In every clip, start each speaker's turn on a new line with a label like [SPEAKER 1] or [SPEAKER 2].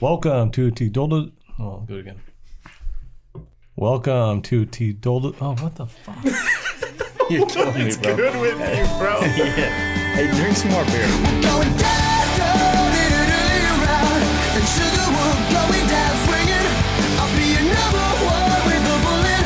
[SPEAKER 1] Welcome to Tidolda. Oh, I'll do it again. Welcome to Tidolda. Oh, what the fuck?
[SPEAKER 2] You're killing me, bro.
[SPEAKER 3] Good with you, bro.
[SPEAKER 2] Hey, drink some more beer.
[SPEAKER 4] Going down, down, in an early round. And sugar will going down swinging. I'll be your number one with a bullet.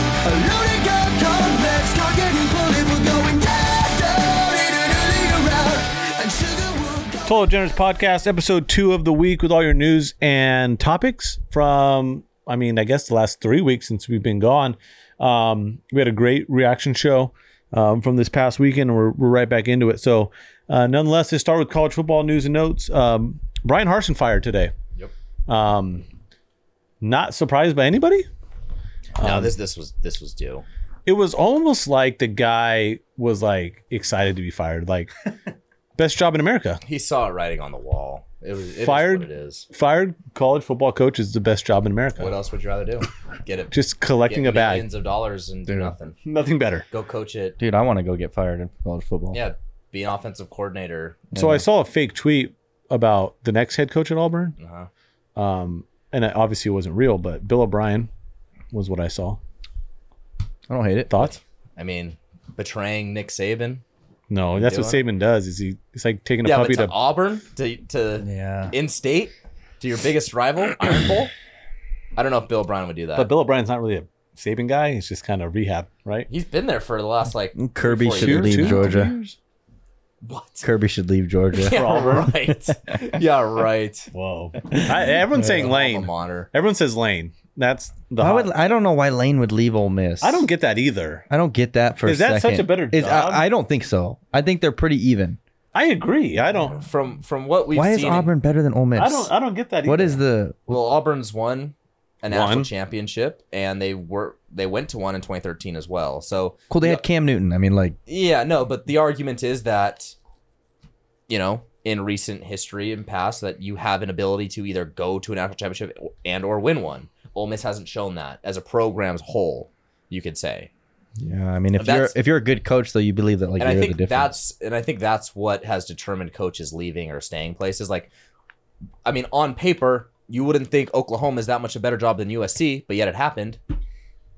[SPEAKER 4] A loaded gun, complex, target and bullet. We're going down, down, in an early round. And sugar will go.
[SPEAKER 5] Total Generous Podcast, episode two of the week with all your news and topics from, I mean, I guess the last three weeks since we've been gone. Um, we had a great reaction show um, from this past weekend, and we're, we're right back into it. So, uh, nonetheless, let's start with college football news and notes. Um, Brian Harson fired today. Yep. Um, not surprised by anybody? Um,
[SPEAKER 2] No, this this was this was due.
[SPEAKER 5] it was almost like the guy was like excited to be fired like best job in america
[SPEAKER 2] He saw it writing on the wall. It was it is
[SPEAKER 5] Fired?
[SPEAKER 2] what it is.
[SPEAKER 5] fired college football coach is the best job in america
[SPEAKER 2] What else would you rather do? Get it. get
[SPEAKER 5] just collecting a bag
[SPEAKER 2] millions of dollars and do nothing.
[SPEAKER 5] nothing better
[SPEAKER 2] Go coach it.
[SPEAKER 3] Dude, I want to go get fired in college football.
[SPEAKER 2] Yeah, be an offensive coordinator.
[SPEAKER 5] so i saw a fake tweet about the next head coach at auburn
[SPEAKER 2] Uh-huh.
[SPEAKER 5] um, and it obviously it wasn't real but bill o'brien was what i saw
[SPEAKER 3] I don't hate it.
[SPEAKER 5] thoughts
[SPEAKER 2] I mean, betraying Nick Saban.
[SPEAKER 5] no that's what
[SPEAKER 2] doing
[SPEAKER 5] saban does is he it's like taking a
[SPEAKER 2] Yeah, but
[SPEAKER 5] puppy
[SPEAKER 2] to,
[SPEAKER 5] to
[SPEAKER 2] Auburn to to
[SPEAKER 3] Yeah.
[SPEAKER 2] in state to your biggest rival, Iron Bowl. I don't know if Bill Bryan would do that.
[SPEAKER 5] but bill o'brien's not really a saban guy he's just kind of rehab right
[SPEAKER 2] He's been there for the last like
[SPEAKER 5] Mm.
[SPEAKER 3] Kirby
[SPEAKER 2] four
[SPEAKER 3] should
[SPEAKER 2] years.
[SPEAKER 3] leave
[SPEAKER 5] two
[SPEAKER 3] Georgia.
[SPEAKER 2] What?
[SPEAKER 3] Kirby should leave Georgia.
[SPEAKER 2] Yeah, right. yeah, right.
[SPEAKER 5] whoa I, everyone's saying
[SPEAKER 2] Alma
[SPEAKER 5] lane
[SPEAKER 2] mater.
[SPEAKER 5] Everyone says Lane. That's the.
[SPEAKER 3] I
[SPEAKER 5] hot-
[SPEAKER 3] would. I don't know why Lane would leave Ole Miss.
[SPEAKER 5] I don't get that either.
[SPEAKER 3] I don't get that for.
[SPEAKER 5] Is that
[SPEAKER 3] a second.
[SPEAKER 5] such a better
[SPEAKER 3] Is-
[SPEAKER 5] job?
[SPEAKER 3] I, I don't think so. I think they're pretty even.
[SPEAKER 5] I agree. I don't.
[SPEAKER 2] From from what we've
[SPEAKER 3] Why
[SPEAKER 2] seen,
[SPEAKER 3] is Auburn better than Ole Miss?
[SPEAKER 5] I don't. I don't get that.
[SPEAKER 3] What
[SPEAKER 5] either.
[SPEAKER 3] is the?
[SPEAKER 2] well, Auburn's won a national
[SPEAKER 5] Won.
[SPEAKER 2] championship, and they were they went to one in 2013 as well. So
[SPEAKER 3] Cool. They had Cam Newton. I mean, like
[SPEAKER 2] yeah, no, but the argument is that you know in recent history and past that you have an ability to either go to a national championship and or win one. Ole Miss hasn't shown that as a program as a whole, you could say.
[SPEAKER 3] Yeah, I mean, if you're
[SPEAKER 2] That's-
[SPEAKER 3] if you're a good coach, though, you believe that like
[SPEAKER 2] and I
[SPEAKER 3] you're
[SPEAKER 2] think
[SPEAKER 3] the difference.
[SPEAKER 2] that's and I think that's what has determined coaches leaving or staying places. Like, I mean, on paper, you wouldn't think Oklahoma is that much a better job than USC, but yet it happened.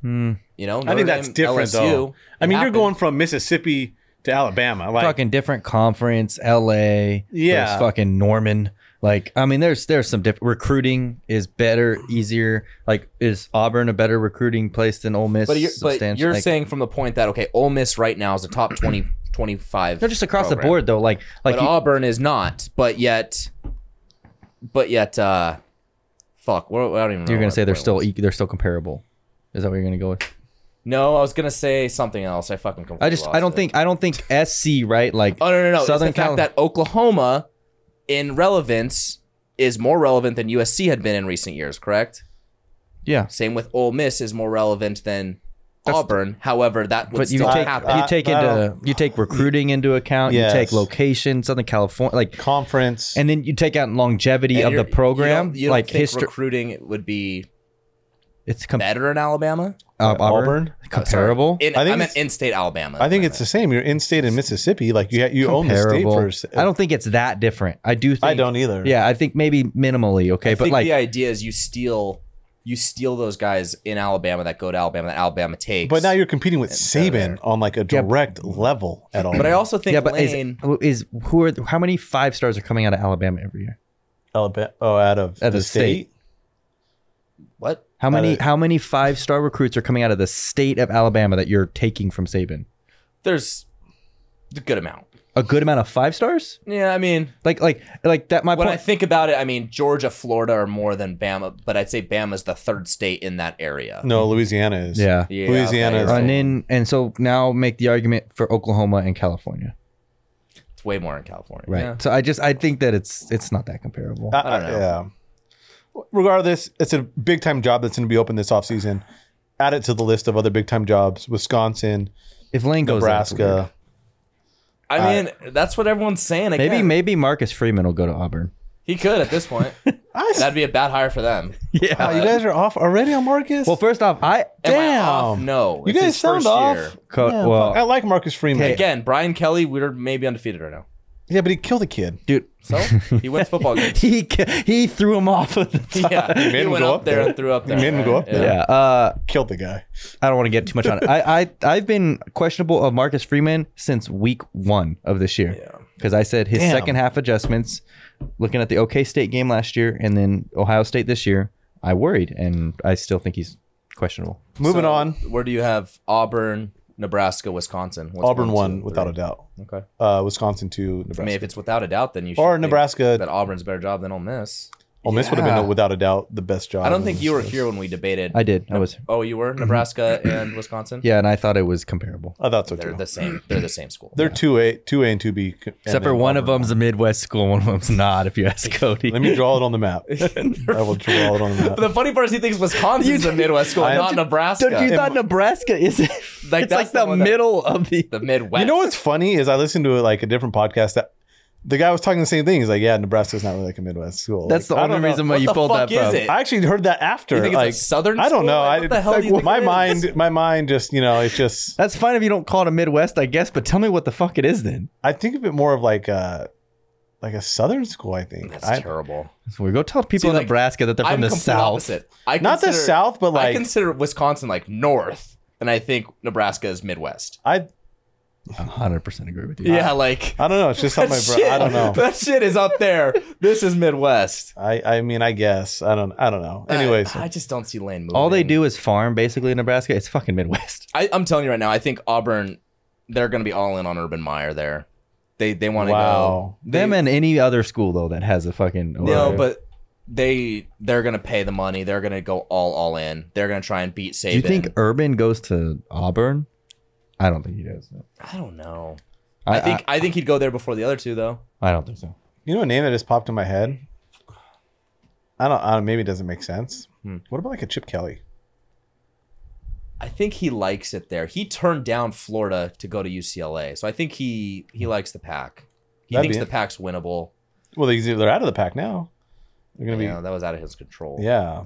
[SPEAKER 2] You know,
[SPEAKER 5] I
[SPEAKER 2] Notre
[SPEAKER 5] think that's
[SPEAKER 2] Dame,
[SPEAKER 5] different,
[SPEAKER 2] LSU,
[SPEAKER 5] though. Hmm. I
[SPEAKER 2] it
[SPEAKER 5] mean,
[SPEAKER 2] happened.
[SPEAKER 5] you're going from Mississippi to Alabama. Like,
[SPEAKER 3] fucking different conference, L.A.
[SPEAKER 5] Yeah.
[SPEAKER 3] there's fucking Norman. Like, I mean, there's there's some different recruiting is better, easier. Like, is Auburn a better recruiting place than Ole Miss?
[SPEAKER 2] but you're, but
[SPEAKER 3] Substanti-
[SPEAKER 2] you're
[SPEAKER 3] like,
[SPEAKER 2] saying from the point that okay, Ole Miss right now is a top 20, 25.
[SPEAKER 3] they're just across the
[SPEAKER 2] program.
[SPEAKER 3] board though. Like, like
[SPEAKER 2] but
[SPEAKER 3] you-
[SPEAKER 2] Auburn is not. But yet, but yet, uh, fuck. What, I don't even.
[SPEAKER 3] you're
[SPEAKER 2] know
[SPEAKER 3] gonna
[SPEAKER 2] what
[SPEAKER 3] say they're
[SPEAKER 2] the point
[SPEAKER 3] still
[SPEAKER 2] was.
[SPEAKER 3] e- they're still comparable. Is that what you're gonna go with?
[SPEAKER 2] No, I was gonna say something else. I fucking.
[SPEAKER 3] I just I
[SPEAKER 2] lost
[SPEAKER 3] don't
[SPEAKER 2] it.
[SPEAKER 3] think I don't think SC right like
[SPEAKER 2] Oh no, no, no! It's
[SPEAKER 3] Southern
[SPEAKER 2] the fact
[SPEAKER 3] Cal-
[SPEAKER 2] that Oklahoma, in relevance, is more relevant than USC had been in recent years. Correct.
[SPEAKER 3] yeah.
[SPEAKER 2] Same with Ole Miss is more relevant than
[SPEAKER 3] That's-
[SPEAKER 2] Auburn. However, that would
[SPEAKER 3] But you
[SPEAKER 2] still
[SPEAKER 3] take
[SPEAKER 2] happen.
[SPEAKER 5] uh,
[SPEAKER 3] you take
[SPEAKER 5] I don't-
[SPEAKER 3] into you take recruiting into account.
[SPEAKER 5] Yes.
[SPEAKER 3] You take location, Southern California, like
[SPEAKER 5] conference.
[SPEAKER 3] And then you take out longevity
[SPEAKER 2] And
[SPEAKER 3] E of the
[SPEAKER 2] you're- you
[SPEAKER 3] program,
[SPEAKER 2] don't, you don't
[SPEAKER 3] like
[SPEAKER 2] think
[SPEAKER 3] history.
[SPEAKER 2] recruiting would be
[SPEAKER 3] it's com- uh,
[SPEAKER 2] better in Alabama.
[SPEAKER 3] Auburn,
[SPEAKER 5] Auburn?
[SPEAKER 2] Oh,
[SPEAKER 3] comparable.
[SPEAKER 2] In,
[SPEAKER 5] I
[SPEAKER 2] I
[SPEAKER 5] think
[SPEAKER 2] am in
[SPEAKER 5] it's-
[SPEAKER 2] in-state Alabama.
[SPEAKER 5] I think it's the same. You're in state in Mississippi. Like you, you own the state
[SPEAKER 3] comparable.
[SPEAKER 5] for. a se-
[SPEAKER 3] I don't think it's that different. I do. Think,
[SPEAKER 5] I don't either.
[SPEAKER 3] Yeah, I think maybe minimally. Okay,
[SPEAKER 2] I
[SPEAKER 3] but
[SPEAKER 2] think
[SPEAKER 3] like
[SPEAKER 2] the idea is you steal, you steal those guys in Alabama that go to Alabama that Alabama takes.
[SPEAKER 5] But now you're competing with
[SPEAKER 2] so
[SPEAKER 5] Saban on like a
[SPEAKER 3] Yeah, but-
[SPEAKER 5] direct level at all.
[SPEAKER 2] But I also think
[SPEAKER 3] yeah, but
[SPEAKER 2] Lane.
[SPEAKER 3] is is who are how many five stars are coming out of Alabama every year?
[SPEAKER 5] Alabama. Oh, out of
[SPEAKER 3] Out of
[SPEAKER 5] the state.
[SPEAKER 3] state.
[SPEAKER 2] what?
[SPEAKER 3] How many
[SPEAKER 5] of-
[SPEAKER 3] how many five star recruits are coming out of the state of Alabama that you're taking from Saban?
[SPEAKER 2] There's a good amount.
[SPEAKER 3] A good amount of five stars.
[SPEAKER 2] Yeah, I mean,
[SPEAKER 3] Like like like that. My
[SPEAKER 2] when I
[SPEAKER 3] point.
[SPEAKER 2] think about it, I mean Georgia, Florida are more than Bama, but I'd say Bama's the third state in that area.
[SPEAKER 5] No, Louisiana is.
[SPEAKER 3] Yeah.
[SPEAKER 2] Yeah, okay,
[SPEAKER 5] Louisiana is.
[SPEAKER 2] you're right.
[SPEAKER 3] and then and so now make the argument for Oklahoma and California.
[SPEAKER 2] It's way more in California.
[SPEAKER 3] Right. So I just I think that it's it's not that comparable.
[SPEAKER 5] I, I Yeah. Regardless, it's a big time job that's going to be open this offseason. Add it to the list of other big time jobs: Wisconsin,
[SPEAKER 3] if Lane goes there, it's Oh, weird.
[SPEAKER 5] Nebraska.
[SPEAKER 2] I mean, that's what everyone's saying. Again.
[SPEAKER 3] maybe maybe Marcus Freeman will go to Auburn.
[SPEAKER 2] he could at this point.
[SPEAKER 5] I s-
[SPEAKER 2] That'd be a bad hire for them.
[SPEAKER 5] wow, you guys are off already on Marcus.
[SPEAKER 3] Oh, Well, first off, I
[SPEAKER 2] Am I off?
[SPEAKER 5] Damn.
[SPEAKER 2] No.
[SPEAKER 5] you
[SPEAKER 2] It's
[SPEAKER 5] guys
[SPEAKER 2] his
[SPEAKER 5] sound
[SPEAKER 2] first
[SPEAKER 5] off.
[SPEAKER 2] year.
[SPEAKER 3] Co-
[SPEAKER 5] Yeah,
[SPEAKER 3] well-
[SPEAKER 5] fuck. I like Marcus Freeman.
[SPEAKER 3] Hey,
[SPEAKER 2] Again, Brian Kelly, we're maybe undefeated right now.
[SPEAKER 5] Yeah, but he killed a kid.
[SPEAKER 3] dude.
[SPEAKER 2] So he wins football games.
[SPEAKER 3] He ca- he threw him off of the top.
[SPEAKER 2] Yeah, he,
[SPEAKER 5] made him
[SPEAKER 2] went
[SPEAKER 5] go
[SPEAKER 2] up,
[SPEAKER 5] up
[SPEAKER 2] there,
[SPEAKER 5] there.
[SPEAKER 2] and threw up
[SPEAKER 5] He
[SPEAKER 2] there.
[SPEAKER 5] made him go up
[SPEAKER 2] right?
[SPEAKER 5] there.
[SPEAKER 2] Yeah.
[SPEAKER 3] Yeah. Uh,
[SPEAKER 5] Killed the guy.
[SPEAKER 3] I don't want to get too much on it. I, I I've been questionable of Marcus Freeman since week one of this year. Because I said his
[SPEAKER 5] Damn.
[SPEAKER 3] second half adjustments, looking at the OK State game last year and then Ohio State this year, I worried, and I still think he's questionable.
[SPEAKER 5] Moving
[SPEAKER 2] So,
[SPEAKER 5] on.
[SPEAKER 2] Where do you have Auburn, Nebraska, Wisconsin? What's
[SPEAKER 5] Auburn
[SPEAKER 2] one,
[SPEAKER 5] won
[SPEAKER 2] two,
[SPEAKER 5] without
[SPEAKER 2] three?
[SPEAKER 5] a doubt.
[SPEAKER 2] Okay.
[SPEAKER 5] Uh, Wisconsin two. Nebraska.
[SPEAKER 2] I mean, if it's without a doubt, then you should
[SPEAKER 5] or
[SPEAKER 2] think
[SPEAKER 5] Nebraska.
[SPEAKER 2] that Auburn's a better job than Ole Miss.
[SPEAKER 5] Ole Miss would have been
[SPEAKER 3] Yeah.
[SPEAKER 5] uh, without a doubt the best job.
[SPEAKER 2] I don't
[SPEAKER 5] in
[SPEAKER 2] think
[SPEAKER 5] this
[SPEAKER 2] you were
[SPEAKER 5] race.
[SPEAKER 2] here when we debated.
[SPEAKER 3] I did. I was.
[SPEAKER 2] Oh, you were Nebraska
[SPEAKER 5] Mm-hmm.
[SPEAKER 2] and Wisconsin.
[SPEAKER 3] Yeah, and I thought it was comparable.
[SPEAKER 5] I thought so
[SPEAKER 2] they're
[SPEAKER 5] too.
[SPEAKER 2] the same. They're the same school.
[SPEAKER 5] Uh, They're two A, two A and two B. and
[SPEAKER 3] Except for
[SPEAKER 5] then
[SPEAKER 3] one of
[SPEAKER 5] Auburn.
[SPEAKER 3] them's a Midwest school, one of them's not. If you ask Cody,
[SPEAKER 5] Let me draw it on the map. I will draw it on the map.
[SPEAKER 2] the funny part is he thinks Wisconsin's a Midwest school,
[SPEAKER 5] I-
[SPEAKER 2] not Nebraska.
[SPEAKER 3] Dude, you thought Nebraska is like
[SPEAKER 2] Like,
[SPEAKER 3] it's like
[SPEAKER 2] that's the
[SPEAKER 3] the,
[SPEAKER 2] one that-
[SPEAKER 3] middle of the.
[SPEAKER 2] the Midwest.
[SPEAKER 5] You know what's funny is I listened to like a different podcast that the guy was talking the same thing. He's like, "Yeah, Nebraska's not really like a Midwest school."
[SPEAKER 3] That's the
[SPEAKER 5] Like, I
[SPEAKER 3] only
[SPEAKER 5] don't know.
[SPEAKER 3] reason why
[SPEAKER 2] What
[SPEAKER 3] you
[SPEAKER 2] the
[SPEAKER 3] pulled
[SPEAKER 2] fuck
[SPEAKER 3] that
[SPEAKER 2] is
[SPEAKER 3] from.
[SPEAKER 2] it?
[SPEAKER 5] I actually heard that after.
[SPEAKER 2] You think it's a
[SPEAKER 5] like
[SPEAKER 2] southern
[SPEAKER 5] I don't
[SPEAKER 2] school?
[SPEAKER 5] know.
[SPEAKER 2] Like,
[SPEAKER 5] I,
[SPEAKER 2] what the hell do you think
[SPEAKER 5] my
[SPEAKER 2] it is?
[SPEAKER 5] mind, my mind, just you know, it's just.
[SPEAKER 3] That's fine if you don't call it a Midwest, I guess. But tell me what the fuck it is then.
[SPEAKER 5] I think of it more of like a, like a southern school. I think
[SPEAKER 2] That's
[SPEAKER 5] I,
[SPEAKER 2] terrible.
[SPEAKER 3] So we go tell people
[SPEAKER 2] See,
[SPEAKER 3] in
[SPEAKER 2] like,
[SPEAKER 3] Nebraska that they're from
[SPEAKER 2] I'm
[SPEAKER 3] the
[SPEAKER 2] complete
[SPEAKER 3] south.
[SPEAKER 2] opposite. I
[SPEAKER 5] not the
[SPEAKER 2] consider-
[SPEAKER 5] south, but
[SPEAKER 2] I
[SPEAKER 5] like
[SPEAKER 2] consider Wisconsin like north, and I think Nebraska is Midwest.
[SPEAKER 5] I,
[SPEAKER 3] I 100 percent agree with you.
[SPEAKER 2] Yeah, like
[SPEAKER 5] I don't know. It's just on
[SPEAKER 2] that
[SPEAKER 5] my
[SPEAKER 2] shit,
[SPEAKER 5] brain. I don't know.
[SPEAKER 2] That shit is up there. This is Midwest.
[SPEAKER 5] I, I mean, I guess I don't. I don't know. Anyways,
[SPEAKER 2] I, I just don't see Lane moving.
[SPEAKER 3] all they do is farm basically in Nebraska. It's fucking Midwest.
[SPEAKER 2] I, I'm telling you right now, I think Auburn, they're going to be all in on Urban Meyer there. They they want to
[SPEAKER 5] Wow.
[SPEAKER 2] go. They-
[SPEAKER 3] Them and any other school though that has a fucking
[SPEAKER 2] No, but they they're gonna pay the money. They're gonna go all all in. They're gonna try and beat Saban.
[SPEAKER 3] do you think Urban goes to Auburn? I don't think he does.
[SPEAKER 2] I don't know.
[SPEAKER 3] I,
[SPEAKER 2] I think I, think he'd go there before the other two though.
[SPEAKER 3] I, I don't think so.
[SPEAKER 5] you know a name that just popped in my head. I don't. I don't maybe it doesn't make sense.
[SPEAKER 2] Hmm.
[SPEAKER 5] What about like a Chip Kelly?
[SPEAKER 2] I think he likes it there. He turned down Florida to go to UCLA, so I think he he likes the pack. He
[SPEAKER 5] That'd
[SPEAKER 2] thinks
[SPEAKER 5] be
[SPEAKER 2] the
[SPEAKER 5] it.
[SPEAKER 2] pack's winnable.
[SPEAKER 5] Well, they, they're out of the pack now. They're gonna
[SPEAKER 2] You
[SPEAKER 5] be.
[SPEAKER 2] know, that was out of his control.
[SPEAKER 5] Yeah.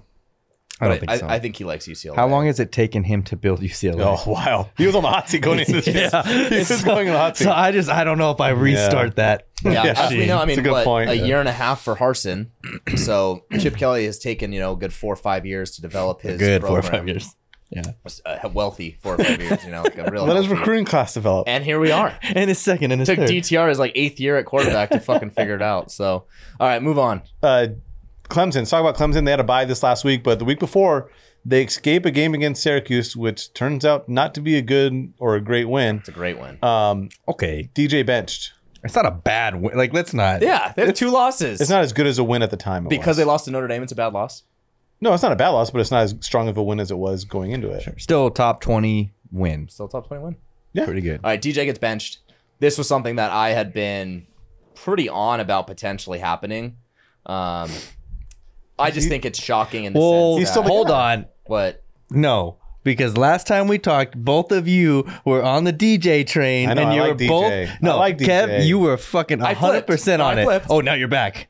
[SPEAKER 3] I don't
[SPEAKER 2] But
[SPEAKER 3] think
[SPEAKER 2] I,
[SPEAKER 3] so.
[SPEAKER 2] I think he likes UCLA.
[SPEAKER 3] How long has it taken him to build UCLA?
[SPEAKER 5] Oh wow. He was on the hot seat going into this.
[SPEAKER 3] Yeah.
[SPEAKER 5] He was going on the hot seat.
[SPEAKER 3] So I just I don't know if I restart that.
[SPEAKER 2] Yeah,
[SPEAKER 5] Yeah,
[SPEAKER 2] as we know, I
[SPEAKER 5] it's
[SPEAKER 2] mean,
[SPEAKER 5] a good
[SPEAKER 2] what,
[SPEAKER 5] point,
[SPEAKER 2] a
[SPEAKER 5] yeah.
[SPEAKER 2] year and a half for Harson. so Chip Kelly has taken you know a good four or five years to develop his
[SPEAKER 3] Good four or
[SPEAKER 2] program.
[SPEAKER 3] five years. Yeah.
[SPEAKER 2] A wealthy four or five years, you know, like a real.
[SPEAKER 5] Let his
[SPEAKER 2] healthy-
[SPEAKER 5] recruiting class develop.
[SPEAKER 2] and here we are.
[SPEAKER 3] And his second and his
[SPEAKER 2] Took
[SPEAKER 3] third.
[SPEAKER 2] DTR his like eighth year at quarterback to fucking figure it out. So, all right, move on.
[SPEAKER 5] uh, Clemson. Let's talk about Clemson. They had a bye this last week, but the week before they escape a game against Syracuse, which turns out not to be a good or a great win.
[SPEAKER 2] It's a great win.
[SPEAKER 5] Um,
[SPEAKER 3] okay.
[SPEAKER 5] DJ benched.
[SPEAKER 3] It's not a bad win. Like let's not
[SPEAKER 2] yeah, they have two losses.
[SPEAKER 5] It's not as good as a win at the time. it
[SPEAKER 2] because
[SPEAKER 5] was.
[SPEAKER 2] they lost to Notre Dame. It's a bad loss.
[SPEAKER 5] No, it's not a bad loss, but it's not as strong of a win as it was going into it.
[SPEAKER 3] still top twenty wins.
[SPEAKER 2] Still top twenty-one.
[SPEAKER 3] Pretty good.
[SPEAKER 2] All right, DJ gets benched. This was something that I had been pretty on about potentially happening. Um, I just think it's shocking in the
[SPEAKER 3] Well,
[SPEAKER 2] sense
[SPEAKER 5] He's still
[SPEAKER 2] that-
[SPEAKER 5] the
[SPEAKER 3] hold on.
[SPEAKER 2] what
[SPEAKER 3] No, because last time we talked, both of you were on the DJ train,
[SPEAKER 5] I know,
[SPEAKER 3] and
[SPEAKER 5] I
[SPEAKER 3] you
[SPEAKER 5] like
[SPEAKER 3] were
[SPEAKER 5] DJ. I
[SPEAKER 3] both. No,
[SPEAKER 5] like
[SPEAKER 3] Kev,
[SPEAKER 5] DJ.
[SPEAKER 3] you were fucking
[SPEAKER 2] I flipped.
[SPEAKER 3] hundred percent
[SPEAKER 2] No,
[SPEAKER 3] on
[SPEAKER 2] I
[SPEAKER 3] it.
[SPEAKER 2] flipped.
[SPEAKER 3] Oh, now you're back.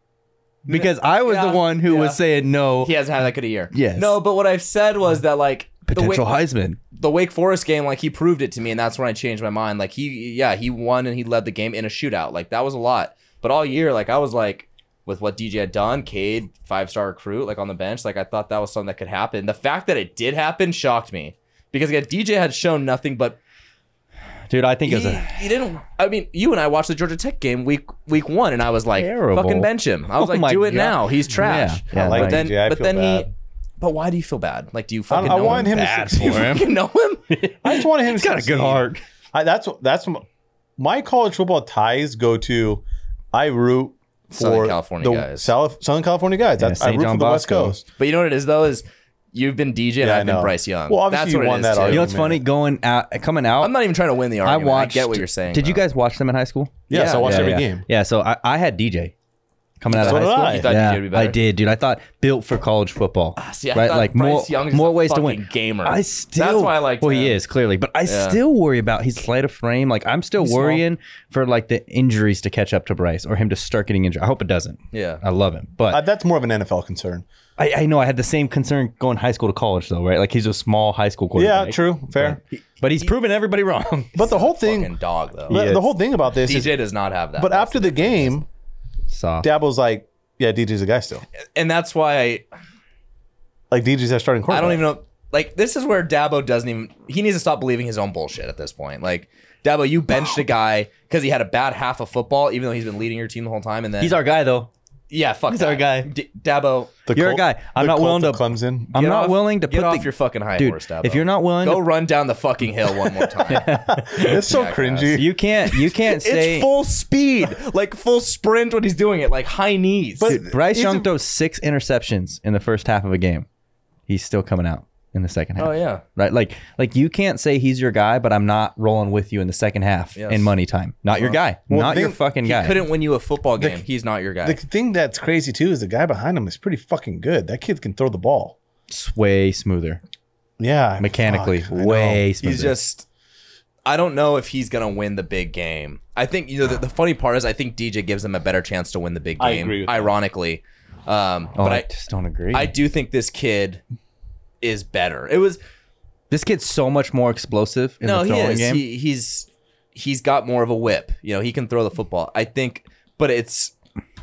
[SPEAKER 3] Because I was
[SPEAKER 2] Yeah,
[SPEAKER 3] the one who was
[SPEAKER 2] yeah.
[SPEAKER 3] saying no.
[SPEAKER 2] he hasn't had that good a year.
[SPEAKER 3] Yes.
[SPEAKER 2] No, but what I've said was that like the Wake,
[SPEAKER 3] Potential Heisman.
[SPEAKER 2] the Wake Forest game, like he proved it to me, and that's when I changed my mind. Like he, yeah, he won and he led the game in a shootout. Like that was a lot. But all year, like I was like with what DJ had done, Cade five star recruit, like on the bench, like I thought that was something that could happen. The fact that it did happen shocked me because again, DJ had shown nothing but
[SPEAKER 3] Dude, I think it was
[SPEAKER 2] he,
[SPEAKER 3] a.
[SPEAKER 2] he didn't. I mean, you and I watched the Georgia Tech game week week one, and I was like,
[SPEAKER 3] Terrible.
[SPEAKER 2] "Fucking bench him." I was
[SPEAKER 3] Oh
[SPEAKER 2] like,
[SPEAKER 3] my
[SPEAKER 2] "Do it
[SPEAKER 3] God.
[SPEAKER 2] now. He's trash."
[SPEAKER 3] Yeah, I like
[SPEAKER 2] but then,
[SPEAKER 5] DJ. I
[SPEAKER 2] but
[SPEAKER 5] feel
[SPEAKER 2] then he.
[SPEAKER 5] bad.
[SPEAKER 2] But why do you feel bad? Like, do you
[SPEAKER 5] I,
[SPEAKER 2] fucking
[SPEAKER 5] I
[SPEAKER 2] know
[SPEAKER 5] want
[SPEAKER 2] him?
[SPEAKER 5] him
[SPEAKER 3] bad
[SPEAKER 5] to
[SPEAKER 3] for
[SPEAKER 5] succeed.
[SPEAKER 3] him.
[SPEAKER 2] You know him?
[SPEAKER 5] I just wanted him to
[SPEAKER 3] Got a
[SPEAKER 5] succeed.
[SPEAKER 3] good heart.
[SPEAKER 5] I, that's that's m- my college football ties go to. I root for
[SPEAKER 2] Southern California
[SPEAKER 5] the
[SPEAKER 2] guys.
[SPEAKER 5] South, Southern California guys.
[SPEAKER 3] Yeah,
[SPEAKER 5] That's I
[SPEAKER 3] St.
[SPEAKER 5] root
[SPEAKER 3] John
[SPEAKER 5] for the West
[SPEAKER 3] Bosco.
[SPEAKER 5] Coast.
[SPEAKER 2] but you know what it is though is you've been DJ and
[SPEAKER 5] Yeah, I
[SPEAKER 2] I've been
[SPEAKER 5] know.
[SPEAKER 2] Bryce Young.
[SPEAKER 5] Well,
[SPEAKER 2] That's
[SPEAKER 5] obviously you
[SPEAKER 2] what it
[SPEAKER 5] won
[SPEAKER 2] is,
[SPEAKER 5] that
[SPEAKER 2] too.
[SPEAKER 5] argument.
[SPEAKER 3] You know what's funny? Going out, coming out.
[SPEAKER 2] I'm not even trying to win the
[SPEAKER 3] I
[SPEAKER 2] argument. I
[SPEAKER 3] watched.
[SPEAKER 2] get what you're saying.
[SPEAKER 3] Did you
[SPEAKER 2] though.
[SPEAKER 3] guys watch them in high school?
[SPEAKER 5] Yeah, so I watched
[SPEAKER 3] yeah,
[SPEAKER 5] every
[SPEAKER 3] yeah.
[SPEAKER 5] game.
[SPEAKER 3] Yeah, so I, I had DJ. coming out
[SPEAKER 5] So
[SPEAKER 3] of
[SPEAKER 5] did
[SPEAKER 3] high school.
[SPEAKER 5] I. You
[SPEAKER 2] thought you
[SPEAKER 3] yeah,
[SPEAKER 2] did be better. Ah,
[SPEAKER 3] I did, dude. I thought built for college football.
[SPEAKER 2] see, I
[SPEAKER 3] right,
[SPEAKER 2] thought
[SPEAKER 3] like
[SPEAKER 2] Bryce
[SPEAKER 3] more
[SPEAKER 2] Young is
[SPEAKER 3] more
[SPEAKER 2] a
[SPEAKER 3] ways to
[SPEAKER 2] fucking
[SPEAKER 3] win.
[SPEAKER 2] gamer.
[SPEAKER 3] I
[SPEAKER 2] That's
[SPEAKER 3] still
[SPEAKER 2] why I liked
[SPEAKER 3] Well, he
[SPEAKER 2] him.
[SPEAKER 3] is clearly, but I still worry about his sleight of frame. Like I'm still
[SPEAKER 2] small.
[SPEAKER 3] worrying for like the injuries to catch up to Bryce or him to start getting injured. I hope it doesn't.
[SPEAKER 2] Yeah.
[SPEAKER 3] I love him, but
[SPEAKER 5] Uh, that's more of an NFL concern.
[SPEAKER 3] I, I know I had the same concern going high school to college though, right? Like he's a small high school
[SPEAKER 5] Yeah,
[SPEAKER 3] quarterback.
[SPEAKER 5] true, fair.
[SPEAKER 3] But he's proven everybody wrong.
[SPEAKER 5] But the whole
[SPEAKER 2] fucking
[SPEAKER 5] thing,
[SPEAKER 2] dog though.
[SPEAKER 5] but the
[SPEAKER 3] is.
[SPEAKER 5] whole thing about this is,
[SPEAKER 2] DJ does not have that.
[SPEAKER 5] but
[SPEAKER 2] That's
[SPEAKER 5] after the game,
[SPEAKER 3] Soft.
[SPEAKER 5] Dabo's like, yeah, DJ's a guy still.
[SPEAKER 2] and that's why I
[SPEAKER 5] Like DJ's our starting
[SPEAKER 2] I
[SPEAKER 5] quarterback.
[SPEAKER 2] don't even know. Like this is where Dabo doesn't even. He needs to stop believing his own bullshit at this point. Like Dabo, you benched a guy because he had a bad half of football, even though he's been leading your team the whole time. And then
[SPEAKER 3] He's our guy though.
[SPEAKER 2] yeah, fuck.
[SPEAKER 3] he's
[SPEAKER 2] that.
[SPEAKER 3] our guy.
[SPEAKER 2] D- Dabo,
[SPEAKER 5] The
[SPEAKER 3] You're a guy. I'm
[SPEAKER 5] the
[SPEAKER 3] not willing
[SPEAKER 5] cult
[SPEAKER 3] to-
[SPEAKER 5] of Clemson.
[SPEAKER 3] I'm
[SPEAKER 2] get
[SPEAKER 3] not
[SPEAKER 2] off-
[SPEAKER 3] willing to
[SPEAKER 2] get
[SPEAKER 3] put
[SPEAKER 2] off
[SPEAKER 3] the
[SPEAKER 2] your fucking high
[SPEAKER 3] dude.
[SPEAKER 2] horse, Dabo.
[SPEAKER 3] If you're not willing,
[SPEAKER 2] go
[SPEAKER 3] to,
[SPEAKER 2] run down the fucking hill one more time.
[SPEAKER 5] it's so
[SPEAKER 2] Yeah, I
[SPEAKER 5] cringy.
[SPEAKER 3] you can't. You can't say
[SPEAKER 2] it's full speed, like full sprint when he's doing it, like high knees.
[SPEAKER 5] But-
[SPEAKER 3] Dude, Bryce
[SPEAKER 5] He's
[SPEAKER 3] Young
[SPEAKER 5] a-
[SPEAKER 3] throws six interceptions in the first half of a game. He's still coming out in the second half.
[SPEAKER 2] oh yeah,
[SPEAKER 3] Right? Like like you can't say he's your guy, but I'm not rolling with you in the second half
[SPEAKER 2] Yes.
[SPEAKER 3] in money time. Not your guy.
[SPEAKER 5] Well,
[SPEAKER 3] not
[SPEAKER 5] the
[SPEAKER 3] your
[SPEAKER 5] thing-
[SPEAKER 3] fucking
[SPEAKER 2] he
[SPEAKER 3] guy.
[SPEAKER 2] couldn't win you a football game. he's not your guy.
[SPEAKER 5] The thing that's crazy too is the guy behind him is pretty fucking good. That kid can throw the ball.
[SPEAKER 3] It's way smoother.
[SPEAKER 5] Yeah,
[SPEAKER 3] Mechanically.
[SPEAKER 5] fuck, I know.
[SPEAKER 3] way smoother.
[SPEAKER 2] he's just I don't know if he's gonna win the big game. I think you know the, the funny part is I think DJ gives them a better chance to win the big game.
[SPEAKER 5] I agree with that.
[SPEAKER 2] ironically, um,
[SPEAKER 3] Oh,
[SPEAKER 2] but
[SPEAKER 3] I,
[SPEAKER 2] I
[SPEAKER 3] just don't agree.
[SPEAKER 2] I do think this kid is better. It was
[SPEAKER 3] this kid's so much more explosive in
[SPEAKER 2] no
[SPEAKER 3] the
[SPEAKER 2] he
[SPEAKER 3] throwing
[SPEAKER 2] is
[SPEAKER 3] game.
[SPEAKER 2] he, he's he's got more of a whip. You know he can throw the football. I think, but it's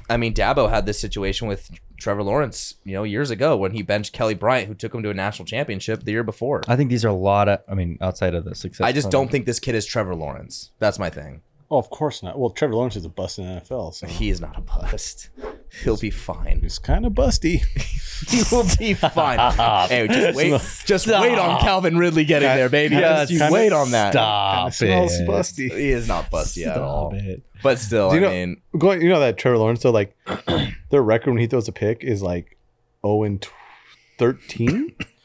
[SPEAKER 2] I mean Dabo had this situation with Trevor Lawrence you know years ago when he benched Kelly Bryant who took him to a national championship the year before.
[SPEAKER 3] I think these are a lot of I mean, outside of the success.
[SPEAKER 2] I just
[SPEAKER 3] of-
[SPEAKER 2] don't think this kid is Trevor Lawrence. That's my thing.
[SPEAKER 5] Oh, of course not. Well, Trevor Lawrence is a bust in the NFL, so
[SPEAKER 2] He is not a bust. He'll be fine.
[SPEAKER 5] he's kind of busty.
[SPEAKER 2] He will be fine. hey, just wait, just wait on Calvin Ridley getting there, baby. Just you
[SPEAKER 5] kinda-
[SPEAKER 2] wait on that.
[SPEAKER 3] Stop
[SPEAKER 5] Smells
[SPEAKER 3] it.
[SPEAKER 5] busty.
[SPEAKER 2] He is not busty at all.
[SPEAKER 3] it.
[SPEAKER 2] But still,
[SPEAKER 5] Do you
[SPEAKER 2] I
[SPEAKER 5] know-
[SPEAKER 2] mean,
[SPEAKER 5] Going, you know that Trevor Lawrence. So like, their record when he throws a pick is like zero and tw- thirteen,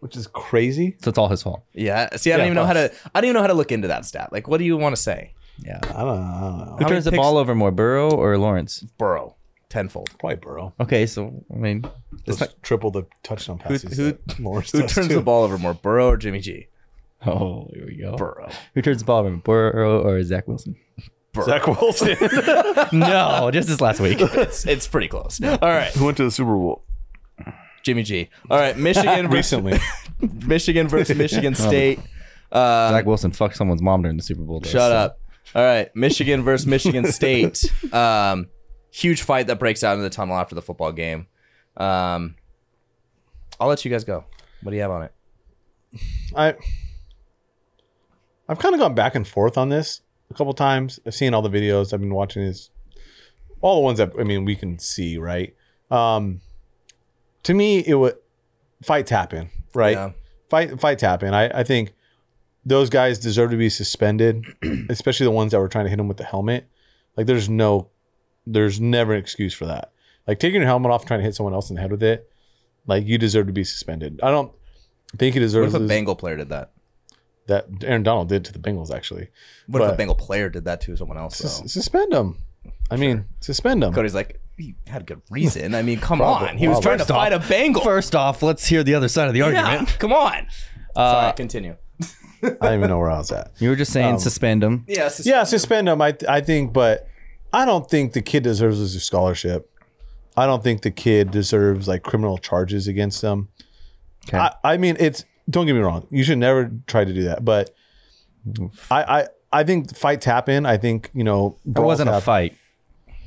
[SPEAKER 5] which is crazy.
[SPEAKER 3] So it's all his fault.
[SPEAKER 2] yeah. See, I don't
[SPEAKER 5] Yeah,
[SPEAKER 2] even know how to. I don't even know how to look into that stat. Like, what do you want to say,
[SPEAKER 3] Yeah.
[SPEAKER 5] I don't know. I don't
[SPEAKER 3] Who
[SPEAKER 5] know.
[SPEAKER 2] many
[SPEAKER 3] turns the
[SPEAKER 2] picks-
[SPEAKER 3] ball over more, Burrow or Lawrence?
[SPEAKER 2] Burrow? Tenfold.
[SPEAKER 5] Probably Burrow.
[SPEAKER 3] Okay, so I mean,
[SPEAKER 5] It's triple the touchdown passes.
[SPEAKER 2] who-
[SPEAKER 5] that Lawrence
[SPEAKER 2] Who
[SPEAKER 5] does,
[SPEAKER 2] turns
[SPEAKER 5] too.
[SPEAKER 2] the ball over more, Burrow or Jimmy G?
[SPEAKER 3] oh, here we go.
[SPEAKER 2] Burrow.
[SPEAKER 3] Who turns the ball over, Burrow or Zach Wilson?
[SPEAKER 5] Zach Wilson.
[SPEAKER 3] no, just this last week.
[SPEAKER 2] It's, it's pretty close. All right,
[SPEAKER 5] who went to the Super Bowl
[SPEAKER 2] Jimmy G. All right, Michigan versus
[SPEAKER 5] recently?
[SPEAKER 2] Michigan versus Michigan State. Uh,
[SPEAKER 3] Zach Wilson fucked someone's mom during the Super Bowl. though,
[SPEAKER 2] Shut
[SPEAKER 3] so-
[SPEAKER 2] up. All right, Michigan versus Michigan State. Um, huge fight that breaks out in the tunnel after the football game. Um, I'll let you guys go. What do you have on it?
[SPEAKER 5] I I've kind of gone back and forth on this a couple times. I've seen all the videos. I've been watching his all the ones that I mean we can see, right? Um to me it would fights happen, right?
[SPEAKER 2] Yeah.
[SPEAKER 5] Fight fights happen. I, I think those guys deserve to be suspended, especially the ones that were trying to hit him with the helmet. Like there's no there's never an excuse for that. Like taking your helmet off and trying to hit someone else in the head with it, like you deserve to be suspended. I don't think he
[SPEAKER 2] What
[SPEAKER 5] deserves
[SPEAKER 2] if a
[SPEAKER 5] to lose-
[SPEAKER 2] Bengal player did that?
[SPEAKER 5] that Aaron Donald did to the Bengals actually.
[SPEAKER 2] What if a
[SPEAKER 5] But-
[SPEAKER 2] Bengal player did that to someone else?
[SPEAKER 5] Sus-
[SPEAKER 2] Though?
[SPEAKER 5] suspend him. I mean, suspend him.
[SPEAKER 2] Cody's like, he had good reason. I mean, come
[SPEAKER 5] Probably-
[SPEAKER 2] on. He was
[SPEAKER 5] probably.
[SPEAKER 2] trying to fight a Bengal.
[SPEAKER 3] First off, let's hear the other side of the
[SPEAKER 2] Yeah,
[SPEAKER 3] argument.
[SPEAKER 2] come on. Sorry, continue.
[SPEAKER 5] I don't even know where I was at.
[SPEAKER 3] You were just saying
[SPEAKER 5] Um,
[SPEAKER 3] suspend him.
[SPEAKER 2] Yes.
[SPEAKER 5] Yeah, suspend him. I th- I think, but I don't think the kid deserves a scholarship. I don't think the kid deserves like criminal charges against him.
[SPEAKER 3] Okay.
[SPEAKER 5] I, I mean, it's don't get me wrong. You should never try to do that, but I I. I think fights happen. I think you know.
[SPEAKER 3] That wasn't a
[SPEAKER 5] brawls
[SPEAKER 3] fight.
[SPEAKER 5] happen.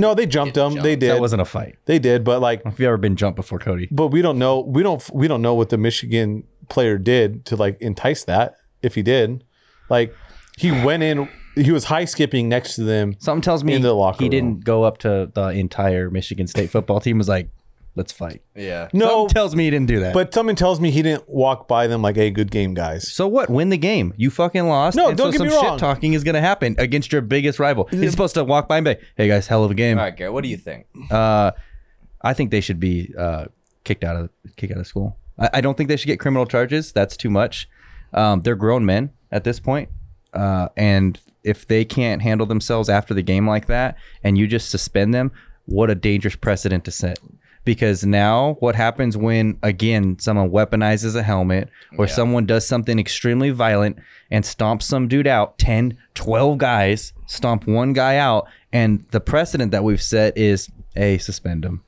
[SPEAKER 5] No, they jumped him. They
[SPEAKER 2] jumped.
[SPEAKER 5] did.
[SPEAKER 3] That wasn't a fight.
[SPEAKER 5] they did. But like,
[SPEAKER 3] If you ever been jumped before, Cody?
[SPEAKER 5] but we don't know we don't we don't know what the Michigan player did to like entice that if he did like he went in he was high skipping next to them
[SPEAKER 3] Something tells me
[SPEAKER 5] In the locker
[SPEAKER 3] he
[SPEAKER 5] room.
[SPEAKER 3] didn't go up to the entire Michigan State football team. and Was like, let's fight.
[SPEAKER 2] Yeah.
[SPEAKER 5] no
[SPEAKER 3] Something tells me he didn't do that.
[SPEAKER 5] but someone tells me he didn't walk by them like hey good game guys
[SPEAKER 3] So what? Win the game. You fucking lost.
[SPEAKER 5] No,
[SPEAKER 3] and
[SPEAKER 5] don't
[SPEAKER 3] so
[SPEAKER 5] get
[SPEAKER 3] some
[SPEAKER 5] me wrong.
[SPEAKER 3] shit talking is gonna happen against your biggest rival. He's supposed to walk by and be, like, "Hey guys, hell of a game."
[SPEAKER 2] All right, Garrett, what do you think?
[SPEAKER 3] Uh, I think they should be uh, kicked out of kicked out of school. I, I don't think they should get criminal charges. That's too much. Um, they're grown men at this point, uh, and if they can't handle themselves after the game like that, and you just suspend them, what a dangerous precedent to set. Because now, what happens when again someone weaponizes a helmet or someone does something extremely violent and stomps some dude out 10, 12 guys, stomp one guy out, and the precedent that we've set is a suspend him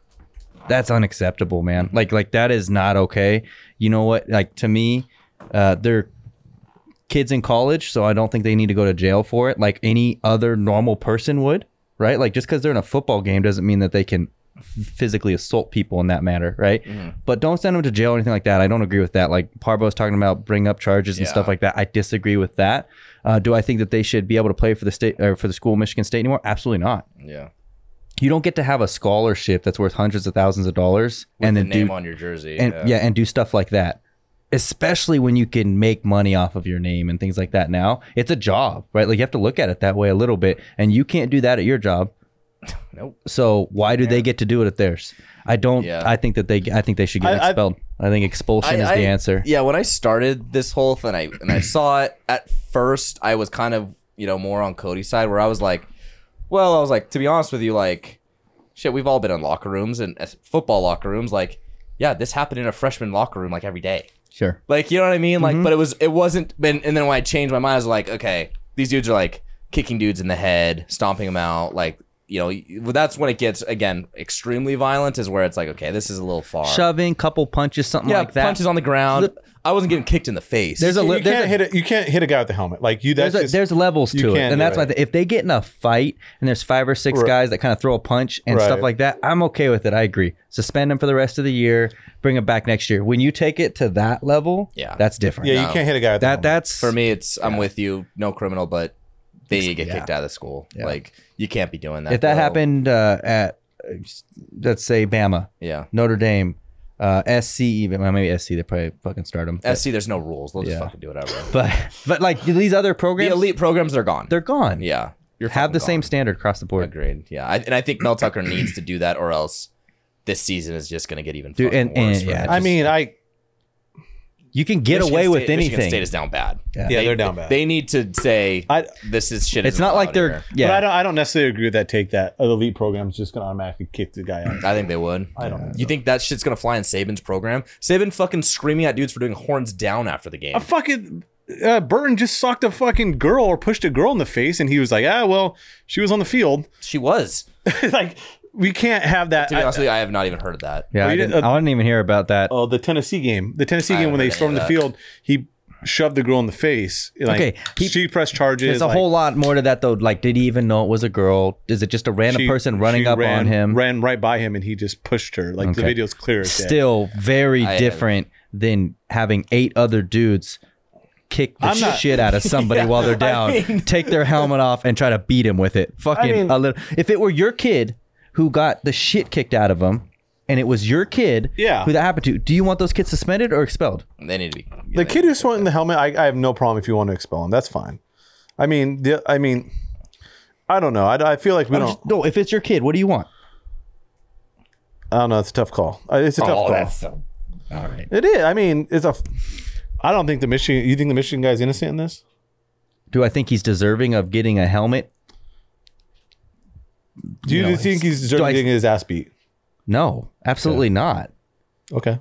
[SPEAKER 3] that's unacceptable, man. Like like that is not okay. You know what? Like to me, uh, they're kids in college, so I don't think they need to go to jail for it, like any other normal person would, right? Like just because they're in a football game doesn't mean that they can f- physically assault people in that matter, right? But don't send them to jail or anything like that. I don't agree with that. Like Parbo's talking about bring up charges and stuff
[SPEAKER 2] Yeah.
[SPEAKER 3] like that. I disagree with that. Uh, do I think that they should be able to play for the state or for the school of Michigan State anymore? Absolutely not
[SPEAKER 2] Yeah.
[SPEAKER 3] you don't get to have a scholarship that's worth hundreds of thousands of dollars and
[SPEAKER 2] the
[SPEAKER 3] then
[SPEAKER 2] name
[SPEAKER 3] do
[SPEAKER 2] on your jersey.
[SPEAKER 3] and yeah. and do stuff like that especially when you can make money off of your name and things like that now it's a job right like you have to look at it that way a little bit and you can't do that at your job
[SPEAKER 2] Nope.
[SPEAKER 3] so why do they get to do it at theirs i don't
[SPEAKER 2] Yeah.
[SPEAKER 3] i think that they i think they should get
[SPEAKER 5] I- I-
[SPEAKER 3] expelled i, think expulsion is the answer
[SPEAKER 2] Yeah, when I started this whole thing, I and I saw it at first, I was kind of you know more on Cody's side, where I was like, well, I was like, to be honest with you, like, shit, we've all been in locker rooms and as football locker rooms, like, yeah, this happened in a freshman locker room like every day,
[SPEAKER 3] sure
[SPEAKER 2] like you know what I mean,
[SPEAKER 3] Mm-hmm.
[SPEAKER 2] like, but it was it wasn't. And, and then when I changed my mind, I was like, okay, these dudes are like kicking dudes in the head, stomping them out, like. You know, y- that's when it gets again extremely violent. Is where it's like, okay, this is a little far
[SPEAKER 3] shoving couple punches something
[SPEAKER 2] yeah,
[SPEAKER 3] like that
[SPEAKER 2] punches on the ground.
[SPEAKER 3] Look-
[SPEAKER 2] I wasn't getting kicked in the face.
[SPEAKER 3] There's a-
[SPEAKER 5] You,
[SPEAKER 3] li-
[SPEAKER 5] can't
[SPEAKER 3] there's a-
[SPEAKER 5] hit a, you can't hit a guy with a helmet. Like you, that's
[SPEAKER 3] there's a,
[SPEAKER 5] just,
[SPEAKER 3] there's levels
[SPEAKER 5] you
[SPEAKER 3] to it,
[SPEAKER 5] can't
[SPEAKER 3] and
[SPEAKER 5] do
[SPEAKER 3] that's why
[SPEAKER 5] it.
[SPEAKER 3] if they get in a fight and there's five or six
[SPEAKER 5] Right.
[SPEAKER 3] guys that kind of throw a punch and stuff
[SPEAKER 5] Right.
[SPEAKER 3] like that, I'm okay with it. I agree. Suspend them for the rest of the year, bring them back next year. When you take it to that level,
[SPEAKER 2] Yeah.
[SPEAKER 3] that's different.
[SPEAKER 5] yeah,
[SPEAKER 2] no.
[SPEAKER 5] you can't hit a guy with
[SPEAKER 3] that
[SPEAKER 5] a helmet.
[SPEAKER 3] that's
[SPEAKER 2] for me. It's I'm with you. No criminal, but they need to get
[SPEAKER 3] Yeah.
[SPEAKER 2] kicked out of the school.
[SPEAKER 3] Yeah.
[SPEAKER 2] Like you can't be doing that.
[SPEAKER 3] If that
[SPEAKER 2] though.
[SPEAKER 3] happened uh, at uh, let's say Bama,
[SPEAKER 2] yeah.
[SPEAKER 3] Notre Dame, uh, SC, even well, maybe SC, they probably fucking start them.
[SPEAKER 2] SC, there's no rules. They'll just
[SPEAKER 3] Yeah.
[SPEAKER 2] fucking do whatever.
[SPEAKER 3] But but like these other
[SPEAKER 2] the
[SPEAKER 3] programs,
[SPEAKER 2] elite programs, they're gone.
[SPEAKER 3] they're gone.
[SPEAKER 2] yeah. You're
[SPEAKER 3] have
[SPEAKER 2] fucking
[SPEAKER 3] the
[SPEAKER 2] gone.
[SPEAKER 3] same standard across the board.
[SPEAKER 2] Agreed. Yeah, I, and I think Mel Tucker needs to do that, or else this season is just gonna get even
[SPEAKER 3] Dude,
[SPEAKER 2] fucking
[SPEAKER 3] and- and-
[SPEAKER 2] worse. for
[SPEAKER 3] yeah,
[SPEAKER 2] him.
[SPEAKER 3] I
[SPEAKER 5] I mean, I
[SPEAKER 3] You can get
[SPEAKER 2] Michigan
[SPEAKER 3] away
[SPEAKER 2] State-
[SPEAKER 3] with
[SPEAKER 2] Michigan
[SPEAKER 3] anything.
[SPEAKER 2] State is down bad.
[SPEAKER 3] Yeah.
[SPEAKER 5] yeah,
[SPEAKER 2] They,
[SPEAKER 5] they're down bad.
[SPEAKER 2] They need to say
[SPEAKER 5] I-
[SPEAKER 2] this is shit.
[SPEAKER 3] it's
[SPEAKER 2] isn't
[SPEAKER 3] not like
[SPEAKER 2] allowed
[SPEAKER 3] they're
[SPEAKER 2] here.
[SPEAKER 3] yeah.
[SPEAKER 5] But I don't, I don't necessarily agree with that take that an elite program's just going to automatically kick the guy out.
[SPEAKER 2] I think they would.
[SPEAKER 5] I don't think
[SPEAKER 2] You think that shit's gonna fly in Saban's program? Saban fucking screaming at dudes for doing horns down after the game.
[SPEAKER 5] A fucking uh, Burton just socked a fucking girl or pushed a girl in the face, and he was like, ah, well, she was on the field.
[SPEAKER 2] She was.
[SPEAKER 5] like, we can't have that.
[SPEAKER 2] To be
[SPEAKER 5] I-
[SPEAKER 2] honest with you, I have not even heard of that.
[SPEAKER 3] Yeah,
[SPEAKER 5] Well,
[SPEAKER 3] I
[SPEAKER 5] you
[SPEAKER 3] didn't,
[SPEAKER 5] didn't-
[SPEAKER 3] I didn't even hear about that.
[SPEAKER 5] oh, the Tennessee game. The Tennessee
[SPEAKER 2] I
[SPEAKER 5] game
[SPEAKER 2] haven't
[SPEAKER 5] when they
[SPEAKER 2] heard
[SPEAKER 5] stormed the
[SPEAKER 2] any of
[SPEAKER 5] field, he shoved the girl in the face. Like,
[SPEAKER 3] Okay, he-
[SPEAKER 5] she pressed charges.
[SPEAKER 3] There's a
[SPEAKER 5] like,
[SPEAKER 3] whole lot more to that though. Like, did he even know it was a girl? Is it just a random
[SPEAKER 5] she-
[SPEAKER 3] person running
[SPEAKER 5] she
[SPEAKER 3] up
[SPEAKER 5] ran-
[SPEAKER 3] on him?
[SPEAKER 5] Ran right by him, and he just pushed her. Like the
[SPEAKER 3] Okay.
[SPEAKER 5] video's clear. As day.
[SPEAKER 3] Still very
[SPEAKER 2] I-
[SPEAKER 3] different than having eight other dudes kick the
[SPEAKER 5] I'm not-
[SPEAKER 3] shit out of somebody while they're down, take their helmet off, and try to beat him with it. Fucking
[SPEAKER 5] mean-
[SPEAKER 3] a little. If it were your kid who got the shit kicked out of him, and it was your kid,
[SPEAKER 5] Yeah.
[SPEAKER 3] who that happened to, do you want those kids suspended or expelled?
[SPEAKER 2] They need to be.
[SPEAKER 5] the kid who's wearing the helmet, I, I have no problem if you want to expel him. That's fine. I mean, the, I mean, I don't know. I, I feel like we
[SPEAKER 3] I'm
[SPEAKER 5] don't.
[SPEAKER 3] just- no, if it's your kid, what do you want?
[SPEAKER 5] I don't know. It's a tough call. Uh, It's a tough
[SPEAKER 2] Oh,
[SPEAKER 5] call.
[SPEAKER 2] that's so.
[SPEAKER 3] All right.
[SPEAKER 5] It is. I mean, it's a. I don't think the Michigan. You think the Michigan guy's innocent in this?
[SPEAKER 3] Do I think he's deserving of getting a helmet?
[SPEAKER 5] Do you,
[SPEAKER 3] No,
[SPEAKER 5] think he's
[SPEAKER 3] do I-
[SPEAKER 5] deserving getting his ass beat?
[SPEAKER 3] No, absolutely not.
[SPEAKER 5] Okay.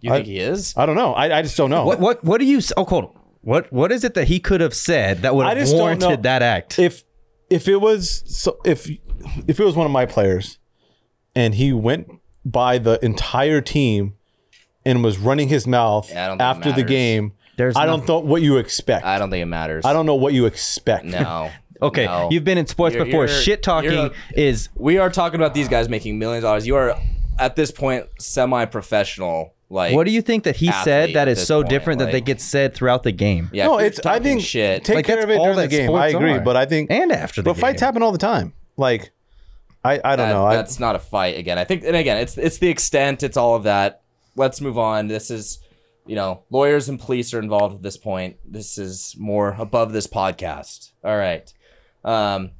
[SPEAKER 2] You think he is?
[SPEAKER 5] I don't know. I, I just don't know.
[SPEAKER 3] What what what do you? Oh, hold on. What what is it that he could have said that would
[SPEAKER 5] I
[SPEAKER 3] have
[SPEAKER 5] just don't know.
[SPEAKER 3] warranted that act?
[SPEAKER 5] if if it was so if if it was one of my players and he went by the entire team and was running his mouth
[SPEAKER 2] Yeah, I don't think it
[SPEAKER 5] after the
[SPEAKER 2] matters.
[SPEAKER 5] game,
[SPEAKER 3] There's
[SPEAKER 5] I don't know what you expect.
[SPEAKER 2] I don't think it matters.
[SPEAKER 5] I don't know what you expect.
[SPEAKER 2] No.
[SPEAKER 3] Okay,
[SPEAKER 2] No.
[SPEAKER 3] you've been in sports
[SPEAKER 2] You're-
[SPEAKER 3] before.
[SPEAKER 2] you're-
[SPEAKER 3] Shit talking
[SPEAKER 2] you're-
[SPEAKER 3] is
[SPEAKER 2] We are talking about these guys making millions of dollars. You are at this point semi-professional. Like
[SPEAKER 3] what do you think that he said
[SPEAKER 2] athlete
[SPEAKER 3] that
[SPEAKER 2] at
[SPEAKER 3] is
[SPEAKER 2] this
[SPEAKER 3] so
[SPEAKER 2] point,
[SPEAKER 3] different that
[SPEAKER 2] like-
[SPEAKER 3] they get said throughout the game?
[SPEAKER 2] Yeah. if
[SPEAKER 5] no,
[SPEAKER 2] you're
[SPEAKER 5] it's I
[SPEAKER 2] talking
[SPEAKER 5] think
[SPEAKER 2] shit.
[SPEAKER 5] take
[SPEAKER 3] Like,
[SPEAKER 5] care
[SPEAKER 3] that's
[SPEAKER 5] of it
[SPEAKER 3] all
[SPEAKER 5] during the
[SPEAKER 3] that
[SPEAKER 5] game. I
[SPEAKER 3] sports
[SPEAKER 5] agree,
[SPEAKER 3] are.
[SPEAKER 5] but I think
[SPEAKER 3] and after the
[SPEAKER 5] but
[SPEAKER 3] game.
[SPEAKER 5] fights happen all the time. Like I I don't
[SPEAKER 2] that-
[SPEAKER 5] know. I,
[SPEAKER 2] that's not a fight again. I think, and again, it's it's the extent. It's all of that. Let's move on. This is, you know, lawyers and police are involved at this point. This is more above this podcast. All right, um,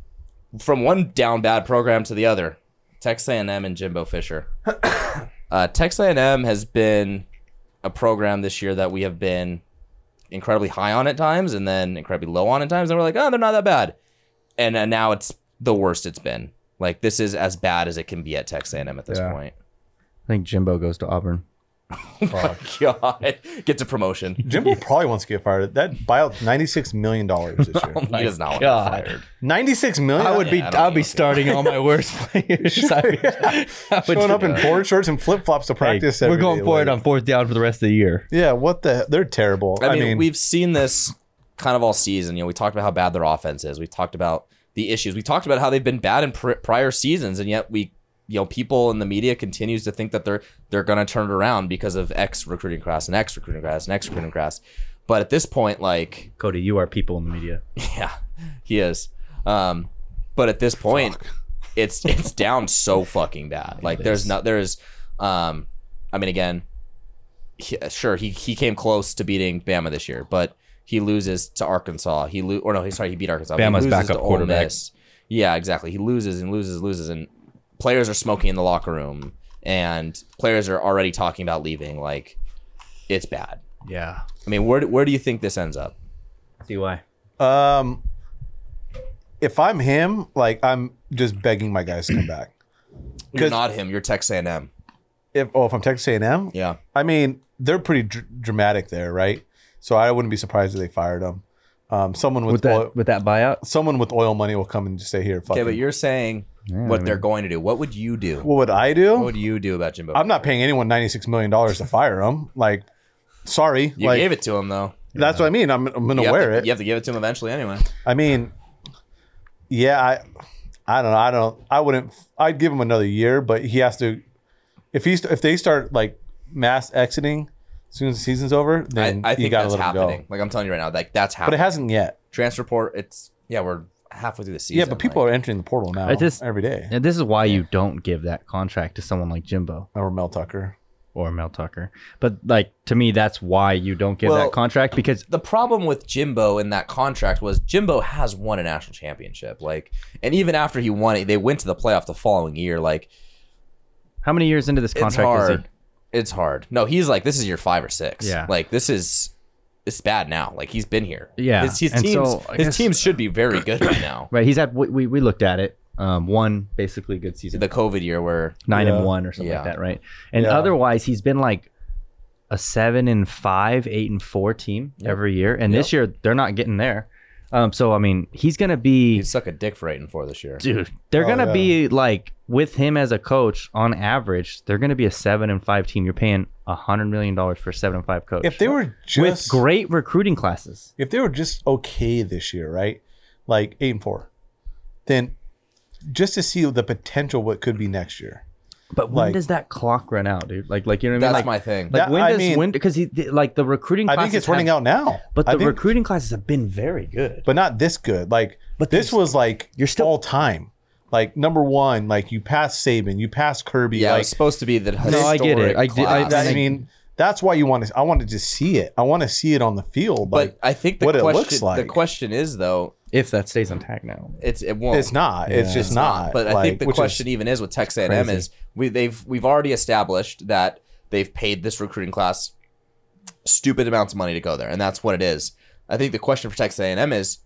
[SPEAKER 2] from one down bad program to the other, Texas A&M and Jimbo Fisher. uh, Texas A&M has been a program this year that we have been incredibly high on at times, and then incredibly low on at times, and we're like, oh, they're not that bad, and uh, now it's the worst it's been Like this is as bad as it can be at Texas A&M at this
[SPEAKER 3] Yeah.
[SPEAKER 2] point.
[SPEAKER 3] I think Jimbo goes to Auburn.
[SPEAKER 2] God, gets a promotion.
[SPEAKER 5] Jimbo probably wants to get fired. That buyout's ninety six million dollars this year.
[SPEAKER 2] He does not want to
[SPEAKER 3] God.
[SPEAKER 2] get fired.
[SPEAKER 5] Ninety six million.
[SPEAKER 3] I would be.
[SPEAKER 2] Yeah, Oh I don't
[SPEAKER 3] I'd be
[SPEAKER 2] think-
[SPEAKER 3] starting all my worst players. I would- I would
[SPEAKER 5] showing up in
[SPEAKER 3] do that.
[SPEAKER 5] board shorts and flip flops to
[SPEAKER 3] Hey,
[SPEAKER 5] practice.
[SPEAKER 3] we're
[SPEAKER 5] every
[SPEAKER 3] going
[SPEAKER 5] day,
[SPEAKER 3] for it
[SPEAKER 5] like-
[SPEAKER 3] on fourth down for the rest of the year.
[SPEAKER 5] Yeah, what the? They're terrible.
[SPEAKER 2] I mean, we've seen this kind of all season. You know, we talked about how bad their offense is. We've talked about the issues. We talked about how they've been bad in pr- prior seasons, and yet we, you know, people in the media continues to think that they're they're going to turn it around because of X recruiting class and X recruiting class and X recruiting class. But at this point, like,
[SPEAKER 3] Cody, you are people in the media.
[SPEAKER 2] yeah, he is. Um, but at this point, it's it's down so fucking bad. Like, there's not there's, um, I mean, again, he, sure he he came close to beating Bama this year, but he loses to Arkansas. He lo- or no, he sorry, he beat Arkansas. but he
[SPEAKER 3] Bama's
[SPEAKER 2] loses
[SPEAKER 3] backup
[SPEAKER 2] to Ole
[SPEAKER 3] quarterback.
[SPEAKER 2] Miss. Yeah, exactly. He loses and loses, loses, and players are smoking in the locker room, and players are already talking about leaving. Like, it's bad.
[SPEAKER 3] Yeah.
[SPEAKER 2] I mean, where do- where do you think this ends up?
[SPEAKER 3] See why?
[SPEAKER 5] um, if I'm him, like I'm just begging my guys to come back.
[SPEAKER 2] You're
[SPEAKER 5] 'Cause-
[SPEAKER 2] not him. You're Texas A&M.
[SPEAKER 5] If oh, if I'm Texas A&M,
[SPEAKER 2] Yeah.
[SPEAKER 5] I mean they're pretty dr- dramatic there, right? So I wouldn't be surprised if they fired him. Um, someone with,
[SPEAKER 3] With that,
[SPEAKER 5] oil,
[SPEAKER 3] with that buyout,
[SPEAKER 5] someone with oil money will come and just say here, fuck.
[SPEAKER 2] Okay, but
[SPEAKER 5] him."
[SPEAKER 2] you're saying what
[SPEAKER 3] I
[SPEAKER 2] they're going to do. What would you do?
[SPEAKER 5] what would I
[SPEAKER 2] what
[SPEAKER 5] do?
[SPEAKER 2] would you do about Jimbo?
[SPEAKER 5] I'm not paying anyone ninety six million dollars to fire him. Like, sorry,
[SPEAKER 2] You
[SPEAKER 5] like
[SPEAKER 2] gave it to him though.
[SPEAKER 5] that's what I mean. I'm, I'm gonna
[SPEAKER 2] You have,
[SPEAKER 5] wear
[SPEAKER 2] to,
[SPEAKER 5] it.
[SPEAKER 2] you have to give it to him eventually anyway.
[SPEAKER 5] I mean, yeah, I, I don't know. I don't. I wouldn't. I'd give him another year, but he has to. If he's if they start like mass exiting as soon as the season's over,
[SPEAKER 2] I,
[SPEAKER 5] then
[SPEAKER 2] I
[SPEAKER 5] you
[SPEAKER 2] think
[SPEAKER 5] gotta
[SPEAKER 2] that's
[SPEAKER 5] let him
[SPEAKER 2] happening.
[SPEAKER 5] go.
[SPEAKER 2] Like I'm telling you right now, like that's
[SPEAKER 5] But
[SPEAKER 2] happening.
[SPEAKER 5] it hasn't yet.
[SPEAKER 2] Transfer port. It's yeah, we're halfway through the season.
[SPEAKER 5] yeah, but people are entering the portal now.
[SPEAKER 3] I just-
[SPEAKER 5] every day.
[SPEAKER 3] And this is why you don't give that contract to someone like Jimbo
[SPEAKER 5] Or Mel Tucker.
[SPEAKER 3] or Mel Tucker. But like to me, that's why you don't give
[SPEAKER 2] Well-
[SPEAKER 3] that contract because
[SPEAKER 2] the problem with Jimbo in that contract was Jimbo has won a national championship. Like, and even after he won it, they went to the playoff the following year. Like,
[SPEAKER 3] how many years into this
[SPEAKER 2] it's
[SPEAKER 3] contract is
[SPEAKER 2] hard.
[SPEAKER 3] he?
[SPEAKER 2] It's hard. No, he's like this is your five or six.
[SPEAKER 3] Yeah.
[SPEAKER 2] Like this is it's bad now. Like he's been here.
[SPEAKER 3] Yeah,
[SPEAKER 2] His, his
[SPEAKER 3] and
[SPEAKER 2] teams
[SPEAKER 3] so I
[SPEAKER 2] his
[SPEAKER 3] guess-
[SPEAKER 2] teams should be very good right now.
[SPEAKER 3] Right, he's had we, we, we looked at it. Um, one basically good season,
[SPEAKER 2] The COVID year where
[SPEAKER 3] nine
[SPEAKER 5] Yeah.
[SPEAKER 3] and one or something
[SPEAKER 2] Yeah.
[SPEAKER 3] like that, right? And
[SPEAKER 5] Yeah.
[SPEAKER 3] otherwise, he's been like a seven and five, eight and four team every year. And this year, they're not getting there. Um, so I mean, he's gonna be
[SPEAKER 2] he'd suck a dick for eight and four this year.
[SPEAKER 3] dude, they're
[SPEAKER 5] Oh,
[SPEAKER 3] gonna
[SPEAKER 5] yeah.
[SPEAKER 3] be like with him as a coach on average, they're gonna be a seven and five team. You're paying a hundred million dollars for a seven and five coach
[SPEAKER 5] If they were
[SPEAKER 3] with
[SPEAKER 5] just
[SPEAKER 3] great recruiting classes.
[SPEAKER 5] if they were just okay this year, right? Like eight and four, then just to see the potential what could be next year.
[SPEAKER 3] But when
[SPEAKER 5] Like-
[SPEAKER 3] does that clock run out, dude? Like, like you know what I
[SPEAKER 2] That's
[SPEAKER 3] mean? Like,
[SPEAKER 2] my thing.
[SPEAKER 3] Like
[SPEAKER 5] That-
[SPEAKER 3] when
[SPEAKER 5] I
[SPEAKER 3] does
[SPEAKER 5] mean-
[SPEAKER 3] when because he the- like the recruiting?
[SPEAKER 5] I
[SPEAKER 3] Classes
[SPEAKER 5] think it's running
[SPEAKER 3] have-
[SPEAKER 5] out now.
[SPEAKER 3] But
[SPEAKER 5] I
[SPEAKER 3] the
[SPEAKER 5] think-
[SPEAKER 3] recruiting classes have been very good.
[SPEAKER 5] but not this good. Like,
[SPEAKER 3] But
[SPEAKER 5] this
[SPEAKER 3] there's-
[SPEAKER 5] was like
[SPEAKER 3] you're still-
[SPEAKER 5] all time. Like number one, like you passed Saban, you passed Kirby.
[SPEAKER 2] yeah, it
[SPEAKER 5] like
[SPEAKER 2] was supposed to be the
[SPEAKER 3] No, I get it.
[SPEAKER 2] historic
[SPEAKER 3] I did-
[SPEAKER 2] class.
[SPEAKER 5] that- I
[SPEAKER 3] I-
[SPEAKER 5] mean, that's why you want to. I want to just see it. I want to see it on the field.
[SPEAKER 2] but
[SPEAKER 5] Like
[SPEAKER 2] I think the
[SPEAKER 5] what it
[SPEAKER 2] question
[SPEAKER 5] looks like.
[SPEAKER 2] the question is though,
[SPEAKER 3] if that stays on tag now,
[SPEAKER 2] it's it won't
[SPEAKER 5] it's not. It's just not.
[SPEAKER 2] But I
[SPEAKER 5] like,
[SPEAKER 2] think the
[SPEAKER 5] which is-
[SPEAKER 2] question even is with Texas A&M
[SPEAKER 5] crazy.
[SPEAKER 2] is we they've we've already established that they've paid this recruiting class stupid amounts of money to go there, and that's what it is. I think the question for Texas A&M is,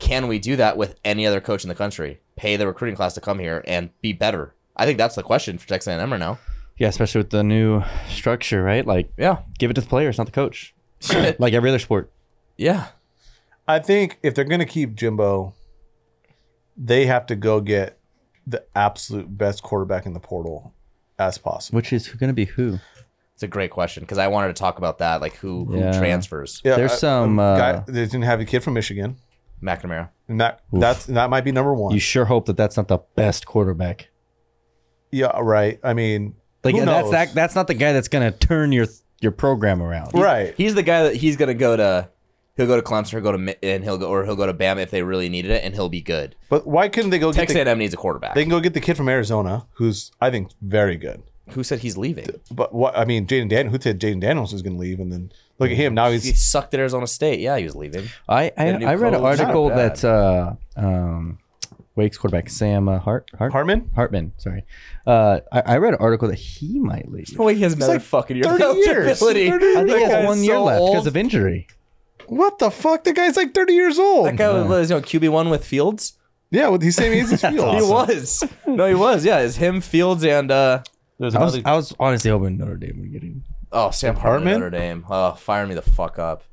[SPEAKER 2] can we do that with any other coach in the country? Pay the recruiting class to come here and be better. I think that's the question for Texas A&M right now.
[SPEAKER 3] yeah, especially with the new structure, right? Like,
[SPEAKER 2] Yeah,
[SPEAKER 3] give it to the players, not the coach. like every other sport,
[SPEAKER 2] yeah.
[SPEAKER 5] I think if they're gonna keep Jimbo, they have to go get the absolute best quarterback in the portal as possible.
[SPEAKER 3] which is going to be who?
[SPEAKER 2] It's a great question because I wanted to talk about that, like who who
[SPEAKER 3] Yeah.
[SPEAKER 2] transfers
[SPEAKER 5] Yeah,
[SPEAKER 3] There's
[SPEAKER 5] I-
[SPEAKER 3] some,
[SPEAKER 5] a guy,
[SPEAKER 3] uh,
[SPEAKER 5] they didn't have a kid from Michigan,
[SPEAKER 2] McNamara.
[SPEAKER 5] and that that's that might be number one.
[SPEAKER 3] You sure hope that that's not the best quarterback.
[SPEAKER 5] yeah, right. I mean,
[SPEAKER 3] Like
[SPEAKER 5] who
[SPEAKER 3] that's
[SPEAKER 5] knows?
[SPEAKER 3] that, that's not the guy that's going to turn your your program around.
[SPEAKER 5] right.
[SPEAKER 2] He's the guy that he's gonna go to. He'll go to Clemson, he'll go to Mi- and he'll go or he'll go to Bama if they really needed it, and he'll be good.
[SPEAKER 5] But why couldn't they go get
[SPEAKER 2] Texas
[SPEAKER 5] the,
[SPEAKER 2] A&M needs a quarterback.
[SPEAKER 5] they can go get the kid from Arizona, who's I think very good.
[SPEAKER 2] Who said he's leaving?
[SPEAKER 5] But what I mean, Jaden Dan, who said Jaden Daniels was going to leave, and then look at him now
[SPEAKER 2] He
[SPEAKER 5] he's
[SPEAKER 2] sucked at Arizona State. Yeah, he was leaving.
[SPEAKER 3] I I,
[SPEAKER 2] Their new
[SPEAKER 3] I read an
[SPEAKER 2] coach is not
[SPEAKER 3] article
[SPEAKER 2] bad.
[SPEAKER 3] that uh, um, Wake's quarterback Sam uh, Hart Hart
[SPEAKER 5] Harmon.
[SPEAKER 3] Hartman. Sorry, uh, I, I read an article that he might leave.
[SPEAKER 2] Oh, he has another fucking year.
[SPEAKER 5] 30 years. 30
[SPEAKER 3] I think he
[SPEAKER 2] That
[SPEAKER 3] has
[SPEAKER 2] guy's
[SPEAKER 3] one year
[SPEAKER 2] so
[SPEAKER 3] left because
[SPEAKER 2] old.
[SPEAKER 3] of injury.
[SPEAKER 5] What the fuck? The guy's like thirty years old.
[SPEAKER 2] That guy was, was you know, QB one with Fields.
[SPEAKER 5] Yeah, with he's saying he's his field.
[SPEAKER 2] He was. No, he was. Yeah, it's him, Fields, and uh,
[SPEAKER 5] There's
[SPEAKER 3] I was,
[SPEAKER 5] another.
[SPEAKER 3] I was honestly hoping Notre Dame would get in.
[SPEAKER 2] oh, Sam Hartman,
[SPEAKER 5] Hartman?
[SPEAKER 2] Notre Dame. Oh, fire me the fuck up.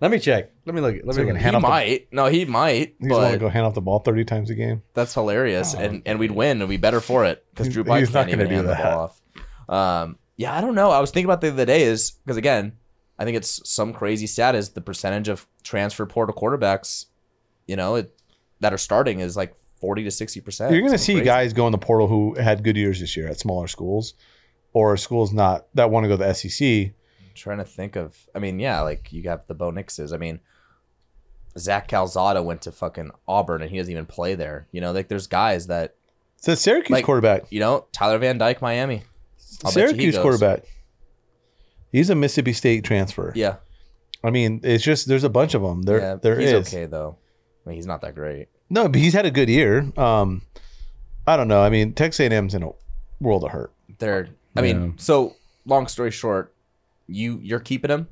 [SPEAKER 3] Let me check. Let me look. Let
[SPEAKER 5] So
[SPEAKER 3] me
[SPEAKER 5] we can
[SPEAKER 3] look. at
[SPEAKER 5] hand
[SPEAKER 2] He
[SPEAKER 5] off the-
[SPEAKER 2] might. No, he might.
[SPEAKER 5] He's going to
[SPEAKER 2] But
[SPEAKER 5] go hand off the ball 30 times a game.
[SPEAKER 2] that's hilarious, and and we'd win, and we better for it because Drew Bledsoe
[SPEAKER 5] Oh. He's not
[SPEAKER 2] can't even
[SPEAKER 5] gonna
[SPEAKER 2] hand
[SPEAKER 5] do
[SPEAKER 2] the
[SPEAKER 5] that.
[SPEAKER 2] ball off. Um, yeah, I don't know. I was thinking about the other day is because again, I think it's some crazy stat is the percentage of transfer portal quarterbacks, you know, it, that are starting is like forty to sixty percent.
[SPEAKER 5] You're going to see guys go in the portal who had good years this year at smaller schools or schools not that want to go to the E SEC.
[SPEAKER 2] trying to think of. I mean, yeah, like you got the Bo Nixes. I mean, Zach Calzada went to fucking Auburn and he doesn't even play there. You know, like there's guys that
[SPEAKER 5] It's the Syracuse
[SPEAKER 2] Like-
[SPEAKER 5] quarterback.
[SPEAKER 2] you know Tyler Van Dyke, Miami. I'll bet you he
[SPEAKER 5] Syracuse
[SPEAKER 2] goes.
[SPEAKER 5] quarterback. He's a Mississippi State transfer.
[SPEAKER 2] Yeah,
[SPEAKER 5] I mean, it's just there's a bunch of them. There,
[SPEAKER 2] yeah,
[SPEAKER 5] there
[SPEAKER 2] he's
[SPEAKER 5] is.
[SPEAKER 2] okay though. I mean, he's not that great.
[SPEAKER 5] No, but he's had a good year. Um, I don't know. I mean, Texas A&M's in a world of hurt.
[SPEAKER 2] They're. I mean, so long story short, you you're keeping him.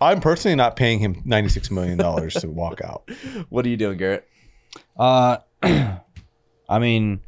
[SPEAKER 5] I'm personally not paying him 96 million dollars to walk out.
[SPEAKER 2] What are you doing, Garrett?
[SPEAKER 3] Uh, I mean,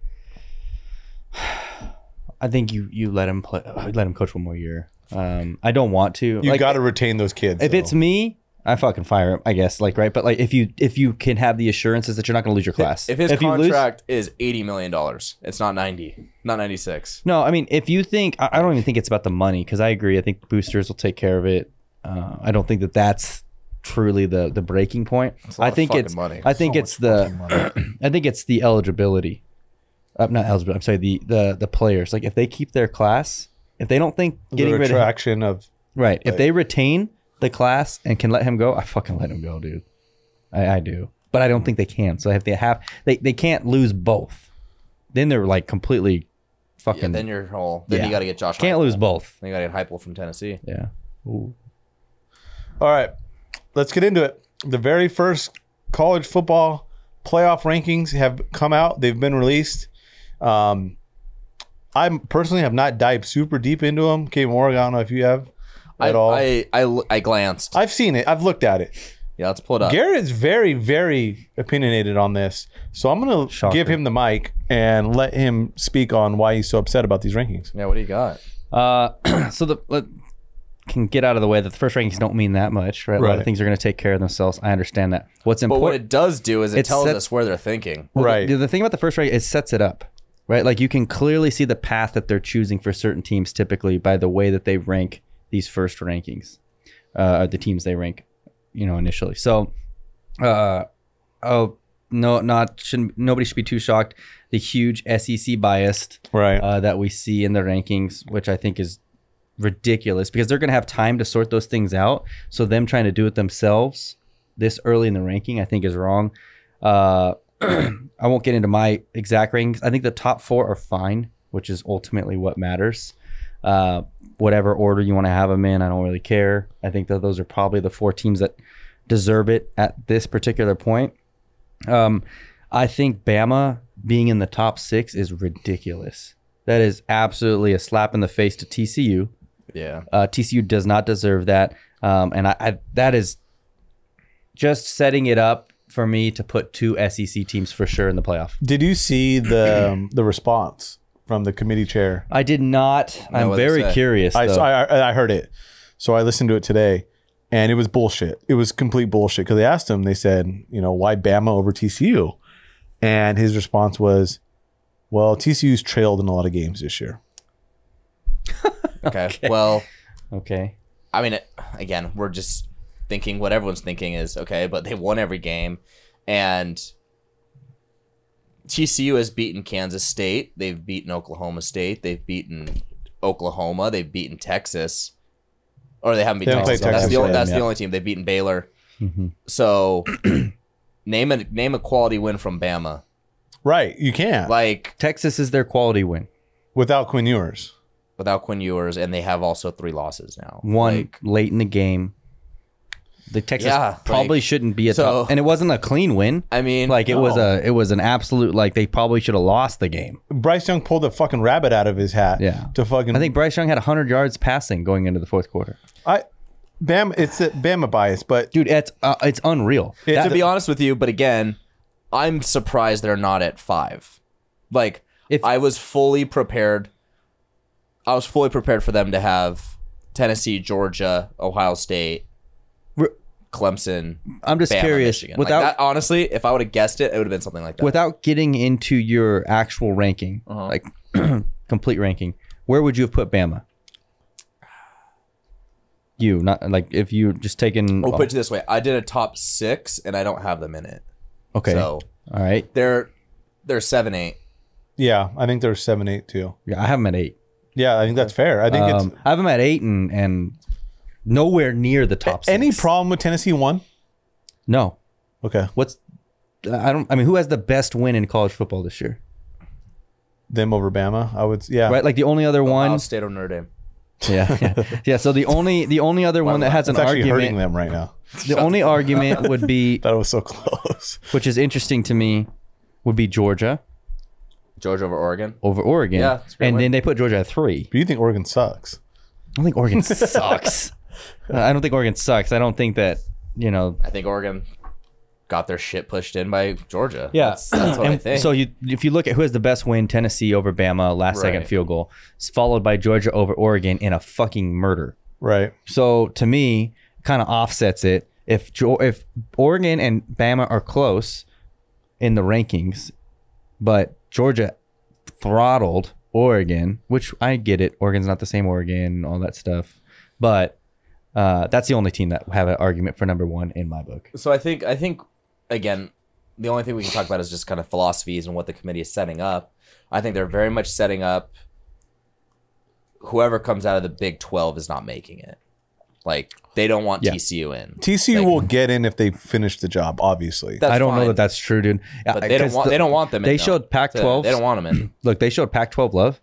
[SPEAKER 3] I think you you let him play. Let him coach one more year. Um, I don't want to.
[SPEAKER 5] You
[SPEAKER 3] Like,
[SPEAKER 5] got to retain those kids.
[SPEAKER 3] if it's
[SPEAKER 5] though.
[SPEAKER 3] me, I fucking fire him. I guess like right, but like if you if you can have the assurances that you're not going to lose your class.
[SPEAKER 2] If his
[SPEAKER 3] you lose-
[SPEAKER 2] contract is eighty million dollars, it's not ninety, not ninety six.
[SPEAKER 3] no, I mean if you think I, I don't even think it's about the money because I agree. I think boosters will take care of it. Uh, I don't think that that's truly the the breaking point.
[SPEAKER 2] a lot
[SPEAKER 3] I
[SPEAKER 2] of
[SPEAKER 3] think
[SPEAKER 2] fucking
[SPEAKER 3] it's
[SPEAKER 2] money.
[SPEAKER 3] I think it's the I think it's the eligibility. Uh, not eligibility. I'm sorry. The the the players. Like if they keep their class, if they don't think
[SPEAKER 5] The
[SPEAKER 3] getting rid of
[SPEAKER 5] retraction of
[SPEAKER 3] right, if they retain the class and can let him go, I fucking let him go, dude. I, I do, but I don't think they can. So if they have, they they can't lose both. Then they're like completely fucking.
[SPEAKER 2] Yeah, then you're whole. Then
[SPEAKER 3] Yeah.
[SPEAKER 2] you got to get Josh.
[SPEAKER 3] can't
[SPEAKER 2] Heupel.
[SPEAKER 3] lose both.
[SPEAKER 2] Then you got to get Heupel from Tennessee.
[SPEAKER 3] Yeah.
[SPEAKER 5] All right, let's get into it. The very first college football playoff rankings have come out. They've been released. Um, I personally have not dived super deep into them. K. Morgan, I don't know if you have
[SPEAKER 2] I,
[SPEAKER 5] at all. I,
[SPEAKER 2] I, I I glanced.
[SPEAKER 5] have seen it. I've looked at it.
[SPEAKER 2] Yeah, let's pull it up.
[SPEAKER 5] Garrett's very, very opinionated on this, so I'm gonna
[SPEAKER 3] Shocker.
[SPEAKER 5] give him the mic and let him speak on why he's so upset about these rankings.
[SPEAKER 2] yeah, what do you got?
[SPEAKER 3] Uh, so the let, can get out of the way that the first rankings don't mean that much, right? A lot
[SPEAKER 5] Right.
[SPEAKER 3] of things are going to take care of themselves. I understand that. What's
[SPEAKER 2] But
[SPEAKER 3] important?
[SPEAKER 2] what it does do is it,
[SPEAKER 3] It
[SPEAKER 2] tells
[SPEAKER 3] sets-
[SPEAKER 2] us where they're thinking.
[SPEAKER 5] Right.
[SPEAKER 3] The, the thing about the first rank it sets it up, right? Like you can clearly see the path that they're choosing for certain teams typically by the way that they rank these first rankings, uh, or the teams they rank, you know, initially. So, uh, oh no, not shouldn't nobody should be too shocked. The huge SEC biased
[SPEAKER 5] Right.
[SPEAKER 3] uh, that we see in the rankings, which I think is ridiculous because they're going to have time to sort those things out. So them trying to do it themselves this early in the ranking, I think is wrong. Uh, I won't get into my exact rankings. I think the top four are fine, which is ultimately what matters. Uh, whatever order you want to have them in, I don't really care. I think that those are probably the four teams that deserve it at this particular point. Um, I think Bama being in the top six is ridiculous. That is absolutely a slap in the face to TCU.
[SPEAKER 2] Yeah.
[SPEAKER 3] Uh, TCU does not deserve that, um, and I, I that is just setting it up for me to put two SEC teams for sure in the playoff.
[SPEAKER 5] Did you see the um, the response from the committee chair?
[SPEAKER 3] I did not. I'm
[SPEAKER 2] what they
[SPEAKER 3] very
[SPEAKER 2] say.
[SPEAKER 3] curious.
[SPEAKER 5] I,
[SPEAKER 3] though.
[SPEAKER 5] so I I I heard it, so I listened to it today, and it was bullshit. It was complete bullshit because they asked him. They said, you know, why Bama over TCU, and his response was, well, TCU's trailed in a lot of games this year.
[SPEAKER 2] Okay. Well,
[SPEAKER 3] okay.
[SPEAKER 2] I mean, it- again, we're just thinking what everyone's thinking is okay, but they won every game, and TCU has beaten Kansas State. They've beaten Oklahoma State. They've beaten Oklahoma. They've beaten Texas, or they haven't
[SPEAKER 5] They
[SPEAKER 2] beaten
[SPEAKER 5] haven't
[SPEAKER 2] Texas.
[SPEAKER 5] played
[SPEAKER 2] That's
[SPEAKER 5] Texas
[SPEAKER 2] the only,
[SPEAKER 5] yet,
[SPEAKER 2] that's
[SPEAKER 5] yeah. Mm-hmm.
[SPEAKER 2] the only team they've beaten Baylor.
[SPEAKER 3] Mhm.
[SPEAKER 2] So name a name a quality win from Bama.
[SPEAKER 5] Right, you can't
[SPEAKER 2] Like
[SPEAKER 3] Texas is their quality win.
[SPEAKER 5] without Quinn Ewers.
[SPEAKER 2] without Quinn Ewers, and they have also three losses now.
[SPEAKER 3] One
[SPEAKER 2] Like,
[SPEAKER 3] late in the game. The Texas
[SPEAKER 2] Yeah, like-
[SPEAKER 3] probably shouldn't be a
[SPEAKER 2] So-
[SPEAKER 3] top, and it wasn't a clean win.
[SPEAKER 2] I mean,
[SPEAKER 3] like it was
[SPEAKER 5] No.
[SPEAKER 3] a it was an absolute like they probably should have lost the game.
[SPEAKER 5] Bryce Young pulled a fucking rabbit out of his hat.
[SPEAKER 3] Yeah.
[SPEAKER 5] to fucking.
[SPEAKER 3] I think Bryce Young had 100 yards passing going into the fourth quarter.
[SPEAKER 5] I Bama. It's a Bama bias, but
[SPEAKER 3] Dude, it's uh, it's unreal.
[SPEAKER 5] It's
[SPEAKER 3] That-
[SPEAKER 2] to be honest with you, but again, I'm surprised they're not at five. Like
[SPEAKER 3] If-
[SPEAKER 2] I was fully prepared. I was fully prepared for them to have Tennessee, Georgia, Ohio State,
[SPEAKER 3] Re-
[SPEAKER 2] Clemson,
[SPEAKER 3] I'm just
[SPEAKER 2] Bama,
[SPEAKER 3] curious.
[SPEAKER 2] Michigan. Like,
[SPEAKER 3] Without
[SPEAKER 2] that, honestly, if I would have guessed it, it would have been something like that.
[SPEAKER 3] without getting into your actual ranking,
[SPEAKER 2] Uh-huh.
[SPEAKER 3] like complete ranking, where would you have put Bama? You not like if you just taking
[SPEAKER 2] We'll put it this way: I did a top six, and I don't have them in it.
[SPEAKER 3] oh, okay,
[SPEAKER 2] So
[SPEAKER 3] all right.
[SPEAKER 2] they're they're seven, eight.
[SPEAKER 5] Yeah, I think there's seven, eight too.
[SPEAKER 3] Yeah, I have them at eight.
[SPEAKER 5] Yeah, I think that's fair. I think
[SPEAKER 3] Um,
[SPEAKER 5] it's
[SPEAKER 3] I have them at eight and and nowhere near the top.
[SPEAKER 5] any
[SPEAKER 3] six.
[SPEAKER 5] problem with Tennessee one.
[SPEAKER 3] No.
[SPEAKER 5] Okay,
[SPEAKER 3] What's I don't. I mean, who has the best win in college football this year?
[SPEAKER 5] them over Bama. I would. Yeah,
[SPEAKER 3] Right, like the only other
[SPEAKER 2] Ohio
[SPEAKER 3] one.
[SPEAKER 2] State or Notre Dame.
[SPEAKER 3] Yeah, yeah, yeah. So the only the only other one that has an
[SPEAKER 5] it's actually hurting
[SPEAKER 3] argument.
[SPEAKER 5] them right now.
[SPEAKER 3] The only argument would be,
[SPEAKER 5] That was so close.
[SPEAKER 3] which is interesting to me, would be Georgia
[SPEAKER 2] Georgia over Oregon.
[SPEAKER 3] over Oregon.
[SPEAKER 2] Yeah, it's a great
[SPEAKER 3] and
[SPEAKER 2] win.
[SPEAKER 3] then they put Georgia at three.
[SPEAKER 5] But you think Oregon sucks?
[SPEAKER 3] I don't think Oregon sucks. I don't think Oregon sucks. I don't think that you know.
[SPEAKER 2] I think Oregon got their shit pushed in by Georgia.
[SPEAKER 3] Yeah.
[SPEAKER 2] that's, that's what I
[SPEAKER 3] And
[SPEAKER 2] think.
[SPEAKER 3] So you, if you look at who has the best win, Tennessee over Bama, last second
[SPEAKER 2] Right.
[SPEAKER 3] field goal, s- followed by Georgia over Oregon in a fucking murder.
[SPEAKER 5] Right.
[SPEAKER 3] So to me, kind of offsets it. If Jo- if Oregon and Bama are close in the rankings, but Georgia throttled Oregon, which I get it. Oregon's not the same Oregon, all that stuff. But uh, that's the only team that have an argument for number one in my book.
[SPEAKER 2] so I think I think again, the only thing we can talk about is just kind of philosophies and what the committee is setting up. I think they're very much setting up whoever comes out of the Big Twelve is not making it. Like they don't want
[SPEAKER 3] Yeah.
[SPEAKER 2] TCU in.
[SPEAKER 5] TCU
[SPEAKER 2] Like-
[SPEAKER 5] will get in if they finish the job. Obviously.
[SPEAKER 2] That's
[SPEAKER 3] I don't know
[SPEAKER 2] fine,
[SPEAKER 3] that that's true, dude.
[SPEAKER 2] But they don't want. they don't want them. in,
[SPEAKER 3] they
[SPEAKER 2] though.
[SPEAKER 3] showed Pac-12s.
[SPEAKER 2] They don't want them in.
[SPEAKER 3] Look, they showed Pac-12 love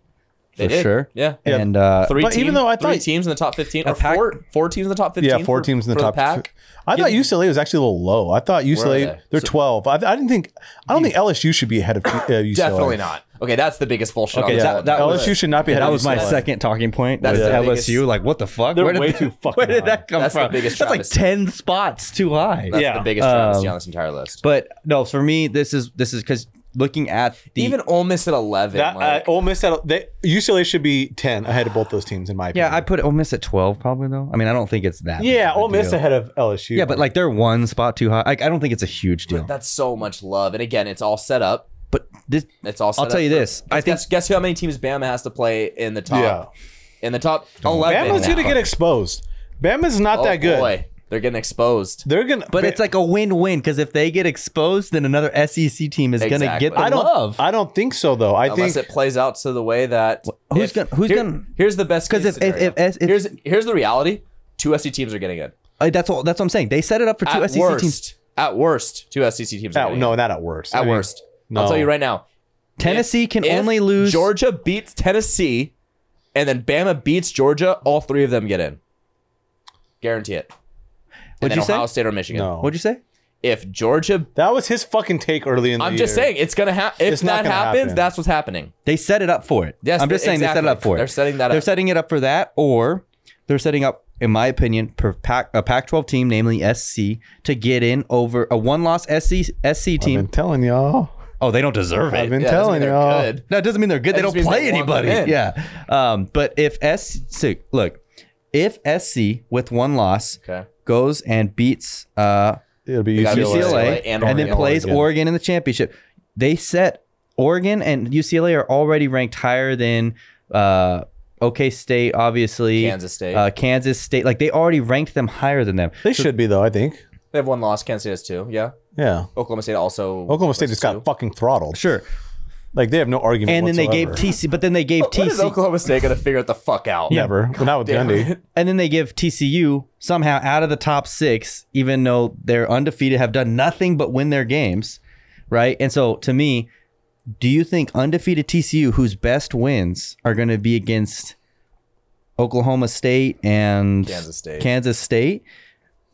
[SPEAKER 2] They
[SPEAKER 3] for
[SPEAKER 2] did.
[SPEAKER 3] sure.
[SPEAKER 2] Yeah.
[SPEAKER 3] And uh,
[SPEAKER 2] Three
[SPEAKER 5] But
[SPEAKER 2] team,
[SPEAKER 5] even though I
[SPEAKER 2] three
[SPEAKER 5] thought-
[SPEAKER 2] teams in the top fifteen, or
[SPEAKER 3] Pac-
[SPEAKER 2] four, four teams in the top fifteen.
[SPEAKER 5] yeah, four
[SPEAKER 2] for-
[SPEAKER 5] teams in the
[SPEAKER 2] for
[SPEAKER 5] top.
[SPEAKER 2] pack.
[SPEAKER 5] two. I thought UCLA was actually a little low. I thought UCLA
[SPEAKER 2] they?
[SPEAKER 5] they? are twelve. I, I didn't think. I don't think LSU should be ahead of uh, UCLA.
[SPEAKER 2] Definitely not. Okay, that's the biggest bullshit.
[SPEAKER 3] Okay, Oh,
[SPEAKER 2] on
[SPEAKER 3] that-
[SPEAKER 2] that,
[SPEAKER 3] that was-
[SPEAKER 5] LSU should not be ahead
[SPEAKER 3] that
[SPEAKER 5] of
[SPEAKER 3] was my
[SPEAKER 5] UCLA.
[SPEAKER 3] second talking point.
[SPEAKER 2] That's
[SPEAKER 3] was
[SPEAKER 2] the
[SPEAKER 3] LSU.
[SPEAKER 2] biggest-
[SPEAKER 3] like, what the fuck?
[SPEAKER 5] They're
[SPEAKER 3] Where did
[SPEAKER 5] way
[SPEAKER 3] that-
[SPEAKER 5] too fucking
[SPEAKER 3] Where did
[SPEAKER 5] high.
[SPEAKER 3] that come
[SPEAKER 2] That's the
[SPEAKER 3] from?
[SPEAKER 2] biggest
[SPEAKER 3] That's like
[SPEAKER 2] travesty.
[SPEAKER 3] ten spots too high.
[SPEAKER 2] That's
[SPEAKER 5] Yeah.
[SPEAKER 2] the biggest travesty
[SPEAKER 3] Um,
[SPEAKER 2] on this entire list.
[SPEAKER 3] But no, for me, this is this is because looking at the
[SPEAKER 2] Even Ole Miss at eleven.
[SPEAKER 5] That
[SPEAKER 2] like,
[SPEAKER 5] uh, Ole Miss, at- they, UCLA should be ten ahead of both those teams in my opinion.
[SPEAKER 3] yeah, I put Ole Miss at twelve probably though. I mean, I don't think it's that. big
[SPEAKER 5] yeah,
[SPEAKER 3] of a
[SPEAKER 5] Ole Miss
[SPEAKER 3] deal.
[SPEAKER 5] ahead of LSU.
[SPEAKER 3] Yeah, but like they're one spot too high. Like I don't think it's a huge deal.
[SPEAKER 2] that's so much love. And again, it's all set up.
[SPEAKER 3] But this,
[SPEAKER 2] It's all. Set
[SPEAKER 3] I'll tell
[SPEAKER 2] up
[SPEAKER 3] you
[SPEAKER 2] for-
[SPEAKER 3] this. I think
[SPEAKER 2] Guess, guess how many teams Bama has to play in the
[SPEAKER 5] yeah,
[SPEAKER 2] top? In the top eleven.
[SPEAKER 5] Bama's
[SPEAKER 2] now.
[SPEAKER 5] gonna get exposed. Bama's not
[SPEAKER 2] Oh,
[SPEAKER 5] that good.
[SPEAKER 2] Boy, they're getting exposed.
[SPEAKER 5] They're gonna.
[SPEAKER 3] But it's like a win-win because if they get exposed, then another SEC team is going to
[SPEAKER 2] Exactly.
[SPEAKER 3] get the
[SPEAKER 5] I don't.
[SPEAKER 3] love.
[SPEAKER 5] I don't think so though. I
[SPEAKER 2] Unless
[SPEAKER 5] think
[SPEAKER 2] it plays out to the way that
[SPEAKER 3] Who's gonna- who's gonna-
[SPEAKER 2] Here's the best
[SPEAKER 3] 'Cause
[SPEAKER 2] case
[SPEAKER 3] if- if-
[SPEAKER 2] scenario.
[SPEAKER 3] if- if-
[SPEAKER 2] here's here's the reality. Two SEC teams are getting in.
[SPEAKER 3] I- that's all. That's what I'm saying. They set it up for two
[SPEAKER 2] At
[SPEAKER 3] SEC
[SPEAKER 2] worst,
[SPEAKER 3] teams.
[SPEAKER 2] at worst, two SEC teams. Are
[SPEAKER 5] at,
[SPEAKER 2] getting
[SPEAKER 5] no,
[SPEAKER 2] in.
[SPEAKER 5] not at worst.
[SPEAKER 2] at
[SPEAKER 5] I mean,
[SPEAKER 2] worst.
[SPEAKER 5] no.
[SPEAKER 2] I'll tell you right now.
[SPEAKER 3] Tennessee
[SPEAKER 2] if-
[SPEAKER 3] can
[SPEAKER 2] if
[SPEAKER 3] only lose.
[SPEAKER 2] Georgia beats Tennessee, and then Bama beats Georgia. All three of them get in. Guarantee it. And
[SPEAKER 3] What'd
[SPEAKER 2] then
[SPEAKER 3] you say?
[SPEAKER 2] Ohio State or Michigan.
[SPEAKER 5] No.
[SPEAKER 3] What'd you say?
[SPEAKER 2] If Georgia,
[SPEAKER 5] That was his fucking take early in the
[SPEAKER 2] I'm just
[SPEAKER 5] year.
[SPEAKER 2] saying it's gonna happen. If
[SPEAKER 5] It's
[SPEAKER 2] that
[SPEAKER 5] not gonna
[SPEAKER 2] happens,
[SPEAKER 5] happen.
[SPEAKER 2] that's what's happening.
[SPEAKER 3] They set it up for it.
[SPEAKER 2] Yes,
[SPEAKER 3] I'm just
[SPEAKER 2] they-
[SPEAKER 3] saying they set it up
[SPEAKER 2] exactly.
[SPEAKER 3] for it.
[SPEAKER 2] They're setting that
[SPEAKER 3] They're
[SPEAKER 2] up.
[SPEAKER 3] setting it up for that, or they're setting up, in my opinion, per pac, a Pac-12 team, namely SC, to get in over a one-loss SC SC
[SPEAKER 5] I've been
[SPEAKER 3] team.
[SPEAKER 5] telling y'all.
[SPEAKER 3] Oh, they don't deserve
[SPEAKER 5] I've
[SPEAKER 3] it.
[SPEAKER 5] been
[SPEAKER 2] Yeah, doesn't mean
[SPEAKER 5] telling
[SPEAKER 2] they're
[SPEAKER 5] y'all.
[SPEAKER 2] good.
[SPEAKER 3] That doesn't mean they're good. They
[SPEAKER 2] That
[SPEAKER 3] don't
[SPEAKER 2] just means
[SPEAKER 3] play
[SPEAKER 2] they want them
[SPEAKER 3] anybody.
[SPEAKER 2] in.
[SPEAKER 3] Yeah. Um, but if S so, look, if SC with one loss
[SPEAKER 2] Okay.
[SPEAKER 3] goes and beats uh,
[SPEAKER 5] It'll be
[SPEAKER 2] gotta be
[SPEAKER 5] UCLA.
[SPEAKER 3] UCLA and,
[SPEAKER 2] and
[SPEAKER 3] then
[SPEAKER 2] Oregon.
[SPEAKER 3] plays
[SPEAKER 5] Oregon.
[SPEAKER 3] Oregon. in the championship, they set Oregon and UCLA are already ranked higher than uh, OK State, obviously
[SPEAKER 2] Kansas State.
[SPEAKER 3] uh, Kansas State. Like they already ranked them higher than them.
[SPEAKER 5] They should be though. I think.
[SPEAKER 2] They have one loss. Kansas State has two. Yeah.
[SPEAKER 5] Yeah.
[SPEAKER 2] Oklahoma State also.
[SPEAKER 5] Oklahoma State
[SPEAKER 2] has
[SPEAKER 5] just
[SPEAKER 2] two.
[SPEAKER 5] got fucking throttled.
[SPEAKER 3] Sure,
[SPEAKER 5] Like they have no argument.
[SPEAKER 3] and then they gave
[SPEAKER 5] whatsoever.
[SPEAKER 3] TC, but then they gave
[SPEAKER 2] When is
[SPEAKER 3] TC,
[SPEAKER 2] Oklahoma State gonna figure it the fuck out?
[SPEAKER 5] Never. But not with
[SPEAKER 2] Damn
[SPEAKER 5] Gundy.
[SPEAKER 2] it.
[SPEAKER 3] and then they give TCU somehow out of the top six, even though they're undefeated, have done nothing but win their games, right? And so, to me, do you think undefeated TCU, whose best wins are going to be against Oklahoma State and
[SPEAKER 2] Kansas State.
[SPEAKER 3] Kansas State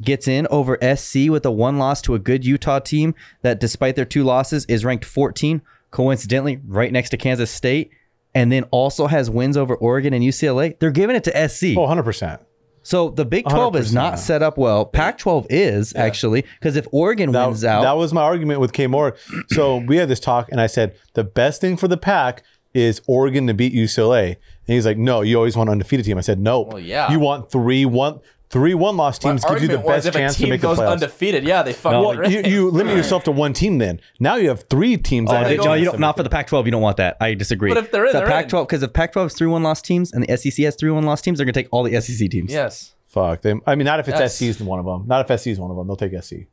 [SPEAKER 3] gets in over SC with a one loss to a good Utah team that, despite their two losses, is ranked 14, coincidentally, right next to Kansas State, and then also has wins over Oregon and UCLA. They're giving it to SC.
[SPEAKER 5] Oh, 100 percent.
[SPEAKER 3] So the Big 12 is
[SPEAKER 5] 100%.
[SPEAKER 3] not set up well. Pac 12 is actually, because if Oregon
[SPEAKER 5] That,
[SPEAKER 3] wins out,
[SPEAKER 5] that was my argument with K Moore. So we had this talk, and I said the best thing for the pack is Oregon to beat UCLA. And he's like, "No, you always want an undefeated team." I said, "No,
[SPEAKER 2] Well, yeah.
[SPEAKER 5] you want three one three one loss teams gives you the
[SPEAKER 2] Argument was
[SPEAKER 5] best
[SPEAKER 2] if a
[SPEAKER 5] chance to
[SPEAKER 2] team
[SPEAKER 5] make the
[SPEAKER 2] goes
[SPEAKER 5] playoffs."
[SPEAKER 2] undefeated, yeah, they fucking
[SPEAKER 5] well, you, you limit yourself to one team. Then now you have three teams. that
[SPEAKER 3] Oh,
[SPEAKER 5] have
[SPEAKER 3] they-
[SPEAKER 5] a
[SPEAKER 3] no, you
[SPEAKER 5] chance
[SPEAKER 3] don't.
[SPEAKER 5] to
[SPEAKER 3] Not for
[SPEAKER 5] make
[SPEAKER 3] the Pac-12. You don't want that. I disagree.
[SPEAKER 2] But if they're in,
[SPEAKER 3] the
[SPEAKER 2] they're in.
[SPEAKER 3] Pac-12, because if Pac-12 is three one loss teams and the SEC has three one loss teams, they're gonna take all the SEC teams.
[SPEAKER 2] Yes.
[SPEAKER 5] it. Fuck them. I mean, not if it's
[SPEAKER 2] Yes.
[SPEAKER 5] SC is one of them. Not if SC is one of them. They'll take SC.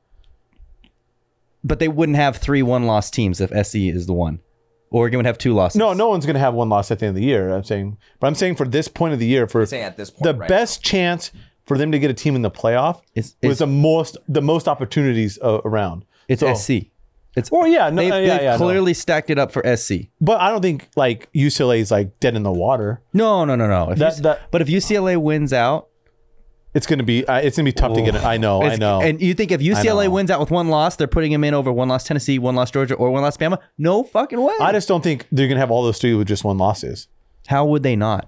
[SPEAKER 3] But they wouldn't have three one loss teams if SE is the one. Oregon would have two losses.
[SPEAKER 5] No, no one's going to have one loss at the end of the year. I'm saying, but I'm saying for this point of the year, for
[SPEAKER 2] saying at this point,
[SPEAKER 5] the
[SPEAKER 2] right
[SPEAKER 5] best chance for them to get a team in the playoff
[SPEAKER 3] It's-
[SPEAKER 5] was
[SPEAKER 3] it's-
[SPEAKER 5] the most the most opportunities uh, around.
[SPEAKER 3] It's
[SPEAKER 5] So-
[SPEAKER 3] SC. It's
[SPEAKER 5] Well, uh, yeah, no,
[SPEAKER 3] they've,
[SPEAKER 5] yeah,
[SPEAKER 3] they've
[SPEAKER 5] yeah, no.
[SPEAKER 3] clearly stacked it up for E. SC.
[SPEAKER 5] But I don't think like UCLA is like dead in the water.
[SPEAKER 3] No, no, no, no. If
[SPEAKER 5] That-
[SPEAKER 3] UC
[SPEAKER 5] that-
[SPEAKER 3] but if UCLA wins out,
[SPEAKER 5] It's going to be uh, it's going to be tough to get it. I know, I
[SPEAKER 3] it's-
[SPEAKER 5] know.
[SPEAKER 3] And you think if UCLA
[SPEAKER 5] know.
[SPEAKER 3] wins out with one loss, they're putting him in over one loss Tennessee, one loss Georgia, or one loss Bama? No fucking way.
[SPEAKER 5] I just don't think they're going to have all those three with just one losses.
[SPEAKER 3] How would they not?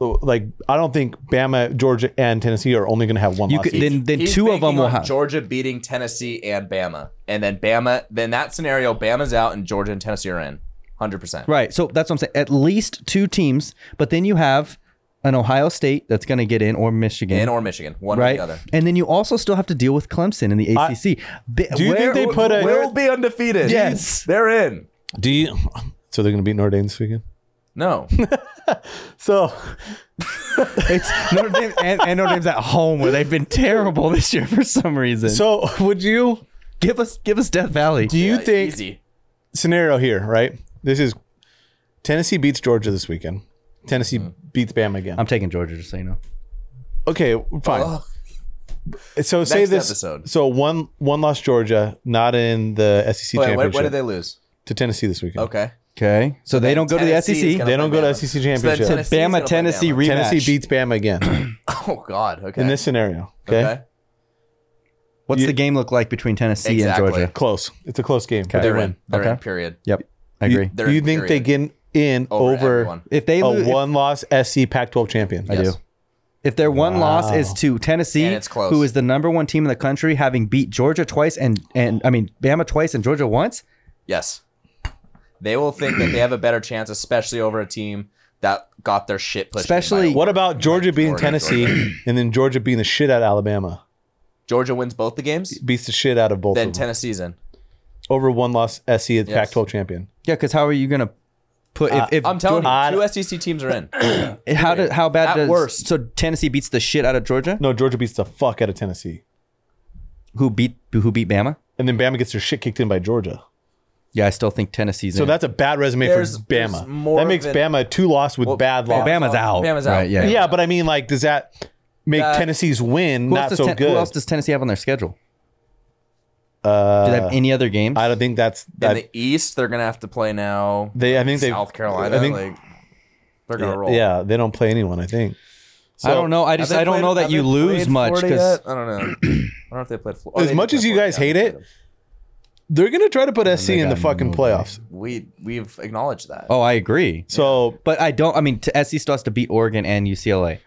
[SPEAKER 5] Like I don't think Bama, Georgia, and Tennessee are only going to have one
[SPEAKER 3] You
[SPEAKER 5] loss.
[SPEAKER 3] could-
[SPEAKER 5] each.
[SPEAKER 3] then then
[SPEAKER 2] He's
[SPEAKER 3] two of
[SPEAKER 2] banking
[SPEAKER 3] them will
[SPEAKER 2] on
[SPEAKER 3] have.
[SPEAKER 2] Georgia beating Tennessee and Bama, and then Bama. Then that scenario, Bama's out, and Georgia and Tennessee are in. Hundred percent.
[SPEAKER 3] Right. So that's what I'm saying. At least two teams, but then you have an Ohio State that's going to get in or Michigan.
[SPEAKER 2] In or Michigan, one
[SPEAKER 3] right.
[SPEAKER 2] or the other.
[SPEAKER 3] And then you also still have to deal with Clemson in the ACC. Bi-
[SPEAKER 5] do you think they put a-
[SPEAKER 2] We'll be undefeated.
[SPEAKER 3] Yes.
[SPEAKER 2] they're in.
[SPEAKER 5] Do you? So they're going to beat Notre Dame this weekend.
[SPEAKER 2] No,
[SPEAKER 5] So
[SPEAKER 3] It's Notre Dame and, and Notre Dame's at home where they've been terrible this year for some reason. So
[SPEAKER 5] so would you?
[SPEAKER 3] give us give us Death Valley.
[SPEAKER 5] Do you
[SPEAKER 2] Yeah,
[SPEAKER 5] think
[SPEAKER 2] easy.
[SPEAKER 5] scenario here? Right. This is Tennessee beats Georgia this weekend. Tennessee
[SPEAKER 3] Mm.
[SPEAKER 5] beats Bama again.
[SPEAKER 3] I'm taking Georgia just so you know.
[SPEAKER 5] Okay, fine.
[SPEAKER 2] Ugh.
[SPEAKER 5] So say
[SPEAKER 2] Next
[SPEAKER 5] this.
[SPEAKER 2] episode.
[SPEAKER 5] So one one lost Georgia, not in the SEC
[SPEAKER 2] Wait, where,
[SPEAKER 5] championship
[SPEAKER 2] where did they lose?
[SPEAKER 5] to Tennessee this weekend.
[SPEAKER 2] Okay,
[SPEAKER 3] Okay. So they don't go
[SPEAKER 2] Tennessee is
[SPEAKER 3] to the E
[SPEAKER 2] gonna
[SPEAKER 5] They don't
[SPEAKER 2] play
[SPEAKER 5] go to
[SPEAKER 2] Bama.
[SPEAKER 5] SEC
[SPEAKER 2] So then
[SPEAKER 5] championship.
[SPEAKER 3] SEC.
[SPEAKER 2] Tennessee's gonna
[SPEAKER 3] Bama
[SPEAKER 2] play
[SPEAKER 3] Tennessee
[SPEAKER 2] Bama.
[SPEAKER 3] rematch.
[SPEAKER 5] Tennessee beats Bama again
[SPEAKER 2] Oh God. Okay.
[SPEAKER 5] in this scenario. Okay?
[SPEAKER 2] Okay.
[SPEAKER 3] What's
[SPEAKER 5] You-
[SPEAKER 3] the game look like between Tennessee
[SPEAKER 2] Exactly.
[SPEAKER 3] and Georgia?
[SPEAKER 5] close. It's a close game. But they
[SPEAKER 2] They're
[SPEAKER 5] win.
[SPEAKER 2] in. They're in.
[SPEAKER 3] Okay.
[SPEAKER 2] Period.
[SPEAKER 3] Yep. I agree.
[SPEAKER 5] You,
[SPEAKER 2] They're
[SPEAKER 5] you
[SPEAKER 2] in,
[SPEAKER 5] think they get in
[SPEAKER 2] Over
[SPEAKER 5] over,
[SPEAKER 2] everyone.
[SPEAKER 3] if they
[SPEAKER 5] a
[SPEAKER 3] lose, if
[SPEAKER 5] one loss SC Pac-12 champion?
[SPEAKER 3] I do. If their one loss is to Tennessee,
[SPEAKER 2] And it's close.
[SPEAKER 3] who is the number one team in the country, having beat Georgia twice and and I mean Bama twice and Georgia once,
[SPEAKER 2] Yes. They will think that they have a better chance, especially over a team that got their shit pushed. in by
[SPEAKER 3] Especially-
[SPEAKER 2] a-
[SPEAKER 5] What about Georgia beating
[SPEAKER 2] Georgia,
[SPEAKER 5] Tennessee and then Georgia beating the shit out of Alabama?
[SPEAKER 2] Georgia wins both the games,
[SPEAKER 5] Beats the shit out of both
[SPEAKER 2] then
[SPEAKER 5] of them.
[SPEAKER 2] Tennessee's in.
[SPEAKER 5] Over one loss E SC at Pac-12 champion.
[SPEAKER 3] yeah, because how are you gonna put if, if
[SPEAKER 2] I'm telling
[SPEAKER 5] I-
[SPEAKER 2] you, two SEC teams are in.
[SPEAKER 3] you how do, how bad
[SPEAKER 2] At
[SPEAKER 3] does
[SPEAKER 2] worst.
[SPEAKER 3] so Tennessee beats the shit out of Georgia,
[SPEAKER 5] No, Georgia beats the fuck out of Tennessee.
[SPEAKER 3] who beat who beat Bama?
[SPEAKER 5] And then Bama gets their shit kicked in by Georgia.
[SPEAKER 3] Yeah, I still think Tennessee's
[SPEAKER 5] So
[SPEAKER 3] in.
[SPEAKER 5] that's a bad resume
[SPEAKER 2] There's-
[SPEAKER 5] for
[SPEAKER 2] there's
[SPEAKER 5] Bama.
[SPEAKER 2] more
[SPEAKER 5] that makes
[SPEAKER 2] than-
[SPEAKER 5] Bama two loss with bad loss.
[SPEAKER 3] Bama's out.
[SPEAKER 2] Bama's out.
[SPEAKER 3] Right, yeah.
[SPEAKER 5] yeah, but I mean, like, does that make
[SPEAKER 2] That-
[SPEAKER 5] Tennessee's win
[SPEAKER 3] who
[SPEAKER 5] not
[SPEAKER 3] else does
[SPEAKER 5] so
[SPEAKER 3] Ten-
[SPEAKER 5] good?
[SPEAKER 3] Who else does Tennessee have on their schedule?
[SPEAKER 5] uh,
[SPEAKER 3] Do they have any other games?
[SPEAKER 5] I don't think that's
[SPEAKER 2] In
[SPEAKER 5] that.
[SPEAKER 2] the East, they're gonna have to play now.
[SPEAKER 5] they, I think they
[SPEAKER 2] South Carolina,
[SPEAKER 5] I think,
[SPEAKER 2] like they're gonna roll.
[SPEAKER 5] yeah, they don't play anyone. I think.
[SPEAKER 3] I don't know. I just I don't know that you lose much because
[SPEAKER 2] because I don't know. I don't know if they played. Flo- oh,
[SPEAKER 5] As
[SPEAKER 2] they did
[SPEAKER 5] much
[SPEAKER 2] play
[SPEAKER 5] as you
[SPEAKER 2] Florida,
[SPEAKER 5] guys
[SPEAKER 2] yeah,
[SPEAKER 5] hate
[SPEAKER 2] they
[SPEAKER 5] it,
[SPEAKER 2] played them.
[SPEAKER 5] they're gonna try to put SC in the
[SPEAKER 3] got
[SPEAKER 5] fucking
[SPEAKER 3] nobody.
[SPEAKER 5] playoffs.
[SPEAKER 2] we we've acknowledged that.
[SPEAKER 3] oh I agree.
[SPEAKER 5] So
[SPEAKER 3] But I don't. I mean, t- SC still has to beat Oregon and UCLA.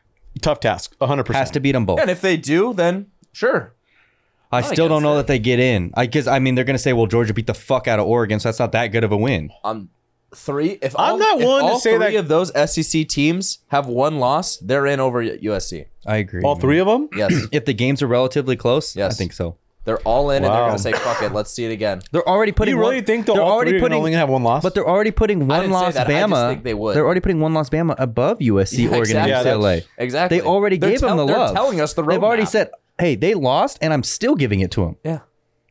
[SPEAKER 5] tough task, hundred
[SPEAKER 3] Has
[SPEAKER 5] percent.
[SPEAKER 3] to beat them both.
[SPEAKER 2] And if they do, then sure.
[SPEAKER 3] Oh, I still don't
[SPEAKER 2] guess
[SPEAKER 3] know that they get in. I guess I mean they're gonna say, well, Georgia beat the fuck out of Oregon, so that's not that good of a win.
[SPEAKER 2] um three if
[SPEAKER 5] I'm
[SPEAKER 2] all-
[SPEAKER 5] not
[SPEAKER 2] if
[SPEAKER 5] willing to
[SPEAKER 2] all
[SPEAKER 5] say
[SPEAKER 2] three
[SPEAKER 5] that-
[SPEAKER 2] of those SEC teams have one loss, they're in over USC.
[SPEAKER 3] I agree.
[SPEAKER 5] All three of them.
[SPEAKER 2] Yes.
[SPEAKER 3] If the games are relatively close,
[SPEAKER 2] Yes.
[SPEAKER 3] I think so.
[SPEAKER 2] they're all in and they're
[SPEAKER 5] Wow.
[SPEAKER 2] gonna say, fuck it, let's see it again.
[SPEAKER 3] They're already putting.
[SPEAKER 5] You really
[SPEAKER 3] one,
[SPEAKER 5] think the
[SPEAKER 3] they're
[SPEAKER 5] all
[SPEAKER 3] already
[SPEAKER 5] three are
[SPEAKER 3] putting
[SPEAKER 5] only gonna have one loss?
[SPEAKER 3] But they're already putting one
[SPEAKER 2] didn't say
[SPEAKER 3] loss
[SPEAKER 2] that. I just
[SPEAKER 3] Bama.
[SPEAKER 2] think they would.
[SPEAKER 3] are already putting one loss Bama above USC, Oregon,
[SPEAKER 2] exactly.
[SPEAKER 5] Yeah,
[SPEAKER 3] and UCLA.
[SPEAKER 2] Exactly.
[SPEAKER 3] They already
[SPEAKER 2] They're
[SPEAKER 3] gave them
[SPEAKER 2] tell-
[SPEAKER 3] the
[SPEAKER 2] they're
[SPEAKER 3] love.
[SPEAKER 2] telling us the
[SPEAKER 3] They've already
[SPEAKER 2] roadmap.
[SPEAKER 3] said, "Hey, they lost, and I'm still giving it to them."
[SPEAKER 2] Yeah.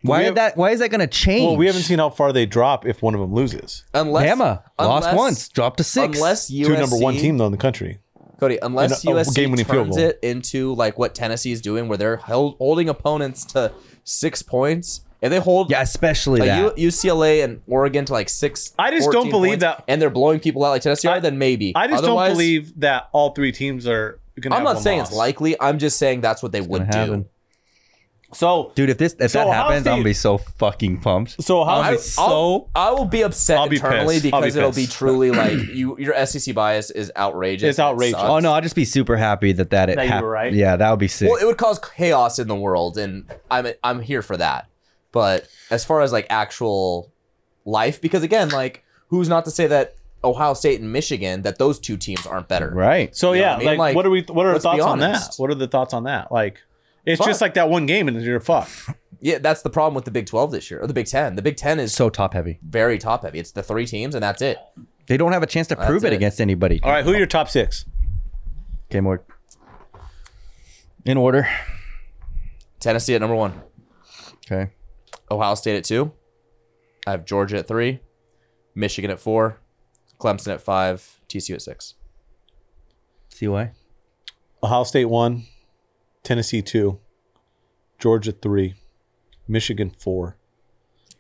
[SPEAKER 3] Why
[SPEAKER 5] We
[SPEAKER 3] is
[SPEAKER 5] have-
[SPEAKER 3] that? Why is that going to change?
[SPEAKER 5] well, we haven't seen how far they drop if one of them loses.
[SPEAKER 2] Unless
[SPEAKER 3] Bama lost
[SPEAKER 2] unless-
[SPEAKER 3] once, dropped to six.
[SPEAKER 2] Unless USC
[SPEAKER 5] Two number one team though in the country.
[SPEAKER 2] Cody, unless
[SPEAKER 5] And a- a
[SPEAKER 2] USC
[SPEAKER 5] game-winning field
[SPEAKER 2] turns
[SPEAKER 5] goal.
[SPEAKER 2] it into like what Tennessee is doing where they're held, holding opponents to six points. If they hold
[SPEAKER 3] yeah, especially that.
[SPEAKER 2] like, U- UCLA and Oregon to like six.
[SPEAKER 5] I just don't
[SPEAKER 2] 14
[SPEAKER 5] believe
[SPEAKER 2] points,
[SPEAKER 5] that-
[SPEAKER 2] and they're blowing people out like Tennessee are, then maybe.
[SPEAKER 5] I just
[SPEAKER 2] Otherwise,
[SPEAKER 5] don't believe that all three teams are. Gonna
[SPEAKER 2] I'm
[SPEAKER 5] have
[SPEAKER 2] not
[SPEAKER 5] one
[SPEAKER 2] saying
[SPEAKER 5] loss.
[SPEAKER 2] it's likely. I'm just saying that's what they would
[SPEAKER 3] gonna
[SPEAKER 2] do.
[SPEAKER 3] happen.
[SPEAKER 5] So,
[SPEAKER 3] Dude, if this if
[SPEAKER 5] So
[SPEAKER 3] that
[SPEAKER 5] how's
[SPEAKER 3] happens, I'm
[SPEAKER 5] the-
[SPEAKER 3] gonna be so fucking pumped.
[SPEAKER 5] so how
[SPEAKER 2] I,
[SPEAKER 5] so
[SPEAKER 2] I'll- I will be upset
[SPEAKER 5] I'll be
[SPEAKER 2] internally
[SPEAKER 5] pissed. I'll be
[SPEAKER 2] because it'll be
[SPEAKER 5] pissed.
[SPEAKER 2] truly like you. Your SEC bias is outrageous.
[SPEAKER 5] It's
[SPEAKER 2] and it
[SPEAKER 5] outrageous.
[SPEAKER 2] sucks.
[SPEAKER 3] Oh no, I'd just be super happy that that it
[SPEAKER 5] That you
[SPEAKER 3] hap-
[SPEAKER 5] were right.
[SPEAKER 3] Yeah, that would be sick.
[SPEAKER 2] Well, it would cause chaos in the world, and I'm I'm here for that. But as far as like actual life, because again, like who's not to say that Ohio State and Michigan that those two teams aren't better?
[SPEAKER 3] right.
[SPEAKER 5] so
[SPEAKER 2] You know
[SPEAKER 5] yeah,
[SPEAKER 2] what I mean?
[SPEAKER 5] like,
[SPEAKER 2] Like,
[SPEAKER 5] what are we what are our
[SPEAKER 2] let's be
[SPEAKER 5] thoughts on that?
[SPEAKER 2] honest.
[SPEAKER 5] What are the thoughts on that? Like it's just
[SPEAKER 2] Fuck.
[SPEAKER 5] like that one game and you're fucked.
[SPEAKER 2] Yeah, that's the problem with the Big Twelve this year or the Big Ten. The Big Ten is
[SPEAKER 3] So top heavy.
[SPEAKER 2] very top heavy. It's the three teams, and that's it.
[SPEAKER 3] They don't have a chance to prove it,
[SPEAKER 2] it.
[SPEAKER 3] against anybody.
[SPEAKER 5] All right, who are your top 6?
[SPEAKER 3] Okay, more. In order.
[SPEAKER 2] Tennessee at number one,
[SPEAKER 3] Okay.
[SPEAKER 2] Ohio State at two. I have Georgia at three, Michigan at four, Clemson at five, TCU at six.
[SPEAKER 3] See why?
[SPEAKER 5] Ohio State 1, Tennessee 2, Georgia 3, Michigan 4.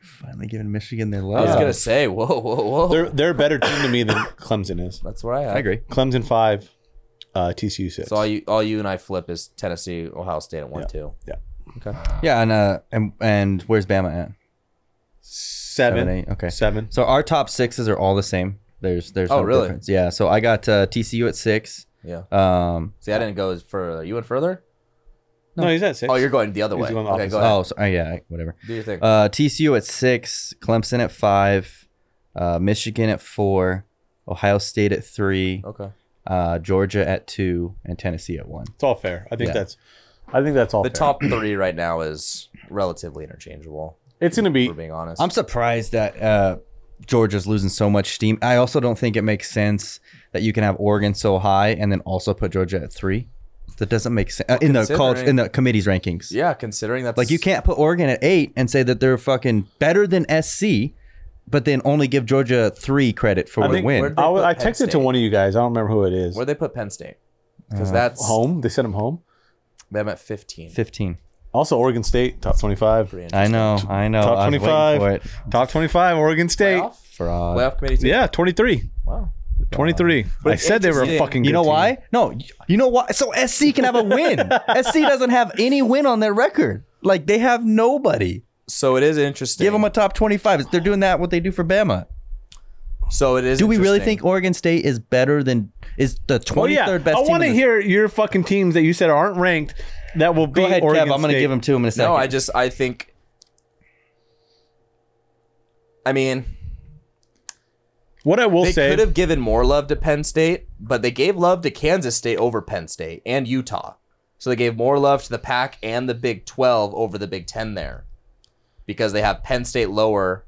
[SPEAKER 3] Finally giving Michigan their
[SPEAKER 2] I
[SPEAKER 3] love.
[SPEAKER 2] was gonna say, whoa, whoa, whoa.
[SPEAKER 5] They're they're a better team to me than Clemson is.
[SPEAKER 2] that's where I have.
[SPEAKER 3] I agree.
[SPEAKER 5] Clemson 5, uh, TCU 6.
[SPEAKER 2] So all you all you and I flip is Tennessee, Ohio State at one
[SPEAKER 5] Yeah.
[SPEAKER 2] two.
[SPEAKER 5] yeah.
[SPEAKER 2] Okay.
[SPEAKER 3] Yeah, and uh and and where's Bama at?
[SPEAKER 5] 7.
[SPEAKER 3] Seven, eight, okay.
[SPEAKER 5] 7.
[SPEAKER 3] So our top sixes are all the same. There's there's
[SPEAKER 2] Oh,
[SPEAKER 3] no
[SPEAKER 2] really?
[SPEAKER 3] difference. Yeah. So I got uh, TCU at six.
[SPEAKER 2] Yeah.
[SPEAKER 3] Um
[SPEAKER 2] See, I didn't go as further. You went further?
[SPEAKER 5] No, he's at 6.
[SPEAKER 2] Oh, you're going the other
[SPEAKER 5] He's
[SPEAKER 2] way.
[SPEAKER 5] going
[SPEAKER 2] okay,
[SPEAKER 5] opposite.
[SPEAKER 2] go ahead.
[SPEAKER 3] oh so, uh, yeah, whatever.
[SPEAKER 2] Do your thing.
[SPEAKER 3] Uh TCU at six, Clemson at five, uh Michigan at four, Ohio State at three,
[SPEAKER 2] okay.
[SPEAKER 3] uh Georgia at two, and Tennessee at one.
[SPEAKER 5] It's all fair. I think
[SPEAKER 3] Yeah.
[SPEAKER 5] that's I think that's all
[SPEAKER 2] The
[SPEAKER 5] fair.
[SPEAKER 2] top three right now is relatively interchangeable.
[SPEAKER 5] It's going to
[SPEAKER 2] If
[SPEAKER 5] be
[SPEAKER 2] we're being honest.
[SPEAKER 3] I'm surprised that uh Georgia's losing so much steam. I also don't think it makes sense that you can have Oregon so high and then also put Georgia at three. That doesn't make sense uh, in the college in
[SPEAKER 2] considering-
[SPEAKER 3] the committee's rankings.
[SPEAKER 2] yeah, considering that's
[SPEAKER 3] Like you can't put Oregon at eight and say that they're fucking better than SC, but then only give Georgia three credit for
[SPEAKER 5] I
[SPEAKER 3] the
[SPEAKER 5] think
[SPEAKER 3] win.
[SPEAKER 2] we're-
[SPEAKER 5] I, was- I
[SPEAKER 2] Penn
[SPEAKER 5] texted to
[SPEAKER 2] State.
[SPEAKER 5] one of you guys. I don't remember who it is.
[SPEAKER 2] Where they put Penn State because that's
[SPEAKER 5] Home? They sent him home.
[SPEAKER 2] Them at 15.
[SPEAKER 3] Fifteen.
[SPEAKER 5] Also Oregon State top 25.
[SPEAKER 2] Pretty
[SPEAKER 3] I
[SPEAKER 2] interesting.
[SPEAKER 3] know. I know.
[SPEAKER 5] Top
[SPEAKER 3] oh, I was
[SPEAKER 5] 25.
[SPEAKER 3] waiting For it.
[SPEAKER 5] Top 25 Oregon State.
[SPEAKER 2] Playoff?
[SPEAKER 3] Fraud.
[SPEAKER 2] Playoff committee. Team?
[SPEAKER 5] Yeah, 23.
[SPEAKER 2] Wow.
[SPEAKER 5] 23. I said they were a
[SPEAKER 2] interesting.
[SPEAKER 5] fucking
[SPEAKER 3] You
[SPEAKER 5] good
[SPEAKER 3] know
[SPEAKER 5] team.
[SPEAKER 3] why? No. y- You know why? So SC can have a win. SC doesn't have any win on their record. Like they have nobody.
[SPEAKER 2] So it is interesting.
[SPEAKER 3] Give them a top twenty-five. They're doing that. What they do for Bama.
[SPEAKER 2] So it is.
[SPEAKER 3] Do we really
[SPEAKER 2] interesting.
[SPEAKER 3] think Oregon State is better than is the
[SPEAKER 5] Oh
[SPEAKER 3] twenty-third
[SPEAKER 5] yeah,
[SPEAKER 3] best?
[SPEAKER 5] I
[SPEAKER 3] team
[SPEAKER 5] want to
[SPEAKER 3] in the-
[SPEAKER 5] hear your fucking teams that you said aren't ranked that will be
[SPEAKER 3] Go ahead,
[SPEAKER 5] Oregon
[SPEAKER 3] Kev. I'm going to
[SPEAKER 5] State.
[SPEAKER 3] give them to him in a second.
[SPEAKER 2] No, I just I think. I mean,
[SPEAKER 5] What I will
[SPEAKER 2] they
[SPEAKER 5] say,
[SPEAKER 2] could have given more love to Penn State, but they gave love to Kansas State over Penn State and Utah. So they gave more love to the Pac and the Big 12 over the Big 10 there because they have Penn State lower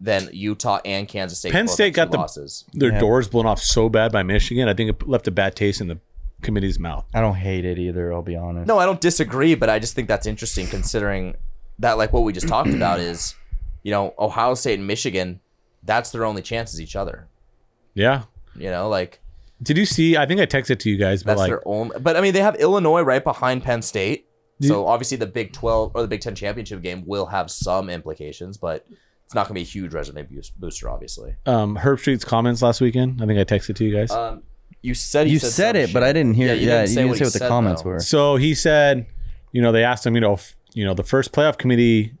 [SPEAKER 2] than Utah and Kansas State.
[SPEAKER 5] Penn
[SPEAKER 2] both
[SPEAKER 5] State
[SPEAKER 2] have two
[SPEAKER 5] got the-
[SPEAKER 2] losses.
[SPEAKER 5] their
[SPEAKER 3] Yeah.
[SPEAKER 5] doors blown off so bad by Michigan. I think it left a bad taste in the committee's mouth.
[SPEAKER 3] I don't hate it either. I'll be honest.
[SPEAKER 2] No, I don't disagree, but I just think that's interesting considering that like what we just talked about is, you know, Ohio State and Michigan, that's their only chances each other.
[SPEAKER 5] Yeah.
[SPEAKER 2] You know, like
[SPEAKER 5] Did you see? I think I texted to you guys, but
[SPEAKER 2] That's
[SPEAKER 5] like,
[SPEAKER 2] their only. But I mean, they have Illinois right behind Penn State.
[SPEAKER 5] Do you-
[SPEAKER 2] So obviously, the Big Twelve or the Big Ten championship game will have some implications, but it's not going to be a huge resume boos- booster, obviously.
[SPEAKER 5] um, Herb Street's comments last weekend. I think I texted to you guys.
[SPEAKER 2] Um, you said he
[SPEAKER 3] you said
[SPEAKER 2] some
[SPEAKER 3] it, but I
[SPEAKER 2] shit.
[SPEAKER 3] didn't hear. Yeah, you didn't, say, what
[SPEAKER 2] he
[SPEAKER 3] the
[SPEAKER 2] said,
[SPEAKER 3] comments
[SPEAKER 2] though.
[SPEAKER 3] were.
[SPEAKER 5] So he said, you know, they asked him, you know, if, you know, the first playoff committee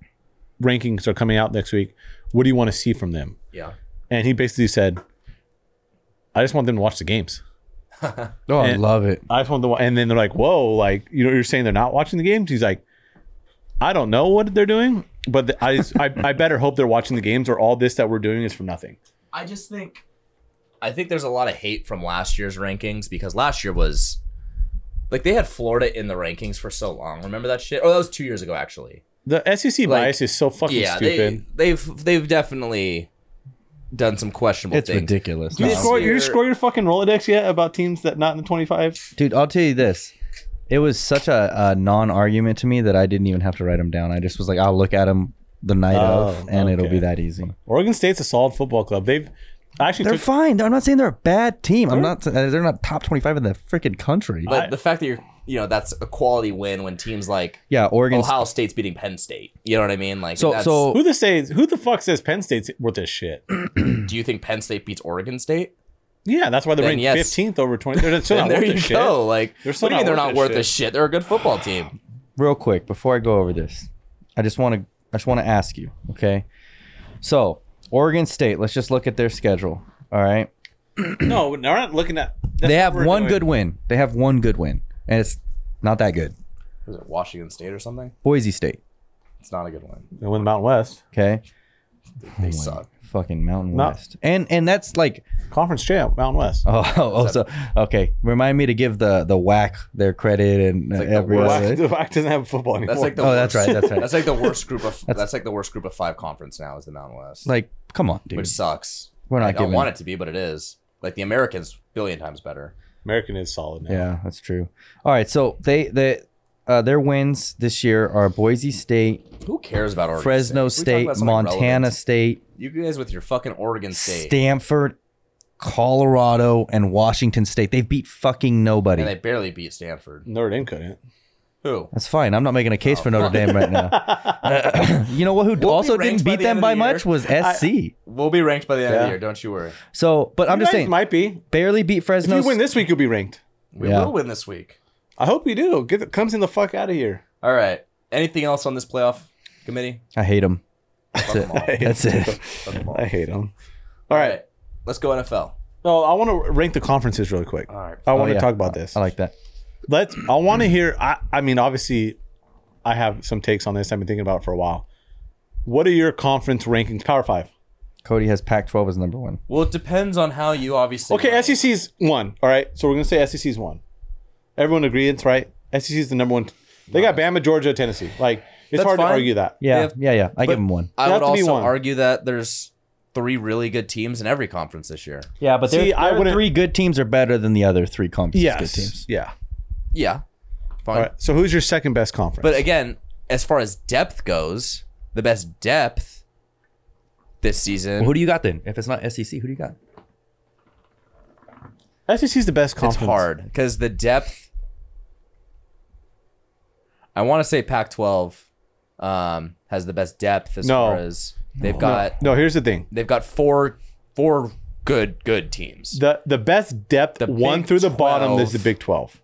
[SPEAKER 5] rankings are coming out next week. What do you want to see from them?
[SPEAKER 2] Yeah,
[SPEAKER 5] And he basically said, I just want them to watch the games.
[SPEAKER 3] Oh, I
[SPEAKER 5] And-
[SPEAKER 3] love it.
[SPEAKER 5] I just want to watch. And then they're like, whoa, like, you know, you're saying they're not watching the games? He's like, I don't know what they're doing, but the, I, I, I better hope they're watching the games or all this that we're doing is for nothing.
[SPEAKER 2] I just think, I think there's a lot of hate from last year's rankings because last year was, like, they had Florida in the rankings for so long. Remember that shit? Oh, that was two years ago, actually.
[SPEAKER 5] The SEC
[SPEAKER 2] Like,
[SPEAKER 5] bias is so fucking
[SPEAKER 2] yeah,
[SPEAKER 5] stupid.
[SPEAKER 2] They, they've they've definitely done some questionable
[SPEAKER 3] It's
[SPEAKER 2] things.
[SPEAKER 3] ridiculous.
[SPEAKER 5] Do you,
[SPEAKER 2] No.
[SPEAKER 5] scroll, you
[SPEAKER 2] Here-
[SPEAKER 5] scroll your fucking Rolodex yet about teams that not in the 25?
[SPEAKER 3] Dude, I'll tell you this. It was such a, a non-argument to me that I didn't even have to write them down. I just was like, I'll look at them the night
[SPEAKER 5] Oh,
[SPEAKER 3] of, and it'll
[SPEAKER 5] okay.
[SPEAKER 3] be that easy.
[SPEAKER 5] Oregon State's a solid football club. They've I actually
[SPEAKER 3] They're
[SPEAKER 5] took,
[SPEAKER 3] fine. I'm not saying they're a bad team. I'm not. uh, They're not top 25 in the freaking country.
[SPEAKER 2] But the fact that you're, you know, that's a quality win when teams like
[SPEAKER 3] yeah, Oregon.
[SPEAKER 2] Ohio State's beating Penn State. You know what I mean? Like,
[SPEAKER 3] So
[SPEAKER 2] that's-
[SPEAKER 3] so
[SPEAKER 5] who the states who the fuck says Penn State's worth this shit?
[SPEAKER 2] do you think Penn State beats Oregon State?
[SPEAKER 5] Yeah, that's why they're
[SPEAKER 2] Then
[SPEAKER 5] ranked
[SPEAKER 2] yes.
[SPEAKER 5] fifteenth over twenty. They're still
[SPEAKER 2] Then
[SPEAKER 5] not
[SPEAKER 2] there
[SPEAKER 5] worth
[SPEAKER 2] you
[SPEAKER 5] this shit.
[SPEAKER 2] go. Like,
[SPEAKER 5] They're
[SPEAKER 2] they're
[SPEAKER 5] still
[SPEAKER 2] what do you mean
[SPEAKER 5] not
[SPEAKER 2] they're not
[SPEAKER 5] worth this
[SPEAKER 2] worth
[SPEAKER 5] shit.
[SPEAKER 2] this shit? They're a good football team.
[SPEAKER 3] real quick before I go over this, I just want to I just want to ask you, okay? So Oregon State, let's just look at their schedule. All right,
[SPEAKER 5] No, we're not looking at. that's
[SPEAKER 3] they
[SPEAKER 5] what
[SPEAKER 3] have
[SPEAKER 5] we're
[SPEAKER 3] one
[SPEAKER 5] doing.
[SPEAKER 3] good win. They have one good win, and it's not that good.
[SPEAKER 2] Was it Washington State or something?
[SPEAKER 3] Boise State,
[SPEAKER 2] It's not a good one.
[SPEAKER 5] They win the Mountain West
[SPEAKER 3] okay?
[SPEAKER 2] They suck.
[SPEAKER 3] Fucking Mountain
[SPEAKER 5] No.
[SPEAKER 3] West, and and that's like
[SPEAKER 5] conference champ, Mountain West.
[SPEAKER 3] oh, oh, oh, so okay. Remind me to give the the whack their credit and uh,
[SPEAKER 2] like the
[SPEAKER 3] every
[SPEAKER 2] worst-
[SPEAKER 3] other-
[SPEAKER 5] Wack, the Wack doesn't have football anymore.
[SPEAKER 2] That's like the
[SPEAKER 3] Oh,
[SPEAKER 2] worst,
[SPEAKER 3] that's right, that's right.
[SPEAKER 2] That's like the worst group of that's, like the worst group of five conference now is the Mountain West,
[SPEAKER 3] like come on, dude.
[SPEAKER 2] which sucks.
[SPEAKER 3] We're not
[SPEAKER 2] I don't
[SPEAKER 3] giving-
[SPEAKER 2] want it to be, but it is. Like the Americans, billion times better.
[SPEAKER 5] American is solid now.
[SPEAKER 3] Yeah, that's true. All right, so they they uh, their wins this year are Boise State,
[SPEAKER 2] Who cares about Oregon?
[SPEAKER 3] Fresno
[SPEAKER 2] State? Can we
[SPEAKER 3] State,
[SPEAKER 2] talk about something
[SPEAKER 3] Montana
[SPEAKER 2] relevant?
[SPEAKER 3] State,
[SPEAKER 2] You guys with your fucking Oregon State,
[SPEAKER 3] Stanford, Colorado, and Washington State. They beat fucking nobody.
[SPEAKER 2] and they barely beat Stanford.
[SPEAKER 5] Notre Dame couldn't.
[SPEAKER 2] Who?
[SPEAKER 3] that's fine. I'm not making a case for Notre Dame right now. you know what? Who
[SPEAKER 2] Oh, be
[SPEAKER 3] also
[SPEAKER 2] ranked
[SPEAKER 3] didn't
[SPEAKER 2] by
[SPEAKER 3] beat
[SPEAKER 2] the end
[SPEAKER 3] them
[SPEAKER 2] of
[SPEAKER 3] by
[SPEAKER 2] the
[SPEAKER 3] much
[SPEAKER 2] year.
[SPEAKER 3] was SC.
[SPEAKER 2] We'll be ranked by the end of
[SPEAKER 5] Yeah.
[SPEAKER 2] the year. Don't you worry.
[SPEAKER 3] so, but I'm
[SPEAKER 5] You
[SPEAKER 3] just
[SPEAKER 5] guys
[SPEAKER 3] saying,
[SPEAKER 5] might be.
[SPEAKER 3] barely beat
[SPEAKER 5] If
[SPEAKER 3] Fresno.
[SPEAKER 5] you win
[SPEAKER 3] St-
[SPEAKER 5] this week, you'll be ranked.
[SPEAKER 2] We
[SPEAKER 3] Yeah.
[SPEAKER 2] will win this week.
[SPEAKER 5] I hope you do. Get the, comes in the fuck out of here.
[SPEAKER 2] All right. Anything else on this playoff committee?
[SPEAKER 3] I hate them.
[SPEAKER 2] That's it. All
[SPEAKER 3] That's it.
[SPEAKER 5] I hate them. All right.
[SPEAKER 2] right. Let's go NFL.
[SPEAKER 5] No, I want to rank the conferences really quick.
[SPEAKER 2] All right.
[SPEAKER 5] I want to
[SPEAKER 3] Uh, Oh, yeah.
[SPEAKER 5] talk about this.
[SPEAKER 3] I like that.
[SPEAKER 5] Let's. I want to hear. I. I mean, obviously, I have some takes on this. I've been thinking about it for a while. What are your conference rankings? Power Five.
[SPEAKER 3] Cody has Pac-12 as number one.
[SPEAKER 2] Well, it depends on how you obviously.
[SPEAKER 5] Okay,
[SPEAKER 2] rank.
[SPEAKER 5] SEC's one. All right, so we're gonna say SEC's one. Everyone agrees, right? SEC's the number one. They got Bama, Georgia, Tennessee. Like it's
[SPEAKER 2] That's
[SPEAKER 5] hard
[SPEAKER 2] fine.
[SPEAKER 5] to argue that.
[SPEAKER 3] Yeah,
[SPEAKER 2] have-
[SPEAKER 3] yeah, yeah. I give him one.
[SPEAKER 2] I
[SPEAKER 5] You
[SPEAKER 2] would
[SPEAKER 5] have to be
[SPEAKER 2] also
[SPEAKER 5] one.
[SPEAKER 2] argue that there's three really good teams in every conference this year.
[SPEAKER 3] Yeah, but
[SPEAKER 5] See,
[SPEAKER 3] their,
[SPEAKER 5] I
[SPEAKER 3] their
[SPEAKER 5] wouldn't-
[SPEAKER 3] three good teams are better than the other three conference good teams.
[SPEAKER 5] Yeah.
[SPEAKER 2] Yeah. Fine.
[SPEAKER 5] All right. So who's your second best conference?
[SPEAKER 2] But again, as far as depth goes, the best depth this season.
[SPEAKER 3] Well, who do you got then? If it's not SEC, who do you got?
[SPEAKER 5] SEC's E the best
[SPEAKER 2] it's
[SPEAKER 5] conference.
[SPEAKER 2] hard because the depth. I want to say Pac-12 um, has the best depth as
[SPEAKER 5] No.
[SPEAKER 2] far as they've got.
[SPEAKER 5] No, here's the thing.
[SPEAKER 2] They've got four, four good good teams,
[SPEAKER 5] The the best depth
[SPEAKER 2] The
[SPEAKER 5] one
[SPEAKER 2] Big
[SPEAKER 5] through the bottom is the
[SPEAKER 2] 12.
[SPEAKER 5] Big Twelve.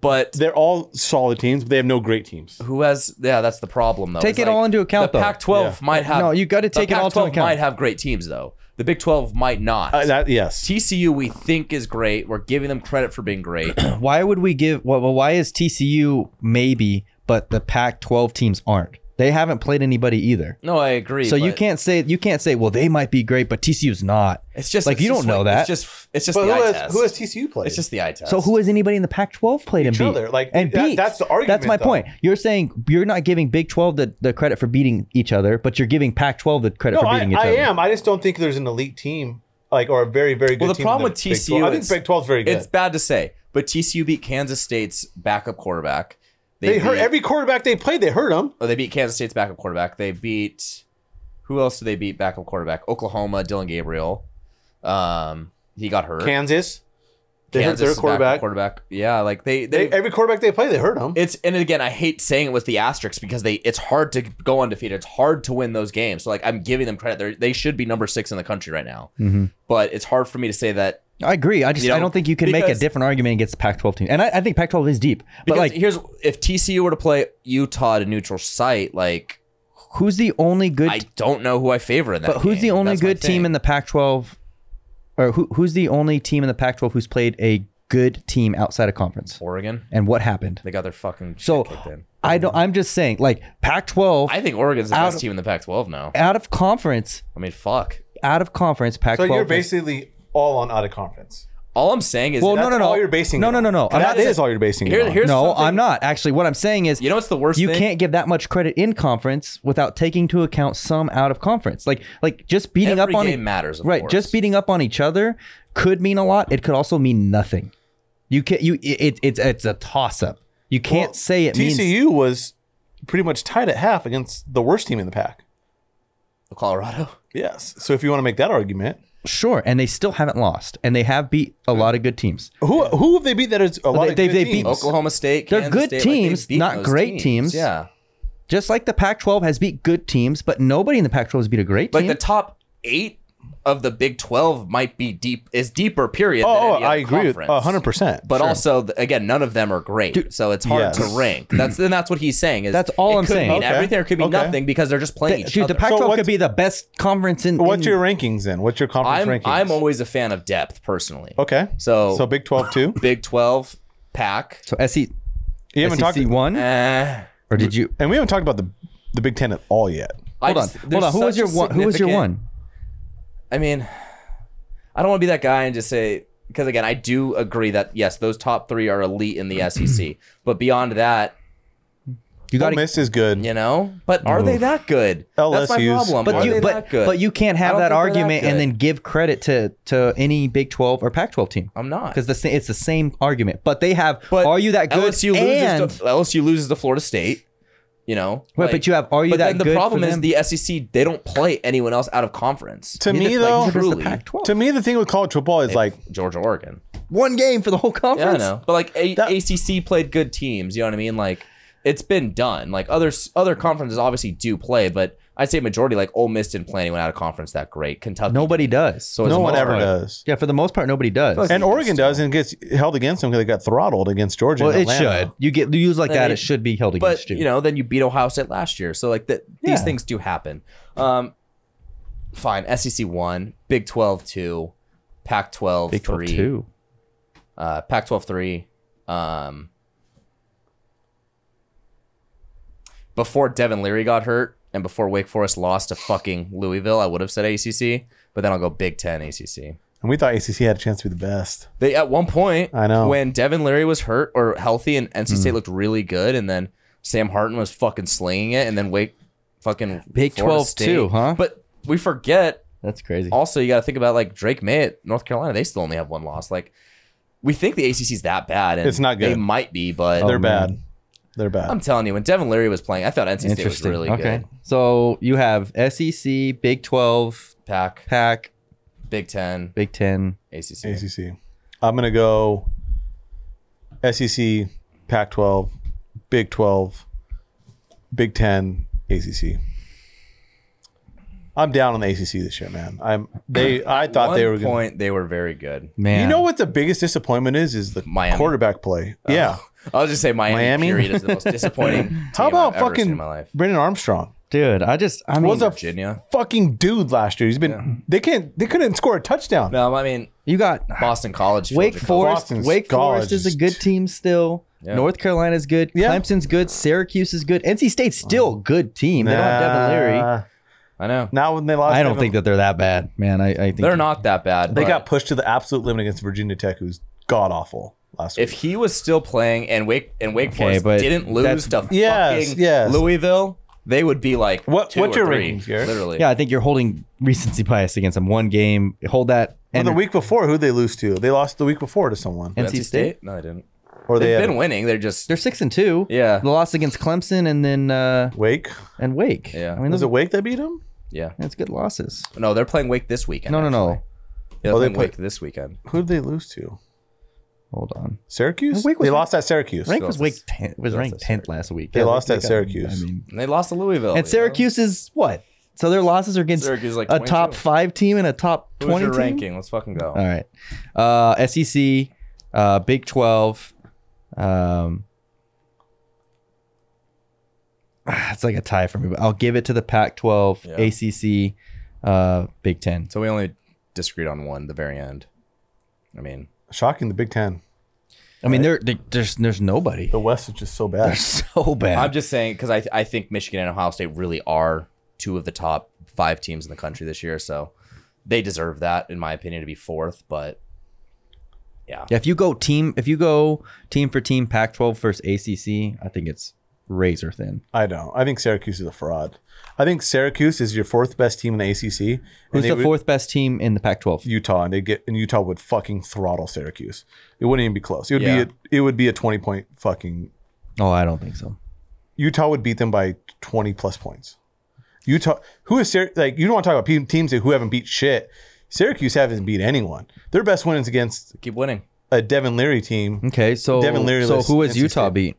[SPEAKER 2] but
[SPEAKER 5] They're all solid teams, but they have no great teams.
[SPEAKER 2] who has? Yeah, that's the problem though.
[SPEAKER 3] Take
[SPEAKER 2] It's
[SPEAKER 3] it all into account,
[SPEAKER 2] The
[SPEAKER 3] though.
[SPEAKER 2] Pac-12 might have.
[SPEAKER 3] No, you gotta
[SPEAKER 2] the
[SPEAKER 3] take it all into
[SPEAKER 2] Pac-12
[SPEAKER 3] account.
[SPEAKER 2] Might have great teams though. The Big 12 might not.
[SPEAKER 5] Uh, that, yes.
[SPEAKER 2] TCU we think is great. We're giving them credit for being great.
[SPEAKER 3] Why would we give? Well, well, why is TCU maybe, but the Pac-12 teams aren't? They haven't played anybody either.
[SPEAKER 2] No, I agree.
[SPEAKER 3] So you
[SPEAKER 2] but
[SPEAKER 3] can't say you can't say well they might be great, but TCU's not.
[SPEAKER 2] It's just
[SPEAKER 3] like
[SPEAKER 2] it's
[SPEAKER 3] you
[SPEAKER 2] just
[SPEAKER 3] don't know
[SPEAKER 2] like-
[SPEAKER 3] that.
[SPEAKER 2] It's just it's just the eye test.
[SPEAKER 5] TCU played?
[SPEAKER 2] It's just the eye test.
[SPEAKER 3] so who has anybody in the Pac-12 played and
[SPEAKER 5] Each
[SPEAKER 3] beat?
[SPEAKER 5] other, like,
[SPEAKER 3] and
[SPEAKER 5] that-
[SPEAKER 3] beat?
[SPEAKER 5] that's the
[SPEAKER 3] That's
[SPEAKER 5] argument,
[SPEAKER 3] my
[SPEAKER 5] though.
[SPEAKER 3] point. You're saying you're not giving Big 12 the, the credit for beating each other, but you're giving Pac-12 the credit
[SPEAKER 5] No,
[SPEAKER 3] for
[SPEAKER 5] I,
[SPEAKER 3] beating each
[SPEAKER 5] I
[SPEAKER 3] other.
[SPEAKER 5] am. I just don't think there's an elite team, like or a very very good.
[SPEAKER 2] Well, the
[SPEAKER 5] team in
[SPEAKER 2] problem with
[SPEAKER 5] Big 12.
[SPEAKER 2] TCU,
[SPEAKER 5] I think
[SPEAKER 2] it's-
[SPEAKER 5] Big 12 's very good.
[SPEAKER 2] It's bad to say, but TCU beat Kansas State's backup quarterback.
[SPEAKER 5] They, hurt
[SPEAKER 2] beat-
[SPEAKER 5] every quarterback they played. They hurt them.
[SPEAKER 2] Oh, they beat Kansas State's backup quarterback. They beat who else did they beat backup quarterback? Oklahoma, Dylan Gabriel. Um, he got hurt.
[SPEAKER 5] Kansas, they hurt their
[SPEAKER 2] Kansas's backup
[SPEAKER 5] quarterback.
[SPEAKER 2] Quarterback. Yeah, like they
[SPEAKER 5] They,
[SPEAKER 2] they.
[SPEAKER 5] every quarterback they play, they hurt them.
[SPEAKER 2] it's and again, I hate saying it with the asterisks because they it's hard to go undefeated. It's hard to win those games. So like I'm giving them credit. They're, they should be number six in the country right now.
[SPEAKER 3] Mm-hmm.
[SPEAKER 2] But it's hard for me to say that
[SPEAKER 3] I agree. I just
[SPEAKER 2] You know,
[SPEAKER 3] I don't think you can make a
[SPEAKER 2] because-
[SPEAKER 3] different argument against the Pac-12 team, and I, I think Pac-12 is deep. But
[SPEAKER 2] Because
[SPEAKER 3] like,
[SPEAKER 2] here's if TCU were to play Utah at a neutral site, like
[SPEAKER 3] who's the only good?
[SPEAKER 2] I don't know who I favor in that.
[SPEAKER 3] but who's the only good team in the Pac-12, or who, who's the only team in the Pac-12 who's played a good team outside of conference?
[SPEAKER 2] Oregon?
[SPEAKER 3] And what happened?
[SPEAKER 2] They got their fucking
[SPEAKER 3] So
[SPEAKER 2] shit kicked in.
[SPEAKER 3] I don't. I'm just saying, like Pac-12
[SPEAKER 2] I think Oregon's the
[SPEAKER 3] out
[SPEAKER 2] best
[SPEAKER 3] of-
[SPEAKER 2] team in the Pac-12 now.
[SPEAKER 3] out of conference,
[SPEAKER 2] I mean, fuck.
[SPEAKER 3] out of conference, Pac-12.
[SPEAKER 5] so you're
[SPEAKER 3] is-
[SPEAKER 5] basically all on out of conference.
[SPEAKER 2] All I'm saying is,
[SPEAKER 3] Well,
[SPEAKER 5] That's
[SPEAKER 3] no, no, no.
[SPEAKER 5] all you're basing.
[SPEAKER 3] No,
[SPEAKER 5] it
[SPEAKER 3] no,
[SPEAKER 5] on.
[SPEAKER 3] no, no. I'm
[SPEAKER 5] That
[SPEAKER 3] not
[SPEAKER 5] is all you're basing. it
[SPEAKER 2] Here-
[SPEAKER 5] on.
[SPEAKER 2] here's
[SPEAKER 3] no,
[SPEAKER 2] something-
[SPEAKER 3] I'm not actually. What I'm saying is,
[SPEAKER 2] you know, what's the worst.
[SPEAKER 3] you
[SPEAKER 2] thing?
[SPEAKER 3] can't give that much credit in conference without taking to account some out of conference. Like like just beating
[SPEAKER 2] Every
[SPEAKER 3] up on
[SPEAKER 2] game matters, of
[SPEAKER 3] right?
[SPEAKER 2] course.
[SPEAKER 3] Just beating up on each other could mean a lot. It could also mean nothing. You can't. You it, it it's it's a toss up. You can't
[SPEAKER 5] Well,
[SPEAKER 3] say it means.
[SPEAKER 5] TCU was pretty much tied at half against the worst team in the pack.
[SPEAKER 2] Colorado.
[SPEAKER 5] Yes. So if you want to make that argument,
[SPEAKER 3] Sure, and they still haven't lost, and they have beat a lot of good teams.
[SPEAKER 5] who who have they beat that is a lot
[SPEAKER 3] they-
[SPEAKER 5] of
[SPEAKER 3] they-
[SPEAKER 5] good
[SPEAKER 3] they
[SPEAKER 5] teams?
[SPEAKER 3] beat-
[SPEAKER 2] Oklahoma State.
[SPEAKER 3] They're
[SPEAKER 2] Kansas
[SPEAKER 3] good
[SPEAKER 2] State, like, they
[SPEAKER 3] teams,
[SPEAKER 2] beat
[SPEAKER 3] not
[SPEAKER 2] those
[SPEAKER 3] great teams.
[SPEAKER 2] Yeah,
[SPEAKER 3] Just like the Pac-12 has beat good teams, but nobody in the Pac-12 has beat a great
[SPEAKER 2] like
[SPEAKER 3] team.
[SPEAKER 2] the top eight of the Big Twelve might be deep is deeper. Period. than
[SPEAKER 5] Oh, oh
[SPEAKER 2] any other
[SPEAKER 5] I agree with
[SPEAKER 2] conference.
[SPEAKER 5] hundred percent.
[SPEAKER 2] But also, th- again, none of them are great, so it's hard
[SPEAKER 5] Yes.
[SPEAKER 2] to rank. That's then that's what he's saying. Is
[SPEAKER 3] That's all
[SPEAKER 2] it
[SPEAKER 3] I'm
[SPEAKER 2] could
[SPEAKER 3] saying.
[SPEAKER 2] Mean
[SPEAKER 5] Okay.
[SPEAKER 2] Everything or it could be
[SPEAKER 5] Okay.
[SPEAKER 2] nothing because they're just playing each
[SPEAKER 3] Dude,
[SPEAKER 2] other.
[SPEAKER 3] the Pac-12
[SPEAKER 5] So what's-
[SPEAKER 3] could be the best conference in.
[SPEAKER 5] what's
[SPEAKER 3] in-
[SPEAKER 5] your rankings then? What's your conference
[SPEAKER 2] I'm
[SPEAKER 5] rankings?
[SPEAKER 2] I'm always a fan of depth personally.
[SPEAKER 5] okay.
[SPEAKER 2] So,
[SPEAKER 5] so Big Twelve too.
[SPEAKER 2] Big Twelve pack.
[SPEAKER 3] so E SC?
[SPEAKER 5] You haven't talked,
[SPEAKER 3] SEC E one
[SPEAKER 2] Eh,
[SPEAKER 3] or did you?
[SPEAKER 5] and we haven't talked about the the Big Ten at all yet.
[SPEAKER 2] I
[SPEAKER 3] Hold on,
[SPEAKER 2] just-
[SPEAKER 3] hold
[SPEAKER 2] there's
[SPEAKER 3] on. Who was
[SPEAKER 2] such
[SPEAKER 3] your
[SPEAKER 2] a
[SPEAKER 3] one? Who was your
[SPEAKER 2] significant-
[SPEAKER 3] one?
[SPEAKER 2] I mean, I don't want to be that guy and just say because again, I do agree that yes, those top three are elite in the SEC, but beyond that,
[SPEAKER 3] You
[SPEAKER 5] Ole
[SPEAKER 3] got
[SPEAKER 5] Miss is good.
[SPEAKER 2] you know, but are they that good? That's my
[SPEAKER 5] LSU's
[SPEAKER 2] problem.
[SPEAKER 5] But
[SPEAKER 2] Are
[SPEAKER 3] But
[SPEAKER 2] they
[SPEAKER 3] you,
[SPEAKER 2] that
[SPEAKER 3] but,
[SPEAKER 2] good?
[SPEAKER 3] but you can't have
[SPEAKER 2] I don't
[SPEAKER 3] that
[SPEAKER 2] think they're
[SPEAKER 3] argument and
[SPEAKER 2] good.
[SPEAKER 3] then give credit to to any Big 12 or Pac 12 team.
[SPEAKER 2] I'm not.
[SPEAKER 3] Because the, sa- it's the same argument. But they have,
[SPEAKER 2] But
[SPEAKER 3] are you that good?
[SPEAKER 2] LSU
[SPEAKER 3] and,
[SPEAKER 2] loses. To, LSU loses to Florida State. You know,
[SPEAKER 3] Right,
[SPEAKER 2] like-
[SPEAKER 3] but you have, are you
[SPEAKER 2] but
[SPEAKER 3] that
[SPEAKER 2] then the
[SPEAKER 3] good
[SPEAKER 2] problem
[SPEAKER 3] for
[SPEAKER 2] is
[SPEAKER 3] them?
[SPEAKER 2] the SEC. They don't play anyone else out of conference.
[SPEAKER 5] To
[SPEAKER 3] Neither-
[SPEAKER 5] me though,
[SPEAKER 3] like, neither does the
[SPEAKER 2] truly,
[SPEAKER 3] Pac-12.
[SPEAKER 5] to me the thing with college football is like
[SPEAKER 2] Georgia, Oregon.
[SPEAKER 3] one game for the whole
[SPEAKER 2] Yeah, I
[SPEAKER 3] conference.
[SPEAKER 2] know. But like a-
[SPEAKER 5] That-
[SPEAKER 2] ACC played good teams. You know what I mean? Like it's been done. Like other other conferences obviously do play, but I'd say majority like Ole Miss didn't play anyone out of conference that great. Kentucky,
[SPEAKER 3] Nobody does. So it's
[SPEAKER 5] no
[SPEAKER 3] a
[SPEAKER 5] one
[SPEAKER 3] most
[SPEAKER 5] ever
[SPEAKER 3] part-
[SPEAKER 5] does.
[SPEAKER 3] Yeah, for the most part, nobody does.
[SPEAKER 2] Well,
[SPEAKER 5] And Oregon does, and it gets held against them because they got throttled against Georgia.
[SPEAKER 3] well,
[SPEAKER 5] and
[SPEAKER 3] it
[SPEAKER 5] Atlanta.
[SPEAKER 3] should. You get you use like
[SPEAKER 2] And
[SPEAKER 3] that,
[SPEAKER 2] they-
[SPEAKER 3] it should be held
[SPEAKER 2] But
[SPEAKER 3] against you.
[SPEAKER 2] you know, then you beat Ohio State last year. So like that, these
[SPEAKER 5] Yeah.
[SPEAKER 2] things do happen. Um, fine. SEC one, Big 12 two, Pac 12
[SPEAKER 3] Big 12
[SPEAKER 2] three,
[SPEAKER 3] too.
[SPEAKER 2] uh, Pac 12 three. Um, before Devin Leary got hurt and before Wake Forest lost to fucking Louisville, I would have said ACC, but then I'll go Big Ten ACC.
[SPEAKER 5] And we thought ACC had a chance to be the best.
[SPEAKER 2] They at one point,
[SPEAKER 5] I know.
[SPEAKER 2] when Devin Leary was hurt or healthy, and NC
[SPEAKER 3] Mm.
[SPEAKER 2] State looked really good, and then Sam Harton was fucking slinging it, and then Wake fucking
[SPEAKER 3] Big
[SPEAKER 2] Florida
[SPEAKER 3] 12
[SPEAKER 2] State.
[SPEAKER 3] too, huh?
[SPEAKER 2] But we forget
[SPEAKER 3] That's crazy.
[SPEAKER 2] also you got to think about like Drake May at North Carolina. They still only have one loss. Like we think the ACC is that bad. And
[SPEAKER 5] It's not good. Oh.
[SPEAKER 2] They might be, but
[SPEAKER 5] They're
[SPEAKER 3] Oh, man.
[SPEAKER 5] bad. They're bad.
[SPEAKER 2] I'm telling you, when Devin Leary was playing, I thought NC State was
[SPEAKER 3] Interesting.
[SPEAKER 2] really
[SPEAKER 3] okay.
[SPEAKER 2] good.
[SPEAKER 3] So you have SEC, Big 12,
[SPEAKER 2] Pack,
[SPEAKER 3] Pac,
[SPEAKER 2] Big Ten,
[SPEAKER 3] Big 10.
[SPEAKER 2] ACC.
[SPEAKER 5] ACC. I'm gonna go E SEC, Pac-12, Big 12, Big 10, ACC. I'm down on the ACC this year, man. I'm they. I
[SPEAKER 2] At
[SPEAKER 5] thought
[SPEAKER 2] one
[SPEAKER 5] they were. Gonna,
[SPEAKER 2] point, they were very good.
[SPEAKER 3] Man.
[SPEAKER 5] you know what the biggest disappointment is? Is the
[SPEAKER 2] Miami.
[SPEAKER 5] quarterback play. yeah.
[SPEAKER 2] I was just say Miami,
[SPEAKER 5] Miami?
[SPEAKER 2] period is the most disappointing.
[SPEAKER 5] How
[SPEAKER 2] team
[SPEAKER 5] about
[SPEAKER 2] I've ever seen
[SPEAKER 5] fucking
[SPEAKER 2] in my life?
[SPEAKER 5] Brendan Armstrong?
[SPEAKER 3] Dude, I just, I mean,
[SPEAKER 5] Was a
[SPEAKER 2] Virginia.
[SPEAKER 5] fucking dude last year. He's been. They can't. They couldn't score a touchdown.
[SPEAKER 2] No, I mean
[SPEAKER 3] you got
[SPEAKER 2] Boston College.
[SPEAKER 3] Wake
[SPEAKER 2] Georgia
[SPEAKER 3] Forest.
[SPEAKER 5] Boston's
[SPEAKER 3] Wake Forest
[SPEAKER 5] college
[SPEAKER 3] is a
[SPEAKER 5] is
[SPEAKER 3] good
[SPEAKER 5] t-
[SPEAKER 3] team still.
[SPEAKER 2] Yeah.
[SPEAKER 3] North Carolina's good.
[SPEAKER 5] Yeah.
[SPEAKER 3] Clemson's good. Syracuse is good. NC State's still a good team. They don't have Devin Leary.
[SPEAKER 5] Nah.
[SPEAKER 2] College. I know
[SPEAKER 5] Not when they lost.
[SPEAKER 3] I don't
[SPEAKER 5] Devin-
[SPEAKER 3] think that they're that bad, man. I, I think
[SPEAKER 2] they're not that bad.
[SPEAKER 5] They
[SPEAKER 2] but
[SPEAKER 5] got pushed to the absolute limit against Virginia Tech, who's god awful last
[SPEAKER 2] If
[SPEAKER 5] week.
[SPEAKER 2] he was still playing and Wake and Wake Forest
[SPEAKER 3] but
[SPEAKER 2] didn't lose
[SPEAKER 3] that's-
[SPEAKER 2] to
[SPEAKER 5] Yes,
[SPEAKER 2] fucking
[SPEAKER 5] yes.
[SPEAKER 2] Louisville, they would be like
[SPEAKER 5] What-
[SPEAKER 2] Two
[SPEAKER 5] what's
[SPEAKER 2] or
[SPEAKER 5] your
[SPEAKER 2] three,
[SPEAKER 5] rankings, Garrett?
[SPEAKER 2] Literally,
[SPEAKER 3] Yeah, I think you're holding recency bias against them. One game, hold that.
[SPEAKER 5] Well,
[SPEAKER 3] And
[SPEAKER 5] the week before, who they lose to? They lost the week before to someone.
[SPEAKER 3] And-
[SPEAKER 2] NC State?
[SPEAKER 3] NC State?
[SPEAKER 2] No, they didn't.
[SPEAKER 5] or they
[SPEAKER 2] They've
[SPEAKER 5] had
[SPEAKER 2] been winning. They're just
[SPEAKER 3] they're six and two.
[SPEAKER 2] Yeah.
[SPEAKER 3] the loss against Clemson and then uh
[SPEAKER 5] Wake.
[SPEAKER 3] and Wake.
[SPEAKER 2] Yeah.
[SPEAKER 3] I mean
[SPEAKER 5] Was
[SPEAKER 3] those
[SPEAKER 5] it
[SPEAKER 3] are,
[SPEAKER 5] Wake that beat them?
[SPEAKER 2] yeah.
[SPEAKER 3] that's good losses.
[SPEAKER 2] No, they're playing Wake this weekend.
[SPEAKER 3] No, no, no.
[SPEAKER 2] actually. Yeah, they're
[SPEAKER 5] Oh, they
[SPEAKER 2] playing
[SPEAKER 5] play-
[SPEAKER 2] Wake this weekend.
[SPEAKER 5] Who did they lose to?
[SPEAKER 3] Hold on.
[SPEAKER 5] Syracuse?
[SPEAKER 3] Wake was-
[SPEAKER 5] they lost at Syracuse.
[SPEAKER 3] Rank
[SPEAKER 2] So
[SPEAKER 3] was
[SPEAKER 2] it's-
[SPEAKER 3] Wake ten, was
[SPEAKER 2] so it's
[SPEAKER 3] ranked
[SPEAKER 2] a
[SPEAKER 3] tenth last week.
[SPEAKER 5] They
[SPEAKER 3] Yeah,
[SPEAKER 5] lost at
[SPEAKER 3] got-
[SPEAKER 5] Syracuse.
[SPEAKER 3] I mean,
[SPEAKER 2] And they lost to Louisville. you know?
[SPEAKER 3] and Syracuse is what? So their losses are against
[SPEAKER 2] Syracuse is like
[SPEAKER 3] a top
[SPEAKER 2] 22.
[SPEAKER 3] five team and a top
[SPEAKER 2] Who's
[SPEAKER 3] twenty
[SPEAKER 2] your
[SPEAKER 3] team?
[SPEAKER 2] ranking? Let's fucking go.
[SPEAKER 3] All right. Uh, SEC, uh, Big 12. Um, ah, it's like a tie for me, but I'll give it to the Pac 12,
[SPEAKER 2] Yeah.
[SPEAKER 3] ACC, uh, Big 10.
[SPEAKER 2] So we only disagreed on one, the very end. I mean,
[SPEAKER 5] Shocking the Big Ten.
[SPEAKER 3] I mean, there there- there's there's nobody.
[SPEAKER 5] The West is just so bad.
[SPEAKER 3] So
[SPEAKER 2] I'm
[SPEAKER 3] bad.
[SPEAKER 2] just saying because I I think Michigan and Ohio State really are two of the top five teams in the country this year, so they deserve that, in my opinion, to be fourth. But yeah,
[SPEAKER 3] Yeah, if you go team, if you go team for team, Pac 12 versus ACC, I think it's razor thin.
[SPEAKER 5] I don't. I think Syracuse is a fraud. I think Syracuse is your fourth best team in the ACC. and
[SPEAKER 3] Who's
[SPEAKER 5] they
[SPEAKER 3] the
[SPEAKER 5] would-
[SPEAKER 3] fourth best team in the Pac 12?
[SPEAKER 5] Utah, and they get and Utah would fucking throttle Syracuse. It wouldn't even be close. It would
[SPEAKER 2] Yeah.
[SPEAKER 5] be a, it would be a twenty point fucking
[SPEAKER 3] Oh, I don't think so.
[SPEAKER 5] Utah would beat them by 20 plus points. Utah, who is Syr- like you don't want to talk about pe- teams who haven't beat shit. Syracuse hasn't beat anyone. Their best win is against
[SPEAKER 2] keep winning.
[SPEAKER 5] a Devin Leary team.
[SPEAKER 3] Okay, so
[SPEAKER 5] Devin Leary
[SPEAKER 3] so
[SPEAKER 5] lists
[SPEAKER 3] who was
[SPEAKER 5] NC
[SPEAKER 3] Utah
[SPEAKER 5] State.
[SPEAKER 3] beat?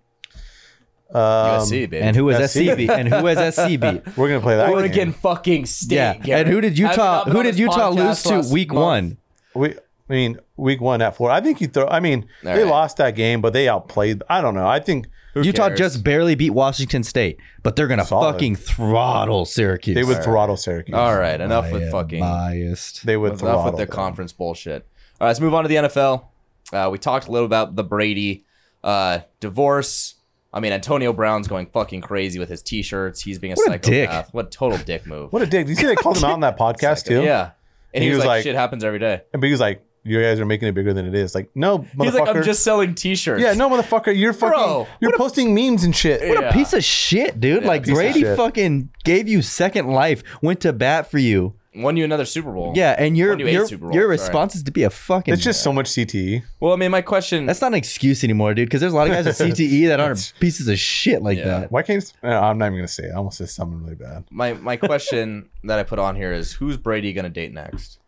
[SPEAKER 2] USC, baby.
[SPEAKER 3] Um, And who was
[SPEAKER 5] SC?
[SPEAKER 3] SCB? And who was SCB?
[SPEAKER 5] We're gonna play that.
[SPEAKER 2] Oregon
[SPEAKER 5] game.
[SPEAKER 2] fucking state.
[SPEAKER 3] Yeah.
[SPEAKER 2] Garrett.
[SPEAKER 3] And who did
[SPEAKER 2] I've been
[SPEAKER 3] Utah?
[SPEAKER 2] up and
[SPEAKER 3] Who
[SPEAKER 2] on
[SPEAKER 3] did
[SPEAKER 2] this
[SPEAKER 3] Utah
[SPEAKER 2] podcast
[SPEAKER 3] lose to
[SPEAKER 2] last
[SPEAKER 3] week
[SPEAKER 2] month.
[SPEAKER 3] one?
[SPEAKER 5] We, I mean, week one at Florida. I think you throw. I mean,
[SPEAKER 2] All
[SPEAKER 5] they
[SPEAKER 2] right.
[SPEAKER 5] lost that game, but they outplayed. I don't know. I think
[SPEAKER 3] Utah
[SPEAKER 2] cares?
[SPEAKER 3] just barely beat Washington State, but they're gonna
[SPEAKER 5] Solid.
[SPEAKER 3] fucking throttle Syracuse.
[SPEAKER 5] they would throttle Syracuse.
[SPEAKER 2] All right, enough
[SPEAKER 3] I
[SPEAKER 2] with
[SPEAKER 3] am
[SPEAKER 2] fucking
[SPEAKER 3] biased.
[SPEAKER 5] They would
[SPEAKER 2] enough
[SPEAKER 5] throttle
[SPEAKER 2] with the
[SPEAKER 5] them.
[SPEAKER 2] conference bullshit. All right, let's move on to the NFL. Uh, we talked a little about the Brady uh, divorce. I mean, Antonio Brown's going fucking crazy with his t-shirts. He's being a
[SPEAKER 3] What a
[SPEAKER 2] psychopath. What a total dick move.
[SPEAKER 5] What a dick! Did you see they called him out in that podcast too?
[SPEAKER 2] Yeah. And he, was, like, shit happens every day.
[SPEAKER 5] But he was like, "You guys are making it bigger than it is." Like, no, motherfucker.
[SPEAKER 2] He's like, I'm just selling t-shirts.
[SPEAKER 5] Yeah, no, motherfucker. You're fucking.
[SPEAKER 2] Bro,
[SPEAKER 5] you're posting memes and shit.
[SPEAKER 2] What a
[SPEAKER 3] Piece of shit, dude.
[SPEAKER 2] Yeah,
[SPEAKER 3] like
[SPEAKER 2] piece of
[SPEAKER 3] Brady
[SPEAKER 5] shit.
[SPEAKER 3] fucking gave you second life, went to bat for you.
[SPEAKER 2] Won you another Super Bowl.
[SPEAKER 3] Yeah, and your
[SPEAKER 2] Won you eight
[SPEAKER 3] your,
[SPEAKER 2] Super Bowls,
[SPEAKER 3] your
[SPEAKER 2] sorry.
[SPEAKER 3] response is to be a fucking
[SPEAKER 5] It's just so much E. CTE.
[SPEAKER 2] Well, I mean, my question.
[SPEAKER 3] That's not an excuse anymore, dude, because there's a lot of guys with CTE that aren't pieces of shit like
[SPEAKER 2] Yeah.
[SPEAKER 3] that.
[SPEAKER 5] Why can't? You, no, I'm not even gonna say. It. I almost said something really bad.
[SPEAKER 2] my my question that I put on here is who's Brady gonna date next?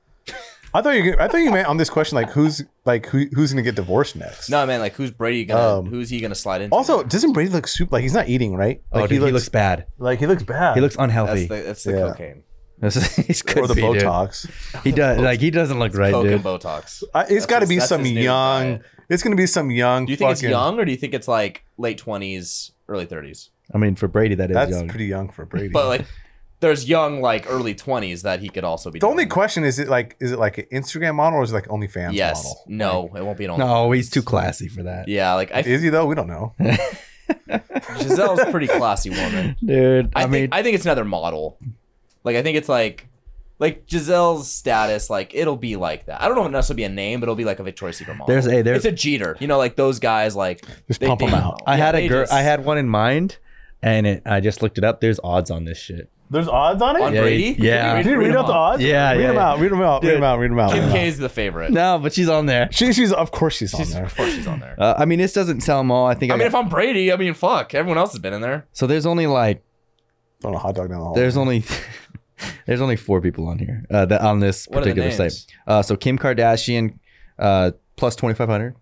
[SPEAKER 5] I thought you. I thought you meant on this question like who's like who, who's gonna get divorced next.
[SPEAKER 2] No, man, like who's Brady gonna
[SPEAKER 5] Um,
[SPEAKER 2] who's he gonna slide into?
[SPEAKER 5] Also, doesn't Brady look super? Like he's not eating, right?
[SPEAKER 3] Oh,
[SPEAKER 5] Like
[SPEAKER 3] dude, he, looks, bad.
[SPEAKER 5] like he looks bad.
[SPEAKER 3] He looks unhealthy.
[SPEAKER 2] that's the that's the
[SPEAKER 5] Yeah.
[SPEAKER 2] cocaine.
[SPEAKER 3] That's- he's could
[SPEAKER 5] or the
[SPEAKER 3] be, dude.
[SPEAKER 5] Botox.
[SPEAKER 3] He does like he doesn't look right,
[SPEAKER 2] Coke
[SPEAKER 3] dude.
[SPEAKER 2] and Botox.
[SPEAKER 5] I, it's
[SPEAKER 2] That's
[SPEAKER 5] got to
[SPEAKER 2] his-
[SPEAKER 5] be
[SPEAKER 2] that's
[SPEAKER 5] some
[SPEAKER 2] his new
[SPEAKER 5] young.
[SPEAKER 2] diet.
[SPEAKER 5] It's gonna be some young.
[SPEAKER 2] Do you think it's
[SPEAKER 5] fucking-
[SPEAKER 2] young or do you think it's like late twenties, early thirties?
[SPEAKER 3] I mean, for Brady, that is
[SPEAKER 5] That's
[SPEAKER 3] young.
[SPEAKER 5] pretty young for Brady.
[SPEAKER 2] But like there's young like early twenties that he could also be
[SPEAKER 5] the only
[SPEAKER 2] dating.
[SPEAKER 5] question is, it like is it like an Instagram model or is it like OnlyFans
[SPEAKER 2] Yes.
[SPEAKER 5] model?
[SPEAKER 2] No, it won't be an only.
[SPEAKER 3] no, he's too classy for that,
[SPEAKER 2] Yeah, like I
[SPEAKER 5] Is he though? We don't know.
[SPEAKER 2] Giselle's a pretty classy woman.
[SPEAKER 3] dude. I,
[SPEAKER 2] I,
[SPEAKER 3] mean,
[SPEAKER 2] think, I think it's another model. Like I think it's like like Giselle's status, like it'll be like that. I don't know if it'll necessarily be a name, but it'll be like a Victoria's Secret model.
[SPEAKER 3] There's a- there-
[SPEAKER 2] it's a Jeter, you know, like those guys, like
[SPEAKER 5] Just pump 'em out.
[SPEAKER 3] I
[SPEAKER 2] yeah,
[SPEAKER 3] had
[SPEAKER 2] they
[SPEAKER 3] a girl.
[SPEAKER 2] just-
[SPEAKER 3] I had one in mind, and it, I just looked it up. There's odds on this shit.
[SPEAKER 5] There's odds on it.
[SPEAKER 2] on
[SPEAKER 3] Yeah,
[SPEAKER 2] Brady.
[SPEAKER 3] yeah.
[SPEAKER 5] Dude, read, out the odds.
[SPEAKER 3] Yeah,
[SPEAKER 5] read
[SPEAKER 3] yeah,
[SPEAKER 5] them
[SPEAKER 3] yeah.
[SPEAKER 5] out. Read them out. Read them out. Read them out. read
[SPEAKER 2] Kim
[SPEAKER 5] 'em out.
[SPEAKER 2] K is the favorite.
[SPEAKER 3] No, but she's on there.
[SPEAKER 5] She, she's of course she's on
[SPEAKER 2] She's-
[SPEAKER 5] there.
[SPEAKER 2] of course she's on there.
[SPEAKER 3] Uh, I mean, this doesn't tell them all. I think. I
[SPEAKER 2] I mean,
[SPEAKER 3] got-
[SPEAKER 2] if I'm Brady, I mean, fuck, everyone else has been in there.
[SPEAKER 3] so there's only like
[SPEAKER 5] Throwing a hot dog down the hall.
[SPEAKER 3] there's only there's only four people on here uh, that on this
[SPEAKER 2] What are the
[SPEAKER 3] particular site.
[SPEAKER 2] names?
[SPEAKER 3] Uh, so Kim Kardashian, uh, plus twenty five hundred.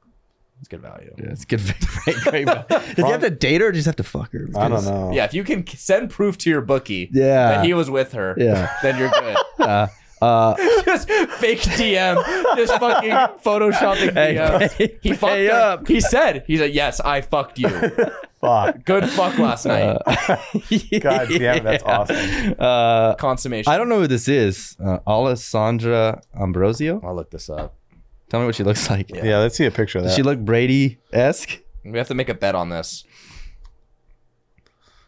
[SPEAKER 2] It's good value.
[SPEAKER 3] Yeah, it's good. great, great. Does he have to date her or just have to fuck her?
[SPEAKER 5] I don't know.
[SPEAKER 2] Yeah, if you can send proof to your bookie
[SPEAKER 3] Yeah.
[SPEAKER 2] that he was with her,
[SPEAKER 3] Yeah.
[SPEAKER 2] then you're good.
[SPEAKER 3] Uh, uh,
[SPEAKER 2] just fake DM, just fucking photoshopping
[SPEAKER 3] Hey,
[SPEAKER 2] DMs.
[SPEAKER 3] pay-
[SPEAKER 2] he fucked
[SPEAKER 3] pay
[SPEAKER 2] her.
[SPEAKER 3] up.
[SPEAKER 2] He said, "He said yes, I fucked you.
[SPEAKER 5] Fuck.
[SPEAKER 2] Good fuck last night.
[SPEAKER 5] God damn it, that's awesome.
[SPEAKER 3] Uh,
[SPEAKER 2] Consummation."
[SPEAKER 3] I don't know who this is. Uh, Alessandra Ambrosio.
[SPEAKER 2] I'll look this up.
[SPEAKER 3] Tell me what she looks like.
[SPEAKER 2] Yeah.
[SPEAKER 5] Yeah, let's see a picture of that.
[SPEAKER 3] Does she look Brady esque?
[SPEAKER 2] We have to make a bet on this.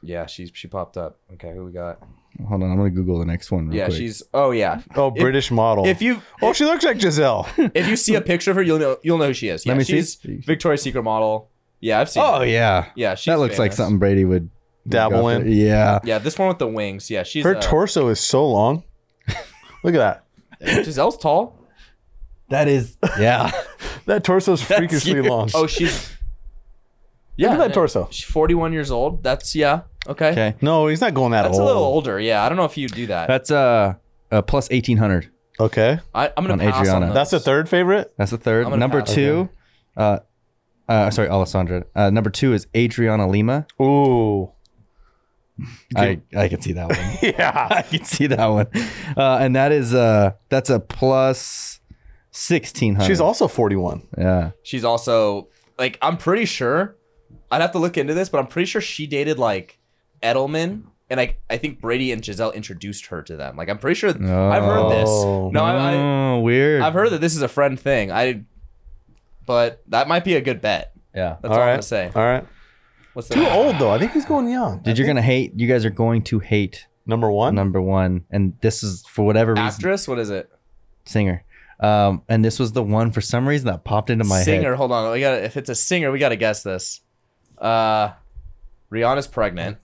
[SPEAKER 2] Yeah, she's she popped up. Okay, who we got?
[SPEAKER 3] Hold on, I'm gonna Google the next one. Real
[SPEAKER 2] Yeah,
[SPEAKER 3] quick.
[SPEAKER 2] she's. Oh yeah.
[SPEAKER 5] oh, British model.
[SPEAKER 2] If you
[SPEAKER 5] oh, she looks like Giselle.
[SPEAKER 2] if you see a picture of her, you'll know you'll know who she is. Yeah,
[SPEAKER 3] Let me see.
[SPEAKER 2] she's Victoria's Secret model. Yeah, I've seen.
[SPEAKER 3] Oh
[SPEAKER 2] her.
[SPEAKER 3] yeah,
[SPEAKER 2] yeah, she's
[SPEAKER 3] that looks like
[SPEAKER 2] famous.
[SPEAKER 3] something Brady would would
[SPEAKER 5] Dabble
[SPEAKER 3] go
[SPEAKER 5] in.
[SPEAKER 3] for. Yeah,
[SPEAKER 2] Yeah, this one with the wings. Yeah, she's
[SPEAKER 5] Her
[SPEAKER 2] uh,
[SPEAKER 5] torso is so long. Look at that.
[SPEAKER 2] Giselle's tall.
[SPEAKER 3] that is. Yeah,
[SPEAKER 5] That torso's
[SPEAKER 3] That's
[SPEAKER 5] freakishly
[SPEAKER 3] huge.
[SPEAKER 5] long.
[SPEAKER 2] Oh, she's. Yeah,
[SPEAKER 5] Look at that torso.
[SPEAKER 2] She's 41 years old. That's yeah. Okay.
[SPEAKER 3] Okay.
[SPEAKER 5] No, he's not going that
[SPEAKER 2] That's
[SPEAKER 5] old.
[SPEAKER 2] a little older. Yeah, I don't know if you do that.
[SPEAKER 3] that's uh, uh plus eighteen hundred.
[SPEAKER 5] Okay.
[SPEAKER 2] I, I'm gonna
[SPEAKER 3] on
[SPEAKER 2] pass on
[SPEAKER 3] Adriana.
[SPEAKER 2] those.
[SPEAKER 5] That's the third favorite.
[SPEAKER 3] That's the third.
[SPEAKER 2] I'm gonna
[SPEAKER 3] Number
[SPEAKER 2] pass.
[SPEAKER 3] two, uh, uh, sorry, Alessandra. Uh, number two is Adriana Lima.
[SPEAKER 5] Ooh.
[SPEAKER 3] I I can see that one.
[SPEAKER 5] Yeah.
[SPEAKER 3] I can see that one. Uh, and that is uh, that's a plus sixteen hundred.
[SPEAKER 5] She's also 41.
[SPEAKER 3] yeah.
[SPEAKER 2] She's also like I'm pretty sure. I'd have to look into this, but I'm pretty sure she dated like Edelman, and I I think Brady and Giselle introduced her to them. Like I'm pretty sure I've heard this.
[SPEAKER 5] Oh.
[SPEAKER 2] No, I,
[SPEAKER 3] oh, weird.
[SPEAKER 2] I I've heard that this is a friend thing. I, but that might be a good bet.
[SPEAKER 3] Yeah.
[SPEAKER 2] That's
[SPEAKER 5] All
[SPEAKER 2] all I'm
[SPEAKER 5] right.
[SPEAKER 2] gonna say.
[SPEAKER 5] All right.
[SPEAKER 2] What's the
[SPEAKER 5] Too old though. I think he's going young.
[SPEAKER 3] Dude, you're gonna hate. You guys are going to hate
[SPEAKER 5] Number one.
[SPEAKER 3] number one, and this is for whatever reason.
[SPEAKER 2] actress? What is it?
[SPEAKER 3] Singer. Um, and this was the one for some reason that popped into my
[SPEAKER 2] singer.
[SPEAKER 3] head.
[SPEAKER 2] Hold on. We got to if it's a singer, we got to guess this. Uh, Rihanna's pregnant.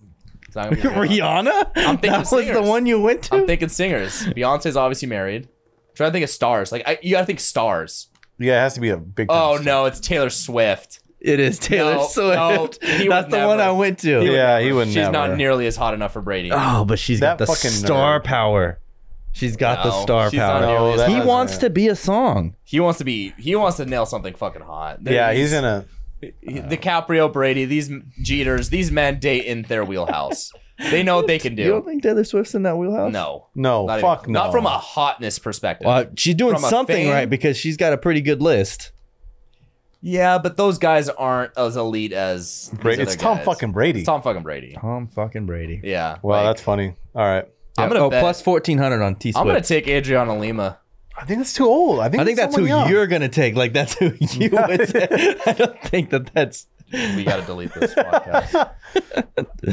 [SPEAKER 2] It's not gonna be Rihanna.
[SPEAKER 3] Rihanna.
[SPEAKER 2] I'm thinking
[SPEAKER 3] that was the
[SPEAKER 2] singers.
[SPEAKER 3] one you went to.
[SPEAKER 2] I'm thinking singers. Beyonce's obviously married. I'm trying to think of stars. Like I, you gotta think stars.
[SPEAKER 5] Yeah, it has to be a big. time
[SPEAKER 2] Oh
[SPEAKER 5] star.
[SPEAKER 2] no, it's Taylor Swift.
[SPEAKER 3] It is Taylor
[SPEAKER 2] No, no,
[SPEAKER 3] Swift.
[SPEAKER 2] he would
[SPEAKER 3] That's the one
[SPEAKER 2] never.
[SPEAKER 3] I went to.
[SPEAKER 5] Yeah, he wouldn't.
[SPEAKER 2] She's not nearly as hot enough for Brady.
[SPEAKER 3] Oh, but she's got the
[SPEAKER 5] That fucking
[SPEAKER 3] star
[SPEAKER 5] nerd.
[SPEAKER 3] power. She's got the
[SPEAKER 2] No,
[SPEAKER 3] star
[SPEAKER 2] she's
[SPEAKER 3] power.
[SPEAKER 2] not nearly
[SPEAKER 5] No,
[SPEAKER 2] as
[SPEAKER 5] that-
[SPEAKER 2] hot.
[SPEAKER 3] he
[SPEAKER 5] doesn't.
[SPEAKER 3] wants to be a song.
[SPEAKER 2] He wants to be. He wants to nail something fucking hot.
[SPEAKER 5] Yeah, he's in a.
[SPEAKER 2] DiCaprio, Brady, these m- Jeters, these men date in their wheelhouse. they know what they can
[SPEAKER 6] You don't
[SPEAKER 2] do.
[SPEAKER 6] think Taylor Swift's in that wheelhouse?
[SPEAKER 2] No,
[SPEAKER 5] No,
[SPEAKER 2] not even-
[SPEAKER 5] fuck no.
[SPEAKER 2] Not from a hotness perspective.
[SPEAKER 3] Well,
[SPEAKER 6] She's doing
[SPEAKER 2] From a
[SPEAKER 6] something
[SPEAKER 2] fan-
[SPEAKER 6] right because she's got a pretty good list.
[SPEAKER 2] Yeah, but those guys aren't as elite as these
[SPEAKER 5] Bra-
[SPEAKER 2] other
[SPEAKER 5] it's Tom
[SPEAKER 2] guys.
[SPEAKER 5] fucking Brady.
[SPEAKER 2] It's Tom fucking Brady.
[SPEAKER 3] Tom fucking Brady.
[SPEAKER 2] Yeah.
[SPEAKER 5] wow,
[SPEAKER 2] like,
[SPEAKER 5] that's funny. All right,
[SPEAKER 2] I'm gonna
[SPEAKER 3] oh,
[SPEAKER 2] bet-
[SPEAKER 3] plus 1400 on T
[SPEAKER 2] I'm
[SPEAKER 3] Swift.
[SPEAKER 2] gonna take Adriana Lima.
[SPEAKER 5] I think that's too old. I think
[SPEAKER 3] I think
[SPEAKER 5] it's
[SPEAKER 3] that's who
[SPEAKER 5] someone young.
[SPEAKER 3] you're gonna take. Like that's who you would. I don't think that that's.
[SPEAKER 2] We gotta delete this podcast.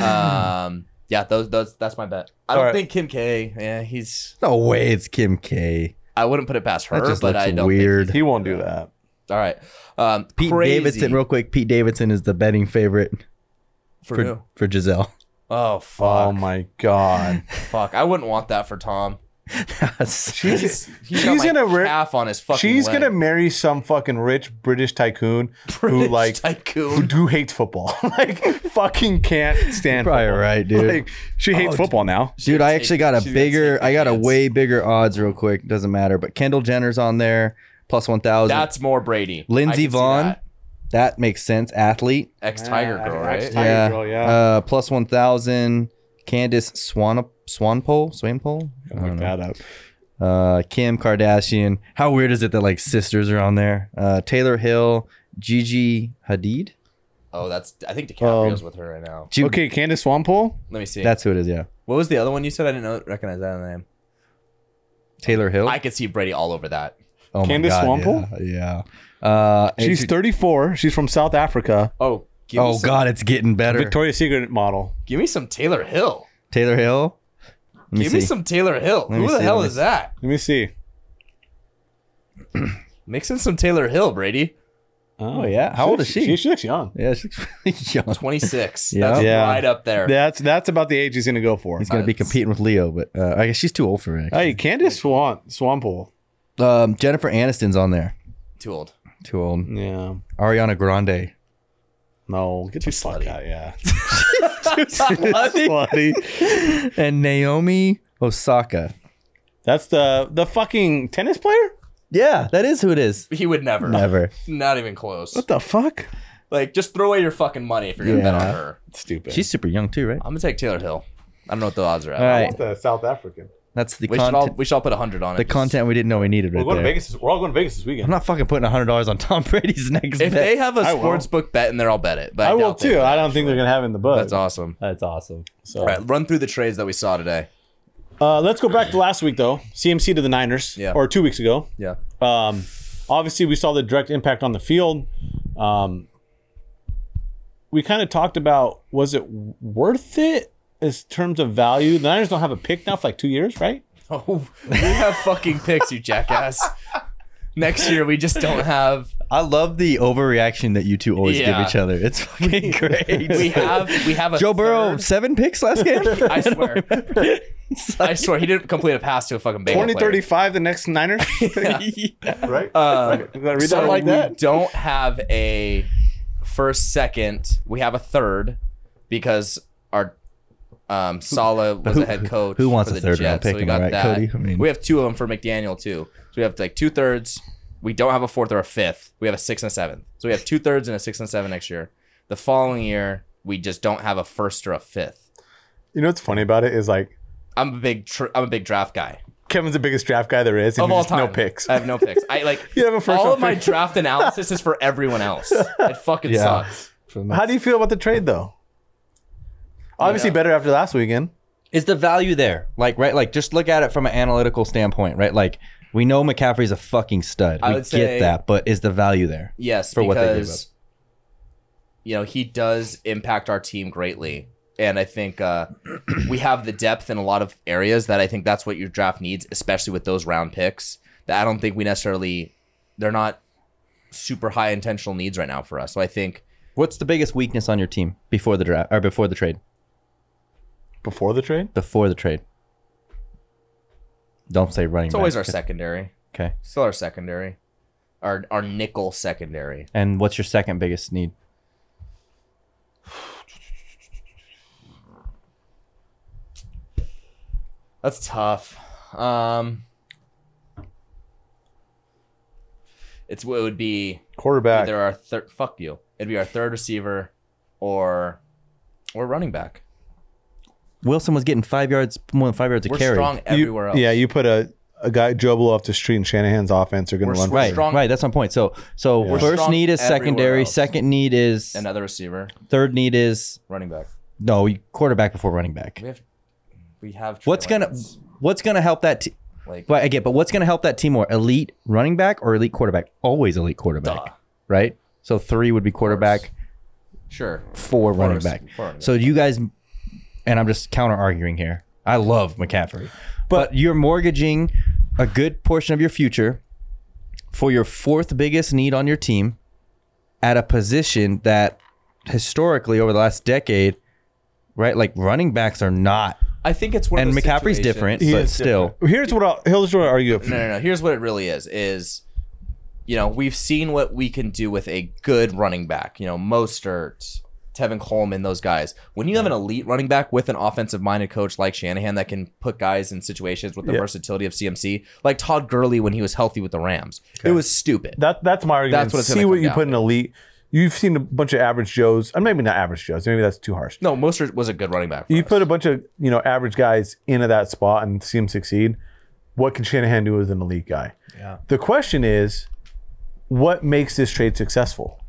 [SPEAKER 2] um. Yeah. Those. Those. That's my bet. I don't
[SPEAKER 5] All right.
[SPEAKER 2] think Kim K. Yeah. He's.
[SPEAKER 3] No way, it's Kim K.
[SPEAKER 2] I wouldn't put it past her,
[SPEAKER 3] That just
[SPEAKER 2] but
[SPEAKER 3] looks
[SPEAKER 2] I don't. think-
[SPEAKER 3] weird.
[SPEAKER 5] He won't do that.
[SPEAKER 2] all right. Um.
[SPEAKER 3] Pete
[SPEAKER 2] crazy
[SPEAKER 3] Davidson, real quick. Pete Davidson is the betting favorite
[SPEAKER 2] for,
[SPEAKER 3] for
[SPEAKER 2] who?
[SPEAKER 3] for Giselle.
[SPEAKER 2] Oh
[SPEAKER 5] Oh
[SPEAKER 2] fuck.
[SPEAKER 5] my god.
[SPEAKER 2] Fuck. I wouldn't want that for Tom.
[SPEAKER 5] She's
[SPEAKER 2] He's
[SPEAKER 5] She's
[SPEAKER 2] got my
[SPEAKER 5] gonna re-
[SPEAKER 2] calf on his fucking.
[SPEAKER 5] she's
[SPEAKER 2] leg.
[SPEAKER 5] gonna marry some fucking rich British tycoon who
[SPEAKER 2] British
[SPEAKER 5] like
[SPEAKER 2] tycoon.
[SPEAKER 5] who hates football. like fucking can't stand.
[SPEAKER 3] Probably
[SPEAKER 5] football.
[SPEAKER 3] right, dude. Oh,
[SPEAKER 5] Like she hates football now.
[SPEAKER 3] Dude, I actually got a
[SPEAKER 2] she's gonna
[SPEAKER 3] bigger.
[SPEAKER 2] take the
[SPEAKER 3] I got a
[SPEAKER 2] chance.
[SPEAKER 3] way bigger odds. Real quick, doesn't matter. But Kendall Jenner's on there, plus one thousand.
[SPEAKER 2] That's more Brady.
[SPEAKER 3] Lindsey
[SPEAKER 2] I can see
[SPEAKER 3] Vaughn,
[SPEAKER 2] that.
[SPEAKER 3] that makes sense. Athlete.
[SPEAKER 2] ex Tiger
[SPEAKER 5] Yeah,
[SPEAKER 2] Girl,
[SPEAKER 5] I- I
[SPEAKER 2] right?
[SPEAKER 5] just- Tiger
[SPEAKER 3] yeah.
[SPEAKER 5] Girl, yeah.
[SPEAKER 3] Uh, plus 1,000. Candace Swan Swanpole? Swanpole? I
[SPEAKER 5] Look
[SPEAKER 3] don't know.
[SPEAKER 5] that up.
[SPEAKER 3] Uh, Kim Kardashian. How weird is it that like sisters are on there? Uh, Taylor Hill, Gigi Hadid.
[SPEAKER 2] Oh, that's. I think DiCaprio's with her right now.
[SPEAKER 3] Ju-
[SPEAKER 5] Okay, Candace Swampole.
[SPEAKER 2] Let me see.
[SPEAKER 3] Um, That's who it is, yeah.
[SPEAKER 2] what was the other one you said? I didn't know, recognize that name.
[SPEAKER 3] Taylor Hill.
[SPEAKER 2] I could see Brady all over that.
[SPEAKER 3] oh
[SPEAKER 5] Candace Swampole?
[SPEAKER 3] Yeah. yeah. Uh,
[SPEAKER 5] She's
[SPEAKER 3] and-
[SPEAKER 5] 34. She's from South Africa.
[SPEAKER 2] Oh, give me
[SPEAKER 3] oh,
[SPEAKER 2] some,
[SPEAKER 3] God, it's getting better.
[SPEAKER 5] Victoria's Secret model.
[SPEAKER 2] Give me some Taylor Hill.
[SPEAKER 3] Taylor Hill. Let me
[SPEAKER 2] Give me
[SPEAKER 3] see.
[SPEAKER 2] some Taylor Hill.
[SPEAKER 3] Let me
[SPEAKER 2] Who the
[SPEAKER 3] see,
[SPEAKER 2] hell
[SPEAKER 3] let me
[SPEAKER 2] is that?
[SPEAKER 5] Let me see.
[SPEAKER 2] Mix in some Taylor Hill, Brady.
[SPEAKER 3] Oh, yeah. How old is she?
[SPEAKER 5] She, she looks young.
[SPEAKER 3] yeah, she looks really young.
[SPEAKER 2] Twenty six.
[SPEAKER 3] Yeah.
[SPEAKER 2] That's
[SPEAKER 5] Yeah.
[SPEAKER 2] right up there.
[SPEAKER 5] That's that's about the age he's gonna go for.
[SPEAKER 3] He's going to be
[SPEAKER 2] That's-
[SPEAKER 3] competing with Leo, but uh, I guess she's too old for it.
[SPEAKER 5] Hey, Candace Swan Swampole.
[SPEAKER 3] actually. Um, Jennifer Aniston's on there.
[SPEAKER 2] Too old.
[SPEAKER 3] Too old.
[SPEAKER 5] Yeah.
[SPEAKER 3] Ariana Grande.
[SPEAKER 5] No, get
[SPEAKER 2] Too
[SPEAKER 5] the fuck
[SPEAKER 2] slutty.
[SPEAKER 5] out. Yeah.
[SPEAKER 3] Slutty.
[SPEAKER 5] slutty.
[SPEAKER 3] and Naomi Osaka.
[SPEAKER 5] That's the the fucking tennis player.
[SPEAKER 3] Yeah, that is who it is.
[SPEAKER 2] He would never.
[SPEAKER 3] Never.
[SPEAKER 2] Not even close.
[SPEAKER 5] What the fuck?
[SPEAKER 2] Like, just throw away your fucking money if you're gonna bet
[SPEAKER 3] Yeah.
[SPEAKER 2] on her.
[SPEAKER 5] Stupid.
[SPEAKER 3] She's super young too, right?
[SPEAKER 2] I'm gonna take Taylor Hill. I don't know what the odds are at.
[SPEAKER 3] All right,
[SPEAKER 5] the South African.
[SPEAKER 3] that's the
[SPEAKER 2] We should all
[SPEAKER 3] content.
[SPEAKER 2] we should all put hundred on it.
[SPEAKER 3] The
[SPEAKER 2] just-
[SPEAKER 3] content we didn't know we needed right there.
[SPEAKER 5] Vegas. We're all going to Vegas this
[SPEAKER 3] I'm
[SPEAKER 5] weekend.
[SPEAKER 3] not fucking putting hundred dollars on Tom Brady's next
[SPEAKER 2] If
[SPEAKER 3] bet.
[SPEAKER 2] they have a
[SPEAKER 5] I will.
[SPEAKER 2] sports book bet in there, I'll bet it. But
[SPEAKER 5] I will
[SPEAKER 2] doubt they
[SPEAKER 5] too.
[SPEAKER 2] will,
[SPEAKER 5] I don't think they're
[SPEAKER 2] actually.
[SPEAKER 5] going to have it in the book.
[SPEAKER 2] That's awesome.
[SPEAKER 3] That's awesome.
[SPEAKER 5] So,
[SPEAKER 2] All right, run through the trades that we saw today.
[SPEAKER 5] uh, let's go back to last week though. CMC to the Niners.
[SPEAKER 2] Yeah.
[SPEAKER 5] Or two weeks ago.
[SPEAKER 2] Yeah.
[SPEAKER 5] Um, obviously, we saw the direct impact on the field. Um, we kind of talked about was it worth it in terms of value? The Niners don't have a pick now for like two years, right?
[SPEAKER 2] Oh, we have fucking picks, you jackass. Next year we just don't have.
[SPEAKER 3] I love the overreaction that you two always
[SPEAKER 2] Yeah.
[SPEAKER 3] give each other. It's fucking great.
[SPEAKER 2] We have we have a
[SPEAKER 3] Joe Burrow
[SPEAKER 2] third-
[SPEAKER 3] seven picks last game.
[SPEAKER 2] I swear,
[SPEAKER 3] It's
[SPEAKER 2] I
[SPEAKER 3] like-
[SPEAKER 2] swear he didn't complete a pass to a fucking Bengals
[SPEAKER 5] Twenty
[SPEAKER 2] player.
[SPEAKER 5] thirty five, the next Niners, right?
[SPEAKER 2] Um,
[SPEAKER 5] Did I read
[SPEAKER 2] so
[SPEAKER 5] that like
[SPEAKER 2] we
[SPEAKER 5] that?
[SPEAKER 2] don't have a first, second. We have a third because our um, Sala was
[SPEAKER 3] who-
[SPEAKER 2] a head coach.
[SPEAKER 3] who wants
[SPEAKER 2] for the
[SPEAKER 3] a third-round
[SPEAKER 2] Jets, so
[SPEAKER 3] pick,
[SPEAKER 2] we
[SPEAKER 3] am I
[SPEAKER 2] got
[SPEAKER 3] right,
[SPEAKER 2] that.
[SPEAKER 3] Cody? I mean-
[SPEAKER 2] we have two of them for McDaniel too. So we have like two thirds. We don't have a fourth or a fifth. We have a sixth and a seventh. So we have two thirds and a sixth and a seven next year. The following year, we just don't have a first or a fifth.
[SPEAKER 5] You know what's funny about it is like
[SPEAKER 2] I'm a big, tr- I'm a big draft guy.
[SPEAKER 5] Kevin's the biggest draft guy there is, and
[SPEAKER 2] of all
[SPEAKER 5] there's
[SPEAKER 2] time.
[SPEAKER 5] no picks.
[SPEAKER 2] I have no picks. I like
[SPEAKER 5] You have a first
[SPEAKER 2] all
[SPEAKER 5] round
[SPEAKER 2] of my
[SPEAKER 5] pick.
[SPEAKER 2] draft analysis is for everyone else. It fucking
[SPEAKER 3] Yeah.
[SPEAKER 2] sucks.
[SPEAKER 5] How do you feel about the trade though? Obviously,
[SPEAKER 2] Yeah.
[SPEAKER 5] better after last weekend.
[SPEAKER 3] is the value there? Like, right? Like, just look at it from an analytical standpoint, right? Like, we know McCaffrey's a fucking stud.
[SPEAKER 2] I
[SPEAKER 3] we
[SPEAKER 2] would
[SPEAKER 3] get
[SPEAKER 2] say-
[SPEAKER 3] that, but is the value there?
[SPEAKER 2] Yes,
[SPEAKER 3] for what they gave
[SPEAKER 2] because you know he does impact our team greatly, and I think uh, we have the depth in a lot of areas that I think that's what your draft needs, especially with those round picks. That I don't think we necessarily they're not super high intentional needs right now for us. So I think
[SPEAKER 3] What's the biggest weakness on your team before the draft or before the trade?
[SPEAKER 5] Before the trade,
[SPEAKER 3] Before the trade. Don't say running.
[SPEAKER 2] it's always
[SPEAKER 3] back.
[SPEAKER 2] our secondary,
[SPEAKER 3] Okay.
[SPEAKER 2] still our secondary, our our nickel secondary.
[SPEAKER 3] And what's your second biggest need?
[SPEAKER 2] That's tough. Um, It's it would be
[SPEAKER 5] Quarterback.
[SPEAKER 2] either our third fuck you. It'd be our third receiver or or running back.
[SPEAKER 3] Wilson was getting five yards, more than five yards a
[SPEAKER 2] We're
[SPEAKER 3] carry.
[SPEAKER 2] strong
[SPEAKER 5] You-
[SPEAKER 2] everywhere else.
[SPEAKER 5] Yeah, you put a, a guy Joe Blow off the street and Shanahan's offense are going
[SPEAKER 2] We're
[SPEAKER 5] to run.
[SPEAKER 2] strong.
[SPEAKER 5] Right.
[SPEAKER 3] Right, right. That's my point. So, so
[SPEAKER 2] We're
[SPEAKER 3] first
[SPEAKER 2] strong
[SPEAKER 3] need is
[SPEAKER 2] everywhere
[SPEAKER 3] secondary.
[SPEAKER 2] else. uh,
[SPEAKER 3] Second need is
[SPEAKER 2] another receiver,
[SPEAKER 3] third need is
[SPEAKER 2] running back.
[SPEAKER 3] no quarterback before running back.
[SPEAKER 2] We have we have Trey
[SPEAKER 3] What's gonna
[SPEAKER 2] Lance.
[SPEAKER 3] What's gonna help that? T-
[SPEAKER 2] like
[SPEAKER 3] but again, but what's gonna help that team more? Elite running back or elite quarterback? Always elite quarterback,
[SPEAKER 2] Duh.
[SPEAKER 3] right? So three would be quarterback,
[SPEAKER 2] sure
[SPEAKER 3] four running
[SPEAKER 2] rec-
[SPEAKER 3] back.
[SPEAKER 2] four running
[SPEAKER 3] So you guys, and I'm just counter arguing here. I love McCaffrey, but, you're mortgaging a good portion of your future for your fourth biggest need on your team at a position that historically over the last decade, right? Like running backs are not,
[SPEAKER 2] I think it's one
[SPEAKER 3] and
[SPEAKER 2] of those
[SPEAKER 3] McCaffrey's
[SPEAKER 2] situations-
[SPEAKER 3] different, but
[SPEAKER 5] is
[SPEAKER 3] still.
[SPEAKER 5] Here's what I'll, here's what I'll argue.
[SPEAKER 2] No, no, no. Here's what it really is: is you know we've seen what we can do with a good running back. You know, Mostert, Tevin Coleman, those guys. When you have an elite running back with an offensive-minded coach like Shanahan that can put guys in situations with the versatility of CMC, like Todd Gurley when he was healthy with the Rams, it was stupid.
[SPEAKER 5] That that's my argument.
[SPEAKER 2] That's what it's
[SPEAKER 5] See
[SPEAKER 2] gonna
[SPEAKER 5] what
[SPEAKER 2] come
[SPEAKER 5] you
[SPEAKER 2] down
[SPEAKER 5] put in
[SPEAKER 2] to.
[SPEAKER 5] elite. You've seen a bunch of average Joes, and maybe not average Joes. Maybe that's too harsh.
[SPEAKER 2] no, Mostert was a good running back. for
[SPEAKER 5] You
[SPEAKER 2] us.
[SPEAKER 5] put a bunch of you know average guys into that spot and see them succeed. What can Shanahan do as an elite guy? Yeah. The question is, what makes this trade successful?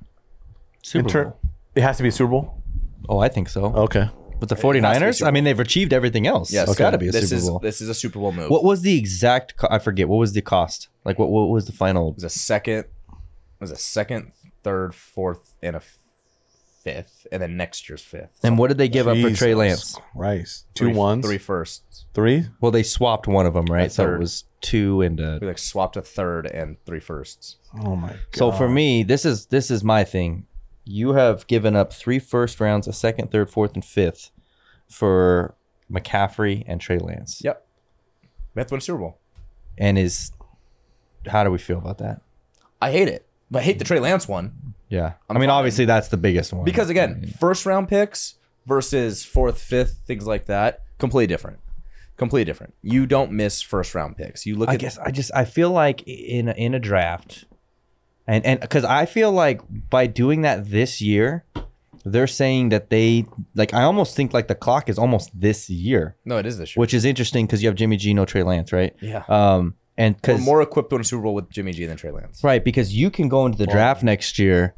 [SPEAKER 3] Super
[SPEAKER 5] In turn- it has to be a Super Bowl.
[SPEAKER 3] Oh, I think so.
[SPEAKER 5] Okay.
[SPEAKER 3] With the 49ers,
[SPEAKER 2] Super
[SPEAKER 3] I mean, they've achieved everything else.
[SPEAKER 2] yes,
[SPEAKER 3] It's got to be a
[SPEAKER 2] this
[SPEAKER 3] Super
[SPEAKER 2] is,
[SPEAKER 3] Bowl.
[SPEAKER 2] This is a Super Bowl move.
[SPEAKER 3] What was the exact? Co- I forget. What was the cost? Like, what, what was the final?
[SPEAKER 2] It was a second. It was a second, third, fourth, and a f- fifth, and then next year's fifth.
[SPEAKER 3] And what did they give up for Trey
[SPEAKER 5] Jesus
[SPEAKER 3] Lance?
[SPEAKER 5] Christ. Two
[SPEAKER 2] Three-
[SPEAKER 5] ones.
[SPEAKER 2] three firsts.
[SPEAKER 5] Three?
[SPEAKER 3] Well, they swapped one of them, right? So it
[SPEAKER 2] third.
[SPEAKER 3] was two and a.
[SPEAKER 2] We like swapped a third and three firsts.
[SPEAKER 5] Oh my. God.
[SPEAKER 3] So for me, this is this is my thing. You have given up three first rounds, a second, third, fourth, and fifth for McCaffrey and Trey Lance.
[SPEAKER 2] Yep. We have to win a Super Bowl.
[SPEAKER 3] And is how do we feel about that?
[SPEAKER 2] I hate it. But I hate the Trey Lance one.
[SPEAKER 3] Yeah. i mean, obviously that's the biggest one.
[SPEAKER 2] Because again, first round picks versus fourth, fifth, things like that, completely different. Completely different. You don't miss first round picks. You look
[SPEAKER 3] I
[SPEAKER 2] at
[SPEAKER 3] guess I just I feel like in a- in a draft, and and because I feel like by doing that this year, they're saying that they like I almost think like the clock is almost this year,
[SPEAKER 2] no, it is this year.
[SPEAKER 3] which is interesting because you have Jimmy G, no Trey Lance, right?
[SPEAKER 2] yeah,
[SPEAKER 3] Um, and
[SPEAKER 2] we're
[SPEAKER 3] because
[SPEAKER 2] more equipped to win a Super Bowl with Jimmy G than Trey Lance.
[SPEAKER 3] right because you can go into the draft next year.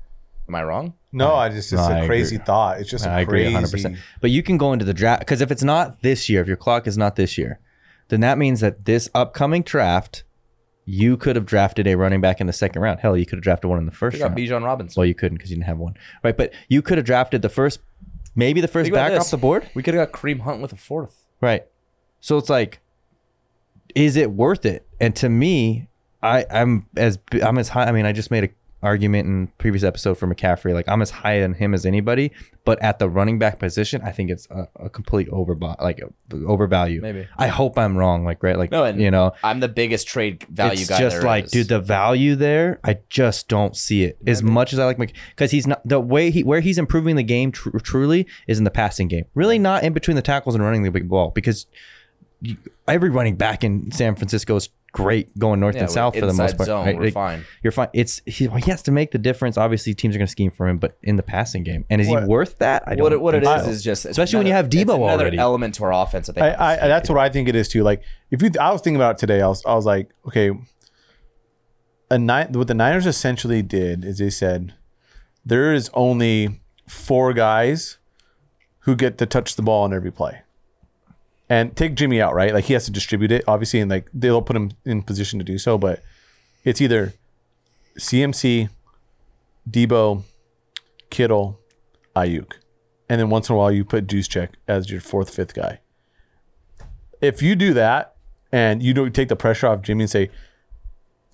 [SPEAKER 2] Am I wrong?
[SPEAKER 5] No, I just it's
[SPEAKER 3] No,
[SPEAKER 5] a
[SPEAKER 3] I
[SPEAKER 5] crazy
[SPEAKER 3] agree.
[SPEAKER 5] thought. It's just a
[SPEAKER 3] I agree,
[SPEAKER 5] crazy.
[SPEAKER 3] hundred percent. But you can go into the draft because if it's not this year, if your clock is not this year, then that means that this upcoming draft, you could have drafted a running back in the second round. Hell, you could have drafted one in the first
[SPEAKER 2] We got
[SPEAKER 3] round.
[SPEAKER 2] Bijan Robinson.
[SPEAKER 3] Well, you couldn't because you didn't have one, right? But you could have drafted the first, maybe the first
[SPEAKER 2] Think about
[SPEAKER 3] back
[SPEAKER 2] this.
[SPEAKER 3] off the board,
[SPEAKER 2] We could have got Kareem Hunt with a fourth.
[SPEAKER 3] right? So it's like, is it worth it? And to me, I I'm as b- I'm as high. I mean, I just made an argument in previous episode for McCaffrey. Like I'm as high on him as anybody, but at the running back position, I think it's a, a complete overbought, like uh, overvalue.
[SPEAKER 2] Maybe.
[SPEAKER 3] I hope I'm wrong. Like right, like
[SPEAKER 2] No, and
[SPEAKER 3] you know,
[SPEAKER 2] I'm the biggest trade value
[SPEAKER 3] it's
[SPEAKER 2] guy.
[SPEAKER 3] just
[SPEAKER 2] there
[SPEAKER 3] like
[SPEAKER 2] is.
[SPEAKER 3] dude the value there i just don't see it as much as i like because he's not the way he where he's improving the game tr- truly is in the passing game really not in between the tackles and running the big ball because you, every running back in san francisco is great going north
[SPEAKER 2] Yeah,
[SPEAKER 3] and
[SPEAKER 2] we're
[SPEAKER 3] south for the most
[SPEAKER 2] inside
[SPEAKER 3] part
[SPEAKER 2] zone,
[SPEAKER 3] right?
[SPEAKER 2] we're
[SPEAKER 3] Like,
[SPEAKER 2] fine.
[SPEAKER 3] you're fine it's he, he has to make the difference obviously teams are going to scheme for him but in the passing game and is
[SPEAKER 5] What-
[SPEAKER 3] he worth that i don't
[SPEAKER 2] What it, what it
[SPEAKER 3] think
[SPEAKER 2] is
[SPEAKER 3] so.
[SPEAKER 2] is just it's
[SPEAKER 3] Especially when you have
[SPEAKER 2] it's
[SPEAKER 3] Debo
[SPEAKER 2] another
[SPEAKER 3] already.
[SPEAKER 2] element to our offense. That they have to
[SPEAKER 5] I, I that's what I think it is too. Like if you, I was thinking about it today. I was, I was like, okay, a nine. What the Niners essentially did is they said there is only four guys who get to touch the ball in every play, and take Jimmy out. Right, like he has to distribute it, obviously, and like they'll put him in position to do so. But it's either CMC, Debo, Kittle, Ayuk, and then once in a while you put Juice Check as your fourth, fifth guy if you do that and you don't take the pressure off Jimmy and say,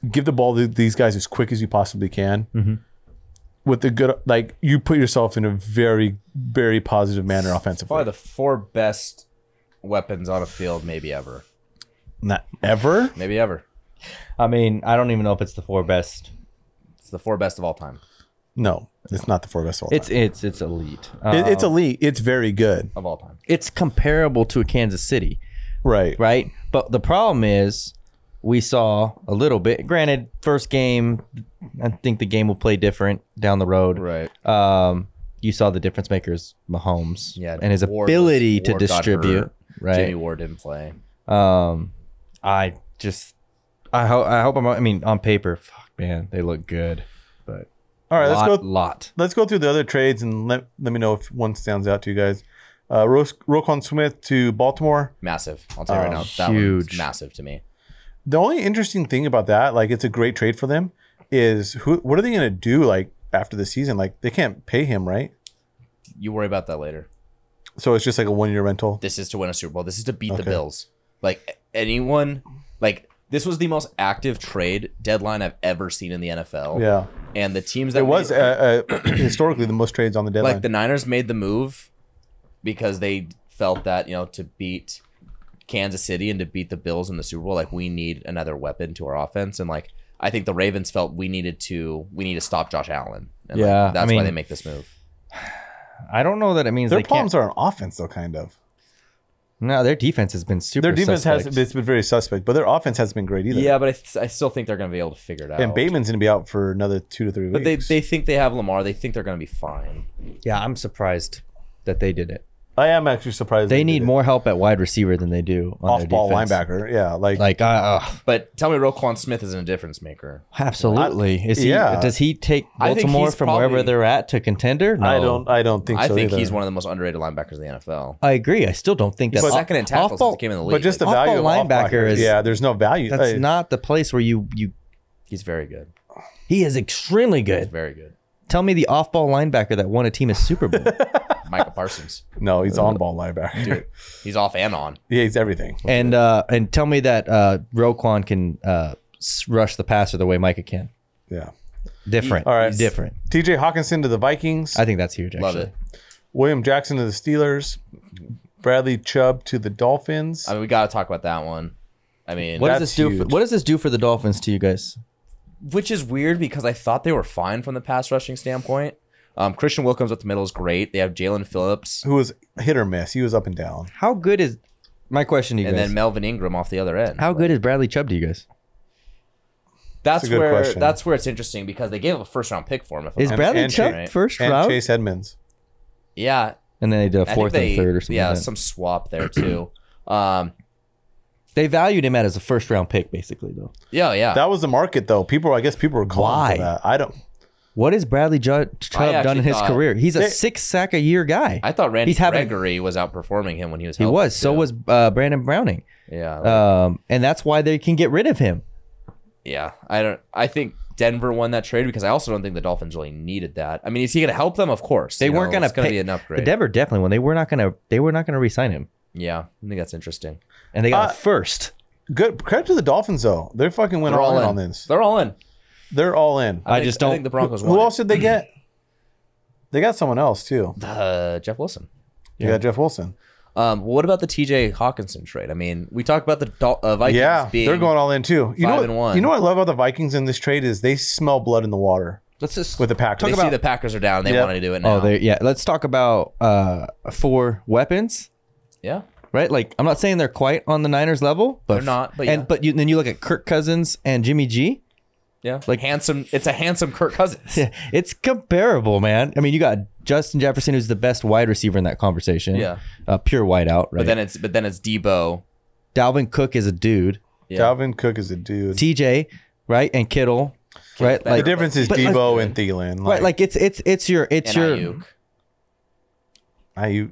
[SPEAKER 5] give the ball to these guys as quick as you possibly can,
[SPEAKER 3] Mm-hmm.
[SPEAKER 5] with the good, like you put yourself in a very, very positive manner
[SPEAKER 2] probably
[SPEAKER 5] offensively.
[SPEAKER 2] the four best weapons on a field maybe ever,
[SPEAKER 5] Not ever.
[SPEAKER 2] maybe ever.
[SPEAKER 3] i mean i don't even know if it's the four best
[SPEAKER 2] It's the four best of all time
[SPEAKER 5] No, it's not the four best of all
[SPEAKER 3] it's
[SPEAKER 5] time.
[SPEAKER 3] it's it's elite
[SPEAKER 5] It- it's
[SPEAKER 3] Um,
[SPEAKER 5] elite. It's very good.
[SPEAKER 2] of all time.
[SPEAKER 3] it's comparable to a kansas city
[SPEAKER 5] Right.
[SPEAKER 3] right? But the problem is we saw a little bit. Granted, first game, I think the game will play different down the road.
[SPEAKER 2] Right.
[SPEAKER 3] Um, you saw the difference makers, Mahomes,
[SPEAKER 2] Yeah.
[SPEAKER 3] and his
[SPEAKER 2] Ward was-
[SPEAKER 3] ability to
[SPEAKER 2] Ward got
[SPEAKER 3] distribute.
[SPEAKER 2] hurt. Jimmy
[SPEAKER 3] Right.
[SPEAKER 2] Ward didn't play.
[SPEAKER 3] Um, I just, I hope, I hope I'm. I mean, on paper, fuck, man, they look good. But
[SPEAKER 5] All right,
[SPEAKER 3] lot,
[SPEAKER 5] let's go.
[SPEAKER 3] lot.
[SPEAKER 5] Let's go through the other trades and let let me know if one stands out to you guys. Uh, Ro- Roquan Smith to Baltimore.
[SPEAKER 2] Massive. I'll tell you right
[SPEAKER 5] Oh,
[SPEAKER 2] now. That one's
[SPEAKER 3] huge.
[SPEAKER 2] massive to me.
[SPEAKER 5] The only interesting thing about that, like it's a great trade for them, is who? What are they going to do like after the season? Like they can't pay him, right?
[SPEAKER 2] You worry about that later.
[SPEAKER 5] So it's just like a one year rental.
[SPEAKER 2] This is to win a Super Bowl. This is to beat the
[SPEAKER 5] Okay.
[SPEAKER 2] Bills. Like anyone, like this was the most active trade deadline I've ever seen in the NFL.
[SPEAKER 5] Yeah,
[SPEAKER 2] And the teams that
[SPEAKER 5] it was
[SPEAKER 2] made-
[SPEAKER 5] uh, uh, historically the most trades on the deadline.
[SPEAKER 2] like the Niners made the move because they felt that you know to beat Kansas City and to beat the Bills in the Super Bowl, like we need another weapon to our offense, and like I think the Ravens felt we needed to we need to stop Josh Allen. And like,
[SPEAKER 3] Yeah, I
[SPEAKER 2] that's why
[SPEAKER 3] mean-
[SPEAKER 2] they make this move.
[SPEAKER 3] I don't know that it means
[SPEAKER 5] Their
[SPEAKER 3] they
[SPEAKER 5] problems
[SPEAKER 3] can't.
[SPEAKER 5] are on offense, though, kind of.
[SPEAKER 3] No, their defense has been super.
[SPEAKER 5] Their defense
[SPEAKER 3] suspect.
[SPEAKER 5] has it's been very suspect, but their offense hasn't been great either.
[SPEAKER 2] Yeah, but I, th- I still think they're going to be able to figure it out.
[SPEAKER 5] and Bateman's going to be out for another two to three weeks.
[SPEAKER 2] but they they think they have Lamar. They think they're going to be fine.
[SPEAKER 3] Yeah, I'm surprised that they did it.
[SPEAKER 5] I am actually surprised
[SPEAKER 3] They need
[SPEAKER 5] did it.
[SPEAKER 3] more help at wide receiver than they do on their
[SPEAKER 5] off-ball
[SPEAKER 3] defense.
[SPEAKER 5] linebacker. Yeah, like,
[SPEAKER 3] Like, uh, ugh,
[SPEAKER 2] But tell me, Roquan Smith isn't a difference maker.
[SPEAKER 3] absolutely. Is he?
[SPEAKER 5] yeah.
[SPEAKER 3] Does he take
[SPEAKER 2] I think
[SPEAKER 3] Baltimore
[SPEAKER 2] he's
[SPEAKER 3] from
[SPEAKER 2] probably-
[SPEAKER 3] wherever they're at to contender? No.
[SPEAKER 5] I don't, I don't think.
[SPEAKER 2] I
[SPEAKER 5] so
[SPEAKER 2] think
[SPEAKER 5] either.
[SPEAKER 2] he's one of the most underrated linebackers in the NFL.
[SPEAKER 3] I agree. I still don't think
[SPEAKER 2] He's
[SPEAKER 3] that's
[SPEAKER 2] second in tackles since
[SPEAKER 3] off-ball-
[SPEAKER 2] he came in the league.
[SPEAKER 5] But just the
[SPEAKER 2] Like,
[SPEAKER 5] value of
[SPEAKER 3] off-ball linebacker
[SPEAKER 5] linebacker
[SPEAKER 3] is-
[SPEAKER 5] yeah. There's no value.
[SPEAKER 3] That's
[SPEAKER 5] Uh,
[SPEAKER 3] not the place where you you.
[SPEAKER 2] he's very good.
[SPEAKER 3] He is extremely
[SPEAKER 2] He's
[SPEAKER 3] good.
[SPEAKER 2] very good.
[SPEAKER 3] Tell me the off-ball linebacker that won a team a Super Bowl.
[SPEAKER 2] Michael Parsons.
[SPEAKER 5] No, he's on ball linebacker.
[SPEAKER 2] Dude, he's off and on.
[SPEAKER 5] yeah, he's everything.
[SPEAKER 3] and uh, and tell me that uh, Roquan can uh, s- rush the passer the way Micah can.
[SPEAKER 5] Yeah.
[SPEAKER 3] Different.
[SPEAKER 5] All right.
[SPEAKER 3] Different.
[SPEAKER 5] T.J. Hawkinson to the Vikings.
[SPEAKER 3] I think that's huge. Actually.
[SPEAKER 2] Love it.
[SPEAKER 5] William Jackson to the Steelers. Bradley Chubb to the Dolphins.
[SPEAKER 2] I mean, we got to talk about that one. I mean,
[SPEAKER 3] What does
[SPEAKER 5] That's
[SPEAKER 3] this do? For,
[SPEAKER 5] huge.
[SPEAKER 3] what does this do for the Dolphins to you guys?
[SPEAKER 2] which is weird because I thought they were fine from the pass rushing standpoint. Um, Christian Wilkins up the middle is great. They have Jalen Phillips
[SPEAKER 5] who was hit or miss? He was up and down.
[SPEAKER 3] How good is my question to you
[SPEAKER 2] and
[SPEAKER 3] guys?
[SPEAKER 2] then Melvin Ingram off the other end.
[SPEAKER 3] how good is Bradley Chubb to you guys?
[SPEAKER 2] That's,
[SPEAKER 5] That's a good
[SPEAKER 2] where
[SPEAKER 5] question.
[SPEAKER 2] that's where it's interesting because they gave up a first round pick for him. If I'm
[SPEAKER 3] Is
[SPEAKER 2] not-
[SPEAKER 3] Bradley
[SPEAKER 5] and
[SPEAKER 3] Chubb
[SPEAKER 2] Chase-
[SPEAKER 3] first
[SPEAKER 5] And
[SPEAKER 3] round?
[SPEAKER 5] Chase Edmonds.
[SPEAKER 2] yeah,
[SPEAKER 3] And then they did
[SPEAKER 2] I
[SPEAKER 3] a fourth
[SPEAKER 2] think they,
[SPEAKER 3] and third or something.
[SPEAKER 2] Yeah,
[SPEAKER 3] like that.
[SPEAKER 2] some swap there too. um,
[SPEAKER 3] they valued him at as a first round pick, basically. Though,
[SPEAKER 2] yeah, yeah.
[SPEAKER 5] That was the market though. People, I guess, people were calling
[SPEAKER 3] Why?
[SPEAKER 5] for that. I don't.
[SPEAKER 3] what has Bradley Ju-
[SPEAKER 2] actually
[SPEAKER 3] Chubb done in his
[SPEAKER 2] thought-
[SPEAKER 3] career? He's a
[SPEAKER 5] They-
[SPEAKER 3] six sack a year guy.
[SPEAKER 2] I thought Randy
[SPEAKER 3] He's having-
[SPEAKER 2] Gregory was outperforming him when he was.
[SPEAKER 3] he
[SPEAKER 2] healthy,
[SPEAKER 3] was. So
[SPEAKER 2] too.
[SPEAKER 3] was uh, Brandon Browning.
[SPEAKER 2] yeah, like-
[SPEAKER 3] Um, and that's why they can get rid of him.
[SPEAKER 2] yeah, I don't. I think Denver won that trade because I also don't think the Dolphins really needed that. I mean, is he going to help them? Of course,
[SPEAKER 3] They
[SPEAKER 2] you
[SPEAKER 3] weren't
[SPEAKER 2] know,
[SPEAKER 3] gonna
[SPEAKER 2] It's going to
[SPEAKER 3] pay-
[SPEAKER 2] be an
[SPEAKER 3] But
[SPEAKER 2] upgrade.
[SPEAKER 3] Denver definitely when they were not gonna they were not gonna re-sign him,
[SPEAKER 2] yeah, I think that's interesting.
[SPEAKER 3] and they got
[SPEAKER 5] Uh,
[SPEAKER 3] a first.
[SPEAKER 5] Good credit to the Dolphins though. They fucking went
[SPEAKER 2] They're
[SPEAKER 5] all
[SPEAKER 2] all
[SPEAKER 5] in
[SPEAKER 2] in.
[SPEAKER 5] on this.
[SPEAKER 2] They're all in.
[SPEAKER 5] They're all in.
[SPEAKER 3] I
[SPEAKER 2] think-
[SPEAKER 3] just don't-
[SPEAKER 2] think the Broncos.
[SPEAKER 5] Who
[SPEAKER 2] won it.
[SPEAKER 5] else did they get? They got someone else too.
[SPEAKER 2] Uh, Jeff Wilson.
[SPEAKER 5] They got Jeff Wilson.
[SPEAKER 2] Um, what about the T.J. Hawkinson trade? I mean, we talked about the Dol- uh, Vikings.
[SPEAKER 5] yeah,
[SPEAKER 2] being,
[SPEAKER 5] they're going all in too. You know
[SPEAKER 2] five
[SPEAKER 5] what?
[SPEAKER 2] and one.
[SPEAKER 5] You know what I love about the Vikings in this trade is they smell blood in the water
[SPEAKER 3] Let's just
[SPEAKER 5] with the Packers.
[SPEAKER 2] They see the Packers are down. They
[SPEAKER 5] Yeah.
[SPEAKER 2] want to do it now.
[SPEAKER 3] oh there Oh, yeah. Let's talk about uh for weapons.
[SPEAKER 2] yeah.
[SPEAKER 3] right? Like I'm not saying they're quite on the Niners level, but
[SPEAKER 2] They're not, but
[SPEAKER 3] and
[SPEAKER 2] yeah.
[SPEAKER 3] but you, then you look at Kirk Cousins and Jimmy G.
[SPEAKER 2] Yeah, like handsome. It's a handsome Kirk Cousins.
[SPEAKER 3] Yeah, It's comparable, man. I mean, you got Justin Jefferson, who's the best wide receiver in that conversation.
[SPEAKER 2] Yeah.
[SPEAKER 3] uh, pure wideout. Right.
[SPEAKER 2] But then it's but then it's Debo.
[SPEAKER 3] Dalvin Cook is a dude.
[SPEAKER 2] Yeah.
[SPEAKER 5] Dalvin Cook is a dude.
[SPEAKER 3] TJ, right, and Kittle, right?
[SPEAKER 2] better.
[SPEAKER 5] the
[SPEAKER 3] Like,
[SPEAKER 5] difference is
[SPEAKER 3] but like-
[SPEAKER 5] Debo and Thielen. Like,
[SPEAKER 3] right, like it's it's it's your
[SPEAKER 2] And
[SPEAKER 3] it's your
[SPEAKER 2] Ayuk.
[SPEAKER 5] I,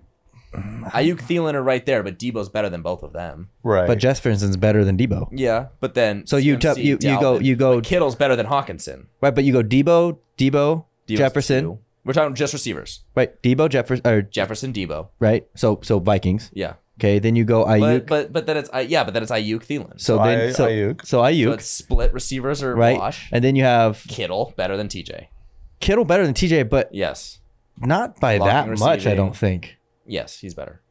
[SPEAKER 2] Ayuk Thielen are right there, but Debo's better than both of them.
[SPEAKER 5] right.
[SPEAKER 3] but Jefferson's better than Debo.
[SPEAKER 2] Yeah, but then
[SPEAKER 3] So you
[SPEAKER 2] CMC,
[SPEAKER 3] tell- you- you go-
[SPEAKER 2] Dalvin.
[SPEAKER 3] you go-
[SPEAKER 2] But Kittle's better than Hawkinson.
[SPEAKER 3] Right, but you go Debo, Debo,
[SPEAKER 2] Debo's
[SPEAKER 3] Jefferson,
[SPEAKER 2] two. We're talking just receivers.
[SPEAKER 3] right? Debo, Jefferson, or,
[SPEAKER 2] Jefferson, Debo.
[SPEAKER 3] right? So so Vikings.
[SPEAKER 2] Yeah,
[SPEAKER 3] Okay, then you go
[SPEAKER 2] but
[SPEAKER 3] Ayuk.
[SPEAKER 2] but but then it's I yeah, but then it's Ayuk Thielen.
[SPEAKER 3] so
[SPEAKER 5] So
[SPEAKER 3] then
[SPEAKER 5] Ay-
[SPEAKER 3] so
[SPEAKER 5] Ayuk.
[SPEAKER 3] so Ayuk.
[SPEAKER 2] So it's split receivers or
[SPEAKER 3] right?
[SPEAKER 2] wash.
[SPEAKER 3] And then you have
[SPEAKER 2] Kittle better than TJ.
[SPEAKER 3] Kittle better than TJ, but
[SPEAKER 2] Yes,
[SPEAKER 3] not by
[SPEAKER 2] Blocking,
[SPEAKER 3] that much, I
[SPEAKER 2] receiving.
[SPEAKER 3] don't think.
[SPEAKER 2] yes, he's better.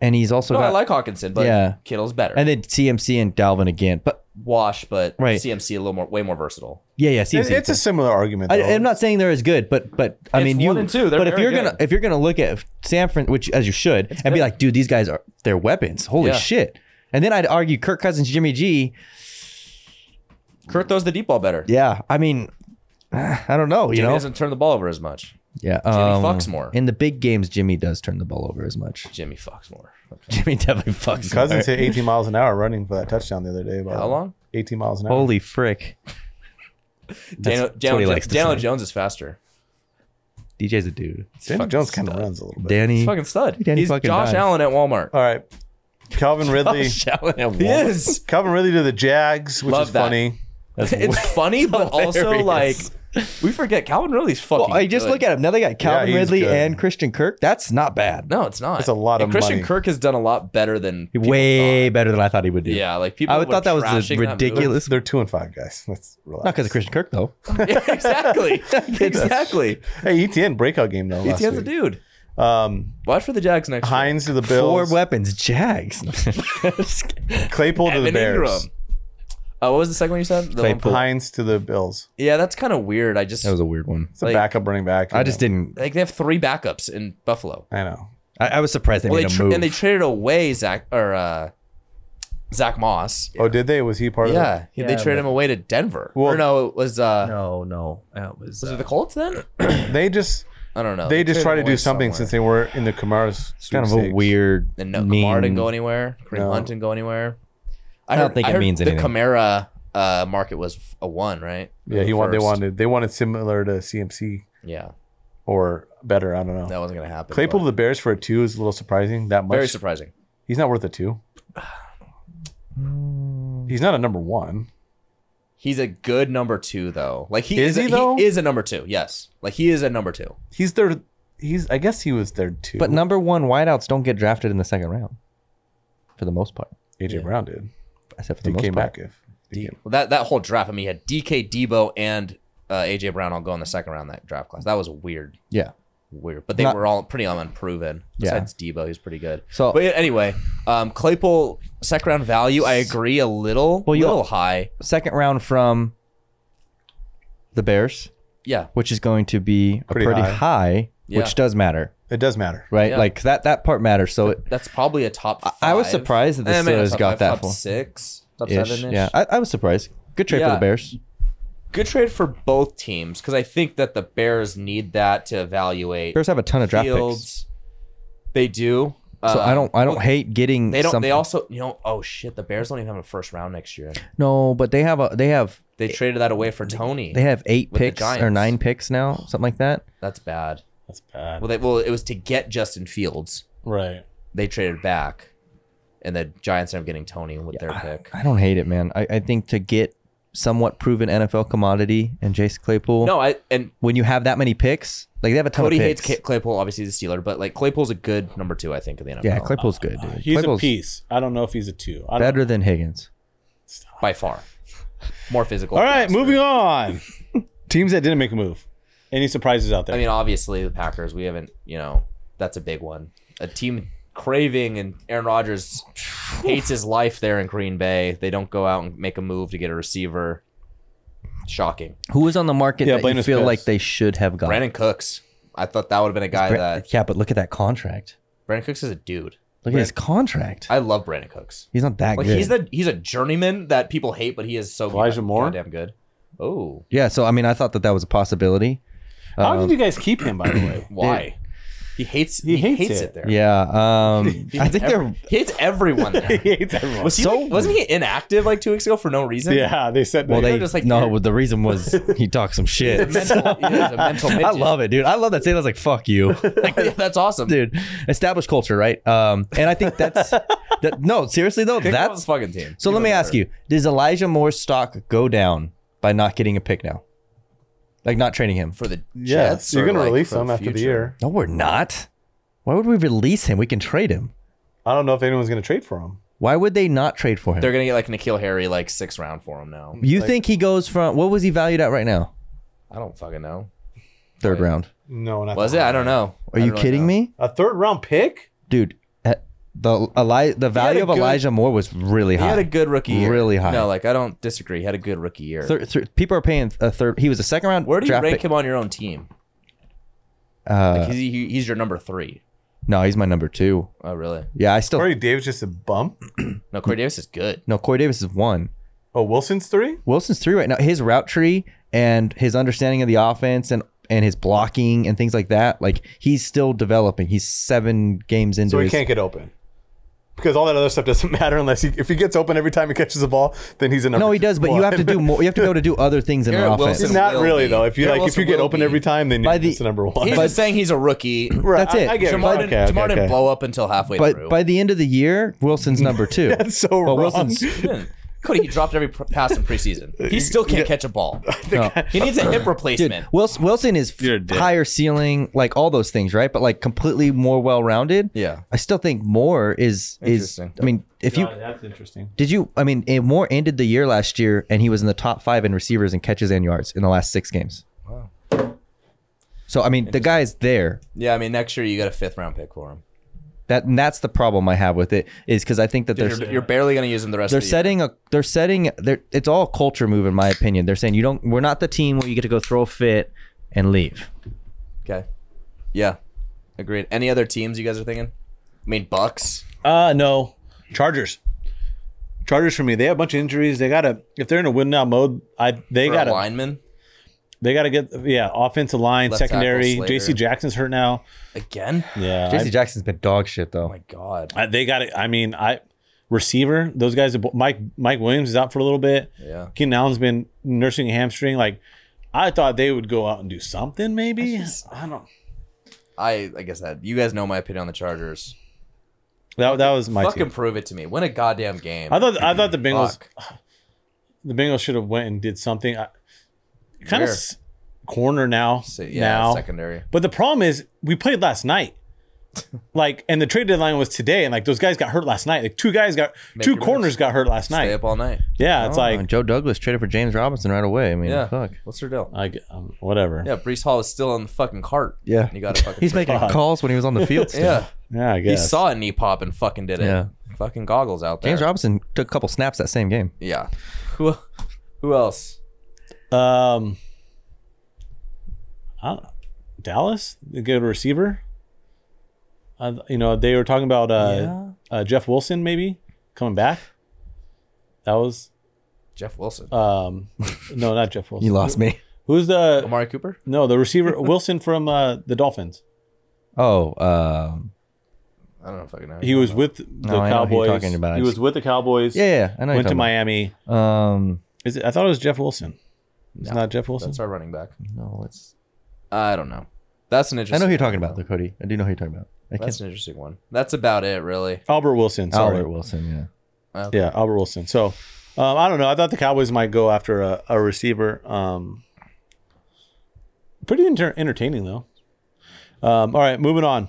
[SPEAKER 3] And he's also
[SPEAKER 2] no,
[SPEAKER 3] got,
[SPEAKER 2] I like Hawkinson, but
[SPEAKER 3] Yeah.
[SPEAKER 2] Kittle's better.
[SPEAKER 3] and then CMC and Dalvin again. But
[SPEAKER 2] wash, but
[SPEAKER 3] Right.
[SPEAKER 2] CMC a little more, way more versatile.
[SPEAKER 3] yeah, yeah,
[SPEAKER 5] It-
[SPEAKER 3] CMC.
[SPEAKER 5] it's a similar argument.
[SPEAKER 3] I,
[SPEAKER 5] Though.
[SPEAKER 3] I'm not saying they're as good, but but I
[SPEAKER 2] It's
[SPEAKER 3] mean you.
[SPEAKER 2] one and two, they're
[SPEAKER 3] but if
[SPEAKER 2] very
[SPEAKER 3] you're
[SPEAKER 2] good.
[SPEAKER 3] gonna if you're gonna look at San Fran, which as you should, and be like, dude, these guys are they're weapons. Holy
[SPEAKER 2] Yeah.
[SPEAKER 3] shit! And then I'd argue Kirk Cousins, Jimmy G.
[SPEAKER 2] Kurt throws the deep ball better.
[SPEAKER 6] Yeah, I mean, I don't know. You
[SPEAKER 2] Jimmy
[SPEAKER 6] know,
[SPEAKER 2] doesn't turn the ball over as much.
[SPEAKER 3] Yeah,
[SPEAKER 2] Jimmy
[SPEAKER 3] um,
[SPEAKER 2] fucks more.
[SPEAKER 3] In the big games, Jimmy does turn the ball over as much.
[SPEAKER 2] Jimmy fucks more. Okay.
[SPEAKER 3] Jimmy definitely fucks.
[SPEAKER 5] Cousins
[SPEAKER 3] more.
[SPEAKER 5] hit 18 miles an hour running for that touchdown the other day. By the
[SPEAKER 2] How
[SPEAKER 5] way.
[SPEAKER 2] long?
[SPEAKER 5] 18 miles an hour.
[SPEAKER 3] Holy frick!
[SPEAKER 2] Daniel,
[SPEAKER 3] that's what he
[SPEAKER 2] Daniel,
[SPEAKER 3] likes to
[SPEAKER 2] Daniel
[SPEAKER 3] say.
[SPEAKER 2] Jones is faster.
[SPEAKER 3] DJ's a dude.
[SPEAKER 5] Daniel
[SPEAKER 2] fucking
[SPEAKER 5] Jones kind of
[SPEAKER 2] stud.
[SPEAKER 5] runs a little bit.
[SPEAKER 3] Danny.
[SPEAKER 2] He's fucking stud.
[SPEAKER 3] Danny
[SPEAKER 2] He's
[SPEAKER 3] fucking Uh,
[SPEAKER 2] Josh
[SPEAKER 3] died.
[SPEAKER 2] Allen at Walmart.
[SPEAKER 5] All right.
[SPEAKER 2] Oh,
[SPEAKER 5] Calvin
[SPEAKER 3] Oh,
[SPEAKER 5] Ridley.
[SPEAKER 2] He is.
[SPEAKER 5] Calvin Ridley to the Jags, which
[SPEAKER 2] Love
[SPEAKER 5] is
[SPEAKER 2] that.
[SPEAKER 5] funny.
[SPEAKER 2] It's funny, but also like
[SPEAKER 3] hilarious.
[SPEAKER 2] we forget Calvin Ridley's fucking.
[SPEAKER 6] well, I just
[SPEAKER 2] good.
[SPEAKER 6] look at him now. They got Calvin
[SPEAKER 5] he's
[SPEAKER 6] Ridley
[SPEAKER 5] good.
[SPEAKER 6] and Christian Kirk. That's not bad.
[SPEAKER 2] No, it's not.
[SPEAKER 5] It's a lot
[SPEAKER 2] And
[SPEAKER 5] of
[SPEAKER 2] Christian
[SPEAKER 5] money.
[SPEAKER 2] Kirk has done a lot better than people
[SPEAKER 3] Way better than I thought he would do.
[SPEAKER 2] thought. Yeah, like people.
[SPEAKER 3] I would
[SPEAKER 2] were
[SPEAKER 3] thought that was a
[SPEAKER 2] trashing that move.
[SPEAKER 3] ridiculous.
[SPEAKER 5] They're two and five guys. Let's relax.
[SPEAKER 3] Not because of Christian Kirk though.
[SPEAKER 2] Yeah, exactly. exactly.
[SPEAKER 5] Hey, ETN breakout game though. last
[SPEAKER 2] ETN's E a
[SPEAKER 5] week.
[SPEAKER 2] dude.
[SPEAKER 5] Um,
[SPEAKER 2] Watch for the Jags next. year.
[SPEAKER 5] Hines to the
[SPEAKER 3] Four
[SPEAKER 5] Bills.
[SPEAKER 3] weapons, Jags.
[SPEAKER 5] Claypool to the
[SPEAKER 2] Evan Ingram.
[SPEAKER 5] Bears.
[SPEAKER 2] Uh, what was the second one you said? The one-
[SPEAKER 3] Claypool.
[SPEAKER 5] Hines to the Bills.
[SPEAKER 2] yeah, that's kind of weird. I just
[SPEAKER 3] that was a weird one.
[SPEAKER 5] It's a
[SPEAKER 2] Like-
[SPEAKER 5] backup running back.
[SPEAKER 3] I just didn't.
[SPEAKER 2] like they have three backups in Buffalo.
[SPEAKER 5] I know.
[SPEAKER 3] I, I was surprised they
[SPEAKER 2] Well,
[SPEAKER 3] made
[SPEAKER 2] they
[SPEAKER 3] a
[SPEAKER 2] tra-
[SPEAKER 3] move.
[SPEAKER 2] and they traded away Zach or uh, Zach Moss.
[SPEAKER 5] Oh, did they? Was he part of it?
[SPEAKER 2] Yeah, he- they
[SPEAKER 7] Yeah,
[SPEAKER 2] traded
[SPEAKER 7] but-
[SPEAKER 2] him away to Denver.
[SPEAKER 5] Well-
[SPEAKER 2] or no, it was uh,
[SPEAKER 7] No, no, that was.
[SPEAKER 2] was
[SPEAKER 7] uh,
[SPEAKER 2] it the Colts then?
[SPEAKER 5] They just
[SPEAKER 2] I don't
[SPEAKER 3] Oh,
[SPEAKER 2] know.
[SPEAKER 5] they just
[SPEAKER 2] traded
[SPEAKER 5] try to
[SPEAKER 2] him
[SPEAKER 5] do
[SPEAKER 2] away
[SPEAKER 5] something
[SPEAKER 2] somewhere.
[SPEAKER 5] since they were in the Kamara's.
[SPEAKER 3] it's kind of a weird.
[SPEAKER 2] And no,
[SPEAKER 3] mean-
[SPEAKER 2] Kamara didn't go anywhere. Kareem
[SPEAKER 5] No.
[SPEAKER 2] Hunt didn't go anywhere. I,
[SPEAKER 3] don't think it
[SPEAKER 2] heard
[SPEAKER 3] means
[SPEAKER 2] the
[SPEAKER 3] anything.
[SPEAKER 2] Camara uh, market was a one, right?
[SPEAKER 5] Yeah, he wanted. They
[SPEAKER 2] First.
[SPEAKER 5] wanted. They wanted similar to CMC
[SPEAKER 2] Yeah,
[SPEAKER 5] or better. I don't know.
[SPEAKER 2] that wasn't gonna happen.
[SPEAKER 5] Claypool
[SPEAKER 2] but
[SPEAKER 5] to the Bears for a two is a little surprising. That much.
[SPEAKER 2] very surprising.
[SPEAKER 5] He's not worth a two. He's not a number one.
[SPEAKER 2] He's a good number two though. Like he is,
[SPEAKER 5] Is he,
[SPEAKER 2] a,
[SPEAKER 5] though?
[SPEAKER 2] he is a number two. Yes, like he is a number two.
[SPEAKER 5] He's their. He's. I guess he was their two.
[SPEAKER 3] But number one wideouts don't get drafted in the second round, for the most part.
[SPEAKER 5] AJ Brown did.
[SPEAKER 3] Except for the
[SPEAKER 5] He
[SPEAKER 3] most
[SPEAKER 5] came
[SPEAKER 3] part.
[SPEAKER 5] back if. he came-
[SPEAKER 2] Well, that that whole draft. I mean, he had DK Debo and uh, AJ Brown all go in the second round of that draft class. That was weird,
[SPEAKER 3] Yeah.
[SPEAKER 2] weird. But they
[SPEAKER 3] Not-
[SPEAKER 2] were all pretty unproven.
[SPEAKER 3] Yeah.
[SPEAKER 2] Besides Debo, he's pretty good.
[SPEAKER 3] So-
[SPEAKER 2] but yeah, anyway, um, Claypool second round value. I agree a little,
[SPEAKER 3] Well, you-
[SPEAKER 2] little high.
[SPEAKER 3] Second round from the Bears,
[SPEAKER 2] Yeah,
[SPEAKER 3] which is going to be
[SPEAKER 5] Pretty
[SPEAKER 3] a pretty
[SPEAKER 5] high.
[SPEAKER 3] high,
[SPEAKER 2] Yeah.
[SPEAKER 3] which does matter,
[SPEAKER 5] It does matter.
[SPEAKER 3] right?
[SPEAKER 2] Yeah.
[SPEAKER 3] Like that that part matters. So it,
[SPEAKER 2] that's probably a top. Five.
[SPEAKER 3] I was surprised that the
[SPEAKER 2] Eh, maybe not
[SPEAKER 3] Steelers
[SPEAKER 2] top
[SPEAKER 3] got
[SPEAKER 2] five,
[SPEAKER 3] that
[SPEAKER 2] top
[SPEAKER 3] full.
[SPEAKER 2] six, top
[SPEAKER 3] ish.
[SPEAKER 2] seven.
[SPEAKER 3] Yeah, I, I was surprised. Good trade for
[SPEAKER 2] Yeah.
[SPEAKER 3] the Bears.
[SPEAKER 2] good trade for both teams because I think that the Bears need that to evaluate
[SPEAKER 3] Bears have a ton of draft picks,
[SPEAKER 2] fields. They do.
[SPEAKER 3] so I
[SPEAKER 2] Um,
[SPEAKER 3] don't I don't hate getting.
[SPEAKER 2] They don't.
[SPEAKER 3] Something.
[SPEAKER 2] They also, you know, oh shit, the Bears don't even have a first round next year.
[SPEAKER 3] no, but they have a they have
[SPEAKER 2] They traded that away for Tony.
[SPEAKER 3] they have eight
[SPEAKER 2] With the
[SPEAKER 3] picks or
[SPEAKER 2] Giants.
[SPEAKER 3] nine picks now, something like that.
[SPEAKER 2] That's bad.
[SPEAKER 5] That's bad.
[SPEAKER 2] Well, they, well, it was to get Justin Fields.
[SPEAKER 5] Right.
[SPEAKER 2] They traded back, and the Giants end up getting Tony with their pick.
[SPEAKER 3] I don't hate it, man. I, I think to get somewhat proven NFL commodity and Jace Claypool.
[SPEAKER 2] No, I and
[SPEAKER 3] when you have that many picks, like they have a ton
[SPEAKER 2] Cody
[SPEAKER 3] of
[SPEAKER 2] hates
[SPEAKER 3] picks.
[SPEAKER 2] Ca- Claypool. Obviously, he's a Steeler, but like Claypool's a good number two, I think, in the NFL.
[SPEAKER 3] yeah, Claypool's good, dude.
[SPEAKER 5] He's
[SPEAKER 3] Claypool's
[SPEAKER 5] a piece. I don't know if he's a two. I don't
[SPEAKER 3] better than Higgins.
[SPEAKER 2] by far, more physical.
[SPEAKER 5] All right, moving on. Teams that didn't make a move. Any surprises out there?
[SPEAKER 2] I mean, obviously the Packers. We haven't, you know, that's a big one. A team craving and Aaron Rodgers hates his life there in Green Bay. They don't go out and make a move to get a receiver. Shocking.
[SPEAKER 3] Who was on the market
[SPEAKER 5] Yeah,
[SPEAKER 3] that
[SPEAKER 5] blame
[SPEAKER 3] you
[SPEAKER 5] his
[SPEAKER 3] feel
[SPEAKER 5] picks.
[SPEAKER 3] like they should have gone?
[SPEAKER 2] Brandon Cooks. I thought that would have been a guy
[SPEAKER 3] Bra-
[SPEAKER 2] that
[SPEAKER 3] yeah, but look at that contract.
[SPEAKER 2] Brandon Cooks is a dude.
[SPEAKER 3] Look at his contract.
[SPEAKER 2] I love Brandon Cooks.
[SPEAKER 3] he's not that
[SPEAKER 2] Like
[SPEAKER 3] good.
[SPEAKER 2] he's the he's a journeyman that people hate, but he is so
[SPEAKER 5] Elijah
[SPEAKER 2] god-
[SPEAKER 5] Moore?
[SPEAKER 2] goddamn good. Oh,
[SPEAKER 3] yeah, so I mean, I thought that that was a possibility.
[SPEAKER 5] How
[SPEAKER 3] Um,
[SPEAKER 5] did you guys keep him, by the way?
[SPEAKER 2] why? He hates
[SPEAKER 5] He
[SPEAKER 2] he,
[SPEAKER 5] hates
[SPEAKER 2] hates,
[SPEAKER 5] it.
[SPEAKER 2] it. there.
[SPEAKER 3] yeah, um,
[SPEAKER 2] He
[SPEAKER 3] I
[SPEAKER 2] hates
[SPEAKER 3] think
[SPEAKER 2] every-
[SPEAKER 3] they're
[SPEAKER 2] he hates everyone there.
[SPEAKER 5] he hates everyone.
[SPEAKER 2] Was he
[SPEAKER 3] So-
[SPEAKER 2] like- wasn't he inactive like two weeks ago for no reason?
[SPEAKER 5] yeah, they said.
[SPEAKER 3] well.
[SPEAKER 5] they,
[SPEAKER 3] They
[SPEAKER 2] just like
[SPEAKER 3] no.
[SPEAKER 2] you're-
[SPEAKER 3] The reason was he talked some shit.
[SPEAKER 2] mental, yeah, the mental
[SPEAKER 3] I
[SPEAKER 2] midget.
[SPEAKER 3] love it, dude. I love that scene. I was like, "Fuck you."
[SPEAKER 2] Yeah, that's awesome. Dude,
[SPEAKER 3] dude established culture right um and i think that's that no seriously though
[SPEAKER 2] that's
[SPEAKER 3] that's
[SPEAKER 2] fucking team.
[SPEAKER 3] so let me ask you does elijah moore's stock go down by not getting a pick now like not trading him
[SPEAKER 2] for the
[SPEAKER 5] yeah,
[SPEAKER 2] Jets.
[SPEAKER 5] you're
[SPEAKER 2] or,
[SPEAKER 5] gonna
[SPEAKER 2] like,
[SPEAKER 5] release
[SPEAKER 2] for the
[SPEAKER 5] him after the
[SPEAKER 2] future?
[SPEAKER 5] year.
[SPEAKER 3] no we're not why would we release him we can trade him
[SPEAKER 5] I don't know if anyone's gonna trade for him.
[SPEAKER 3] why would they not trade for him
[SPEAKER 2] They're gonna get like Nikhil Harry like sixth round for him now.
[SPEAKER 3] you think he goes from what was he valued at right now
[SPEAKER 2] I don't fucking know.
[SPEAKER 3] third round
[SPEAKER 5] No, not
[SPEAKER 2] Was it? I don't know.
[SPEAKER 3] are you kidding me
[SPEAKER 5] a third round pick.
[SPEAKER 3] dude eh, the Eli- the value
[SPEAKER 2] a
[SPEAKER 3] of
[SPEAKER 2] good-
[SPEAKER 3] elijah moore was really
[SPEAKER 2] He
[SPEAKER 3] high
[SPEAKER 2] had a good rookie year.
[SPEAKER 3] Really high.
[SPEAKER 2] No, like I don't disagree. He had a good rookie year.
[SPEAKER 3] Thir- thir- people are paying a third he was a second round
[SPEAKER 2] Where do you
[SPEAKER 3] draft
[SPEAKER 2] rank
[SPEAKER 3] pick.
[SPEAKER 2] him on your own team?
[SPEAKER 3] Uh,
[SPEAKER 2] Like, he's, he, he's your number three.
[SPEAKER 3] no he's my number two
[SPEAKER 2] Oh really?
[SPEAKER 3] yeah i still
[SPEAKER 5] Corey Davis just a bump.
[SPEAKER 2] No, Corey Davis is good.
[SPEAKER 3] No, Corey Davis is one.
[SPEAKER 5] Oh, Wilson's three.
[SPEAKER 3] Wilson's three right now. His route tree and his understanding of the offense and and his blocking and things like that. Like he's still developing. He's seven games into
[SPEAKER 5] So he
[SPEAKER 3] his.
[SPEAKER 5] can't get open because all that other stuff doesn't matter unless he if he gets open every time he catches the ball, then he's a number
[SPEAKER 3] no, he does, but you have to do
[SPEAKER 5] one.
[SPEAKER 3] more. You have to go to do other things in
[SPEAKER 2] Garrett
[SPEAKER 3] an offense.
[SPEAKER 2] Wilson-
[SPEAKER 5] Not
[SPEAKER 2] Will
[SPEAKER 5] really
[SPEAKER 2] be.
[SPEAKER 5] though. If you
[SPEAKER 2] Garrett
[SPEAKER 5] like, if you
[SPEAKER 2] Wilson
[SPEAKER 5] get
[SPEAKER 2] will
[SPEAKER 5] open
[SPEAKER 2] be.
[SPEAKER 5] every time, then
[SPEAKER 3] By
[SPEAKER 5] you're
[SPEAKER 3] the-
[SPEAKER 5] just the number one.
[SPEAKER 2] He's just saying he's a rookie.
[SPEAKER 5] Right,
[SPEAKER 3] That's
[SPEAKER 5] I-
[SPEAKER 3] it.
[SPEAKER 5] I get it.
[SPEAKER 2] Jamar,
[SPEAKER 5] Okay,
[SPEAKER 2] didn't, Jamar
[SPEAKER 5] okay,
[SPEAKER 2] didn't
[SPEAKER 5] okay.
[SPEAKER 2] blow up until halfway through.
[SPEAKER 3] But by the end of the year, Wilson's number two.
[SPEAKER 5] That's so
[SPEAKER 3] But
[SPEAKER 5] wrong.
[SPEAKER 3] Wilson's
[SPEAKER 2] Couldn't. Cody, he dropped every pr- pass in preseason. He still can't catch a ball. He needs a hip
[SPEAKER 3] Dude,
[SPEAKER 2] replacement.
[SPEAKER 3] Wilson, Wilson is
[SPEAKER 7] You're a dick.
[SPEAKER 3] higher ceiling, like all those things, right? But like completely more well rounded.
[SPEAKER 2] Yeah.
[SPEAKER 3] I still think Moore is is.
[SPEAKER 2] Interesting.
[SPEAKER 3] I mean, if you
[SPEAKER 5] that's interesting.
[SPEAKER 3] did you, I mean, eh, Moore ended the year last year, and he was in the top five in receivers and catches and yards in the last six games. Wow. So I mean, the guy's there.
[SPEAKER 2] Yeah, I mean, next year you got a fifth round pick for him.
[SPEAKER 3] That and that's the problem I have with it is because I think that
[SPEAKER 2] You're,
[SPEAKER 3] there's
[SPEAKER 2] you're barely going to use him the rest
[SPEAKER 3] they're
[SPEAKER 2] of the year.
[SPEAKER 3] setting a they're setting they're, it's all a culture move in my opinion they're saying you don't we're not the team where you get to go throw a fit and leave
[SPEAKER 2] Okay. Yeah. Agreed. Any other teams you guys are thinking? I mean, Bucks.
[SPEAKER 5] Uh no. Chargers. Chargers for me. They have a bunch of injuries. They gotta if they're in a win now mode, I they
[SPEAKER 2] They got
[SPEAKER 5] gotta
[SPEAKER 2] a lineman
[SPEAKER 5] they gotta get yeah, offensive line,
[SPEAKER 2] Left tackle,
[SPEAKER 5] secondary.
[SPEAKER 2] Slater.
[SPEAKER 5] JC Jackson's hurt now.
[SPEAKER 2] again.
[SPEAKER 5] Yeah.
[SPEAKER 3] JC Jackson's been dog shit though
[SPEAKER 2] Oh my God.
[SPEAKER 5] I, I- they gotta I mean, I receiver, those guys are- Mike Mike Williams is out for a little bit.
[SPEAKER 2] Yeah.
[SPEAKER 5] Keenan Allen's been nursing a hamstring. Like I thought they would go out and do something, maybe. I, don't
[SPEAKER 2] I like I said, you guys know my opinion on the Chargers.
[SPEAKER 5] that, that was my
[SPEAKER 2] Fucking
[SPEAKER 5] team.
[SPEAKER 2] prove it to me. Win a goddamn game.
[SPEAKER 5] I thought I thought the Bengals
[SPEAKER 2] Fuck.
[SPEAKER 5] the Bengals should have went and did something. I, kind
[SPEAKER 2] Where?
[SPEAKER 5] of s- corner now.
[SPEAKER 2] So, yeah,
[SPEAKER 5] now.
[SPEAKER 2] secondary.
[SPEAKER 5] But the problem is we played last night. like and the trade deadline was today and like those guys got hurt last night. Like two guys got two
[SPEAKER 2] your
[SPEAKER 5] corners
[SPEAKER 2] moves.
[SPEAKER 5] got hurt last
[SPEAKER 2] Stay
[SPEAKER 5] night.
[SPEAKER 2] up all night.
[SPEAKER 5] Yeah, it's
[SPEAKER 3] Oh,
[SPEAKER 5] like
[SPEAKER 3] Joe Douglas traded for James Robinson right away I mean
[SPEAKER 2] Yeah.
[SPEAKER 3] fuck
[SPEAKER 2] What's their deal?
[SPEAKER 5] like um, whatever.
[SPEAKER 2] Yeah, Brees Hall is still on the fucking cart.
[SPEAKER 6] Yeah.
[SPEAKER 2] And you got to fucking.
[SPEAKER 3] he's making
[SPEAKER 5] Fuck.
[SPEAKER 3] calls when he was on the field still.
[SPEAKER 2] Yeah.
[SPEAKER 5] Yeah, I
[SPEAKER 2] He
[SPEAKER 5] guess.
[SPEAKER 2] saw a knee pop and fucking did it.
[SPEAKER 3] Yeah.
[SPEAKER 2] Fucking goggles out there.
[SPEAKER 3] James Robinson took a couple snaps that same game
[SPEAKER 2] Yeah. Who who else?
[SPEAKER 5] um I don't know. Dallas, they get a receiver. Uh, you know, they were talking about uh, uh, Jeff Wilson maybe coming back. That was
[SPEAKER 2] Jeff Wilson.
[SPEAKER 5] um, no, not Jeff Wilson.
[SPEAKER 3] you lost me
[SPEAKER 5] Who's the
[SPEAKER 2] Amari Cooper?
[SPEAKER 5] No, the receiver Wilson from uh, the Dolphins.
[SPEAKER 3] oh um
[SPEAKER 2] I don't know if I can know.
[SPEAKER 5] He was with the
[SPEAKER 3] I know who you're
[SPEAKER 5] Cowboys.
[SPEAKER 3] talking about.
[SPEAKER 5] He was with the Cowboys.
[SPEAKER 3] yeah, yeah I know
[SPEAKER 5] Went to
[SPEAKER 3] you're talking
[SPEAKER 5] Miami.
[SPEAKER 3] about. um
[SPEAKER 5] Is it, I thought it was Jeff Wilson. It's not Jeff Wilson.
[SPEAKER 2] That's our running back.
[SPEAKER 3] no it's
[SPEAKER 2] I don't know. That's an
[SPEAKER 3] I
[SPEAKER 2] interesting
[SPEAKER 3] know who you're talking about though Cody I do know who you're talking about I
[SPEAKER 2] That's
[SPEAKER 3] can't
[SPEAKER 2] an interesting one. That's about it, really.
[SPEAKER 5] Albert Wilson. Sorry.
[SPEAKER 3] Albert Wilson yeah
[SPEAKER 5] Yeah, Albert Wilson. So um, I don't know. I thought the Cowboys might go after a, a receiver. Um, pretty enter- entertaining though. Um, all right, moving on.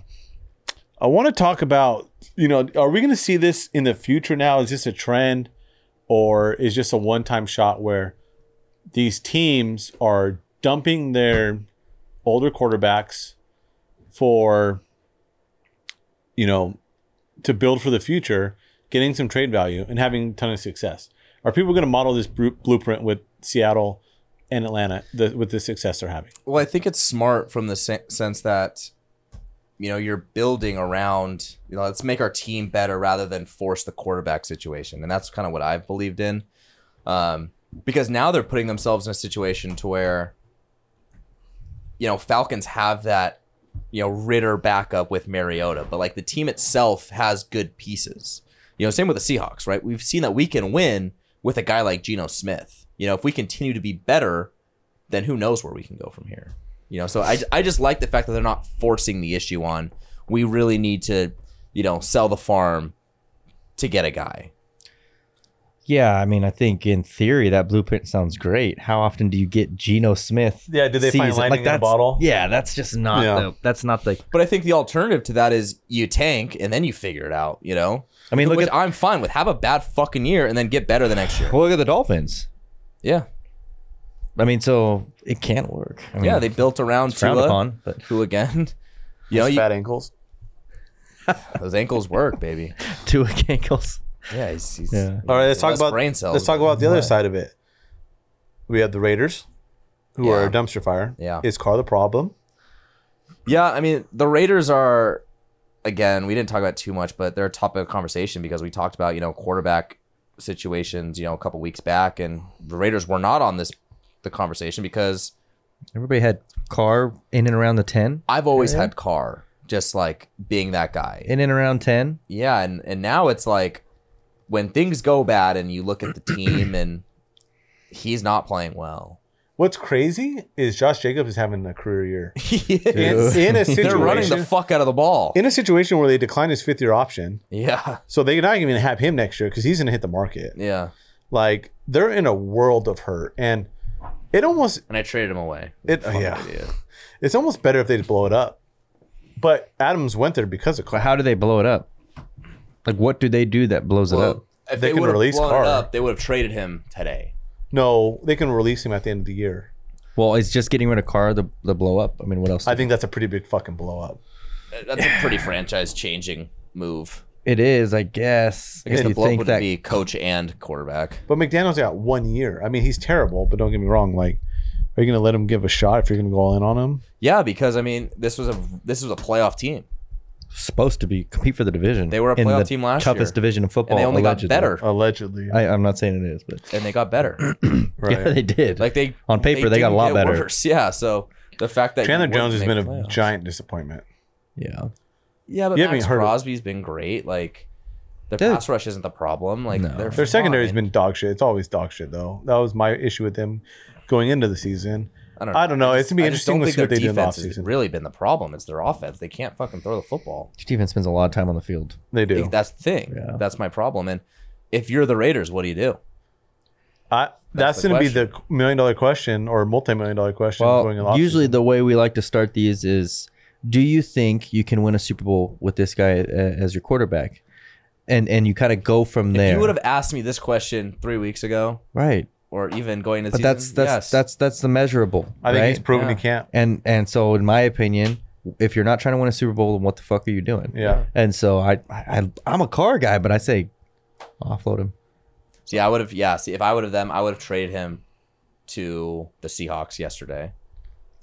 [SPEAKER 5] I want to talk about you know are we going to see this in the future now? Is this a trend, or is just a one time shot where these teams are dumping their older quarterbacks for you know to build for the future, getting some trade value and having a ton of success. Are people going to model this bru- blueprint with Seattle and Atlanta the, with the success they're having?
[SPEAKER 2] Well, I think it's smart from the sen- sense that, you know, you're building around, you know, let's make our team better rather than force the quarterback situation. And that's kind of what I've believed in. Um, because now they're putting themselves in a situation to where, you know, Falcons have that, you know, Ritter backup with Mariota, but like the team itself has good pieces. You know, same with the Seahawks, right? We've seen that we can win with a guy like Geno Smith. You know, if we continue to be better, then who knows where we can go from here. You know, so I, I just like the fact that they're not forcing the issue on. We really need to, you know, sell the farm to get a guy.
[SPEAKER 3] Yeah, I mean, I think in theory that blueprint sounds great. How often do you get Geno Smith?
[SPEAKER 5] Yeah, do they find
[SPEAKER 3] season?
[SPEAKER 5] lightning in a
[SPEAKER 3] that's-
[SPEAKER 5] bottle?
[SPEAKER 3] Yeah, that's just not
[SPEAKER 5] Yeah.
[SPEAKER 3] the. That's not the.
[SPEAKER 2] But I think the alternative to that is you tank and then you figure it out, you know?
[SPEAKER 3] I mean, look
[SPEAKER 2] Which
[SPEAKER 3] at
[SPEAKER 2] I'm fine with. Have a bad fucking year and then get better the next year.
[SPEAKER 3] well, look at the Dolphins.
[SPEAKER 2] Yeah.
[SPEAKER 3] I mean, so it can't work. I mean,
[SPEAKER 2] Yeah, they built around
[SPEAKER 3] it's frowned
[SPEAKER 2] Tua,
[SPEAKER 3] upon, but
[SPEAKER 2] who again, you know, you,
[SPEAKER 5] Fat ankles.
[SPEAKER 2] those ankles work, baby.
[SPEAKER 3] Tua ankles.
[SPEAKER 2] Yeah, he's, he's
[SPEAKER 3] Yeah.
[SPEAKER 5] All right, let's talk
[SPEAKER 2] less
[SPEAKER 5] about
[SPEAKER 2] brain cells.
[SPEAKER 5] Let's talk about the other side of it. We have the Raiders, who are a
[SPEAKER 2] Yeah.
[SPEAKER 5] dumpster fire.
[SPEAKER 2] Yeah.
[SPEAKER 5] is Carr the problem?
[SPEAKER 2] Yeah, I mean the Raiders are again, we didn't talk about it too much, but they're a topic of conversation because we talked about, you know, quarterback situations, you know, a couple weeks back, and the Raiders were not on this the conversation because
[SPEAKER 3] Everybody had Carr in and around the 10,
[SPEAKER 2] I've always had Carr just like being that guy.
[SPEAKER 3] in and around 10.
[SPEAKER 2] yeah, and and now it's like when things go bad and you look at the team and he's not playing well.
[SPEAKER 5] What's crazy is Josh Jacobs is having a career year.
[SPEAKER 2] He
[SPEAKER 5] In,
[SPEAKER 2] is.
[SPEAKER 5] in a
[SPEAKER 2] They're running the
[SPEAKER 5] situation,
[SPEAKER 2] fuck out of the ball.
[SPEAKER 5] in a situation where they declined his fifth year option,
[SPEAKER 2] Yeah,
[SPEAKER 5] so they're not even gonna have him next year because he's gonna hit the market.
[SPEAKER 2] yeah.
[SPEAKER 5] Like they're in a world of hurt, and it almost
[SPEAKER 2] And I traded him away.
[SPEAKER 5] it
[SPEAKER 2] Fucking
[SPEAKER 5] yeah,
[SPEAKER 2] idiot.
[SPEAKER 5] it's almost better if they blow it up. But Adams went there because of
[SPEAKER 3] But how do they blow it up? Like, what do they do that blows it up?
[SPEAKER 2] Well, if
[SPEAKER 5] They
[SPEAKER 2] they,
[SPEAKER 5] can
[SPEAKER 2] would have
[SPEAKER 5] release
[SPEAKER 2] blown
[SPEAKER 5] Carr.
[SPEAKER 2] it up, they would have traded him today.
[SPEAKER 5] no. They can release him at the end of the year.
[SPEAKER 3] Well, it's just getting rid of Carr the, the blow up. I mean, what else?
[SPEAKER 5] I think that's a pretty big fucking blow up.
[SPEAKER 2] That's a pretty franchise-changing move.
[SPEAKER 3] it is, I guess.
[SPEAKER 2] I guess
[SPEAKER 3] if
[SPEAKER 2] the
[SPEAKER 3] you
[SPEAKER 2] blow
[SPEAKER 3] think
[SPEAKER 2] would
[SPEAKER 3] that
[SPEAKER 2] be coach and quarterback.
[SPEAKER 5] But McDaniel's got one year. I mean, he's terrible, but don't get me wrong. Like, are you gonna let him give a shot if you're gonna go all in on him?
[SPEAKER 2] Yeah, because I mean, this was a this was a playoff team,
[SPEAKER 3] supposed to be compete for the division.
[SPEAKER 2] They were a
[SPEAKER 3] in
[SPEAKER 2] playoff
[SPEAKER 3] the
[SPEAKER 2] team last
[SPEAKER 3] toughest
[SPEAKER 2] year.
[SPEAKER 3] division in football.
[SPEAKER 2] and they only
[SPEAKER 3] allegedly.
[SPEAKER 2] got better,
[SPEAKER 5] Allegedly,
[SPEAKER 3] I, I'm not saying it is, but
[SPEAKER 2] and they got better.
[SPEAKER 5] right?
[SPEAKER 3] yeah, they did.
[SPEAKER 2] Like they
[SPEAKER 3] on paper, they, got a
[SPEAKER 2] didn't
[SPEAKER 3] lot
[SPEAKER 2] get
[SPEAKER 3] better.
[SPEAKER 2] worse. Yeah, so the fact that you
[SPEAKER 5] Chandler
[SPEAKER 2] wouldn't
[SPEAKER 5] Jones has
[SPEAKER 2] make
[SPEAKER 5] been a
[SPEAKER 2] playoffs.
[SPEAKER 5] giant disappointment.
[SPEAKER 3] Yeah,
[SPEAKER 2] Yeah, but
[SPEAKER 5] You haven't
[SPEAKER 2] Max
[SPEAKER 5] heard of-
[SPEAKER 2] Crosby's been great. Like their
[SPEAKER 3] They're-
[SPEAKER 2] pass rush isn't the problem. Like they're
[SPEAKER 5] Their secondary's
[SPEAKER 2] fine.
[SPEAKER 5] been dog shit. It's always dog shit though. That was my issue with them going into the season.
[SPEAKER 2] I don't know.
[SPEAKER 5] I don't know.
[SPEAKER 2] I
[SPEAKER 5] It's gonna be
[SPEAKER 2] I just
[SPEAKER 5] interesting
[SPEAKER 2] don't
[SPEAKER 5] to
[SPEAKER 2] think
[SPEAKER 5] see what
[SPEAKER 2] their
[SPEAKER 5] they do in the
[SPEAKER 2] defense has
[SPEAKER 5] offseason.
[SPEAKER 2] Really been the problem. It's their offense. They can't fucking throw the football.
[SPEAKER 3] Steven spends a lot of time on the field.
[SPEAKER 5] They do.
[SPEAKER 2] That's the thing.
[SPEAKER 3] Yeah.
[SPEAKER 2] That's my problem. And if you're the Raiders, what do you do?
[SPEAKER 5] I, that's
[SPEAKER 2] the
[SPEAKER 5] going to be the million dollar question or multi million dollar question going in the
[SPEAKER 3] Well, usually
[SPEAKER 5] offseason.
[SPEAKER 3] the way we like to start these is, do you think you can win a Super Bowl with this guy uh, as your quarterback? And and you kind of go from
[SPEAKER 2] If
[SPEAKER 3] there.
[SPEAKER 2] you would have asked me this question three weeks ago,
[SPEAKER 3] right,
[SPEAKER 2] or even going into
[SPEAKER 3] but
[SPEAKER 2] season,
[SPEAKER 3] that's that's
[SPEAKER 2] yes.
[SPEAKER 3] that's that's the measurable.
[SPEAKER 5] I think
[SPEAKER 3] right?
[SPEAKER 5] he's proven he
[SPEAKER 2] Yeah.
[SPEAKER 5] can't.
[SPEAKER 3] and and so in my opinion, if you're not trying to win a Super Bowl, then what the fuck are you doing?
[SPEAKER 5] Yeah.
[SPEAKER 3] And so I, I I'm a car guy, but I say offload him.
[SPEAKER 2] see, I would have yeah. See, if I would have them, I would have traded him to the Seahawks yesterday.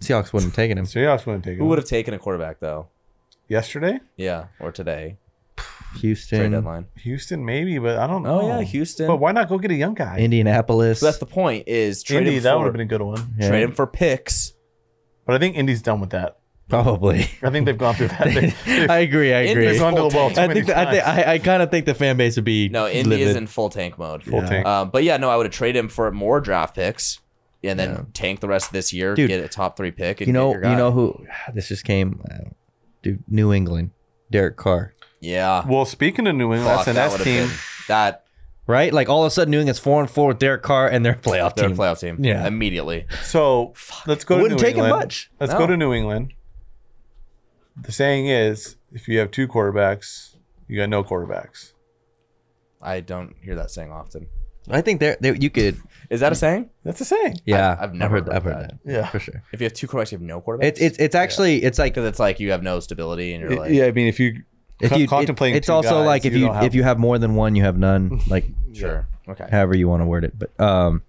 [SPEAKER 3] Seahawks wouldn't have taken him.
[SPEAKER 5] So you also want to take
[SPEAKER 2] Who would
[SPEAKER 5] him.
[SPEAKER 2] have taken a quarterback though?
[SPEAKER 5] Yesterday?
[SPEAKER 2] Yeah, or today trade
[SPEAKER 3] Houston,
[SPEAKER 2] deadline.
[SPEAKER 5] Houston, maybe, but I don't know.
[SPEAKER 2] Oh yeah, Houston.
[SPEAKER 5] But why not go get a young guy?
[SPEAKER 3] Indianapolis.
[SPEAKER 2] So that's the point. Is trade
[SPEAKER 5] Indy,
[SPEAKER 2] him
[SPEAKER 5] that would
[SPEAKER 2] for
[SPEAKER 5] have been a good one.
[SPEAKER 3] Yeah,
[SPEAKER 2] trade him for picks.
[SPEAKER 5] But I think Indy's done with that.
[SPEAKER 3] probably.
[SPEAKER 5] I think they've gone through that. They, they've,
[SPEAKER 3] I agree. I
[SPEAKER 2] Indy-
[SPEAKER 3] agree.
[SPEAKER 5] they've gone to the well too
[SPEAKER 3] I
[SPEAKER 5] many
[SPEAKER 3] think that, I think
[SPEAKER 5] times.
[SPEAKER 3] I, I kind of think the fan base would be
[SPEAKER 2] No, Indy
[SPEAKER 3] livid.
[SPEAKER 2] is in full tank mode.
[SPEAKER 5] Full
[SPEAKER 3] Yeah.
[SPEAKER 5] tank.
[SPEAKER 2] Uh, but yeah, no, I would have traded him for more draft picks and then tank the rest of this year,
[SPEAKER 3] Dude,
[SPEAKER 2] get a top three pick. And
[SPEAKER 3] You know,
[SPEAKER 2] get your guy.
[SPEAKER 3] you know who? This just came, I don't- dude. New England, Derek Carr.
[SPEAKER 2] yeah.
[SPEAKER 5] Well, speaking of New England,
[SPEAKER 2] Fuck, that
[SPEAKER 5] SNS
[SPEAKER 2] would've
[SPEAKER 5] team,
[SPEAKER 2] been- that
[SPEAKER 3] Right? Like all of a sudden, New England's four and four with Derek Carr and their playoff
[SPEAKER 2] their
[SPEAKER 3] team.
[SPEAKER 2] playoff team.
[SPEAKER 3] Yeah.
[SPEAKER 2] immediately.
[SPEAKER 5] So let's go. To
[SPEAKER 3] Wouldn't
[SPEAKER 5] New
[SPEAKER 3] take him
[SPEAKER 5] England.
[SPEAKER 3] much.
[SPEAKER 5] Let's
[SPEAKER 2] No.
[SPEAKER 5] go to New England. The saying is, if you have two quarterbacks, you got no quarterbacks.
[SPEAKER 2] I don't hear that saying often.
[SPEAKER 3] I think there, there you could.
[SPEAKER 2] Is
[SPEAKER 3] Mm.
[SPEAKER 2] that a saying?
[SPEAKER 5] That's the saying.
[SPEAKER 3] Yeah,
[SPEAKER 2] I've never
[SPEAKER 3] heard,
[SPEAKER 2] heard
[SPEAKER 3] I've heard
[SPEAKER 2] that.
[SPEAKER 3] that.
[SPEAKER 5] Yeah.
[SPEAKER 3] for sure.
[SPEAKER 2] If you have two quarterbacks, you have no quarterbacks.
[SPEAKER 3] It's it's it's actually it's like
[SPEAKER 2] because it's like you have no stability and you're like,
[SPEAKER 5] yeah, I mean, if you
[SPEAKER 3] if
[SPEAKER 5] co-
[SPEAKER 3] you
[SPEAKER 5] contemplating,
[SPEAKER 3] it, it's
[SPEAKER 5] two
[SPEAKER 3] also
[SPEAKER 5] guys,
[SPEAKER 3] like if you
[SPEAKER 5] don't have-
[SPEAKER 3] if you have more than one, you have none. Like
[SPEAKER 2] sure, okay.
[SPEAKER 3] however you want to word it, but um.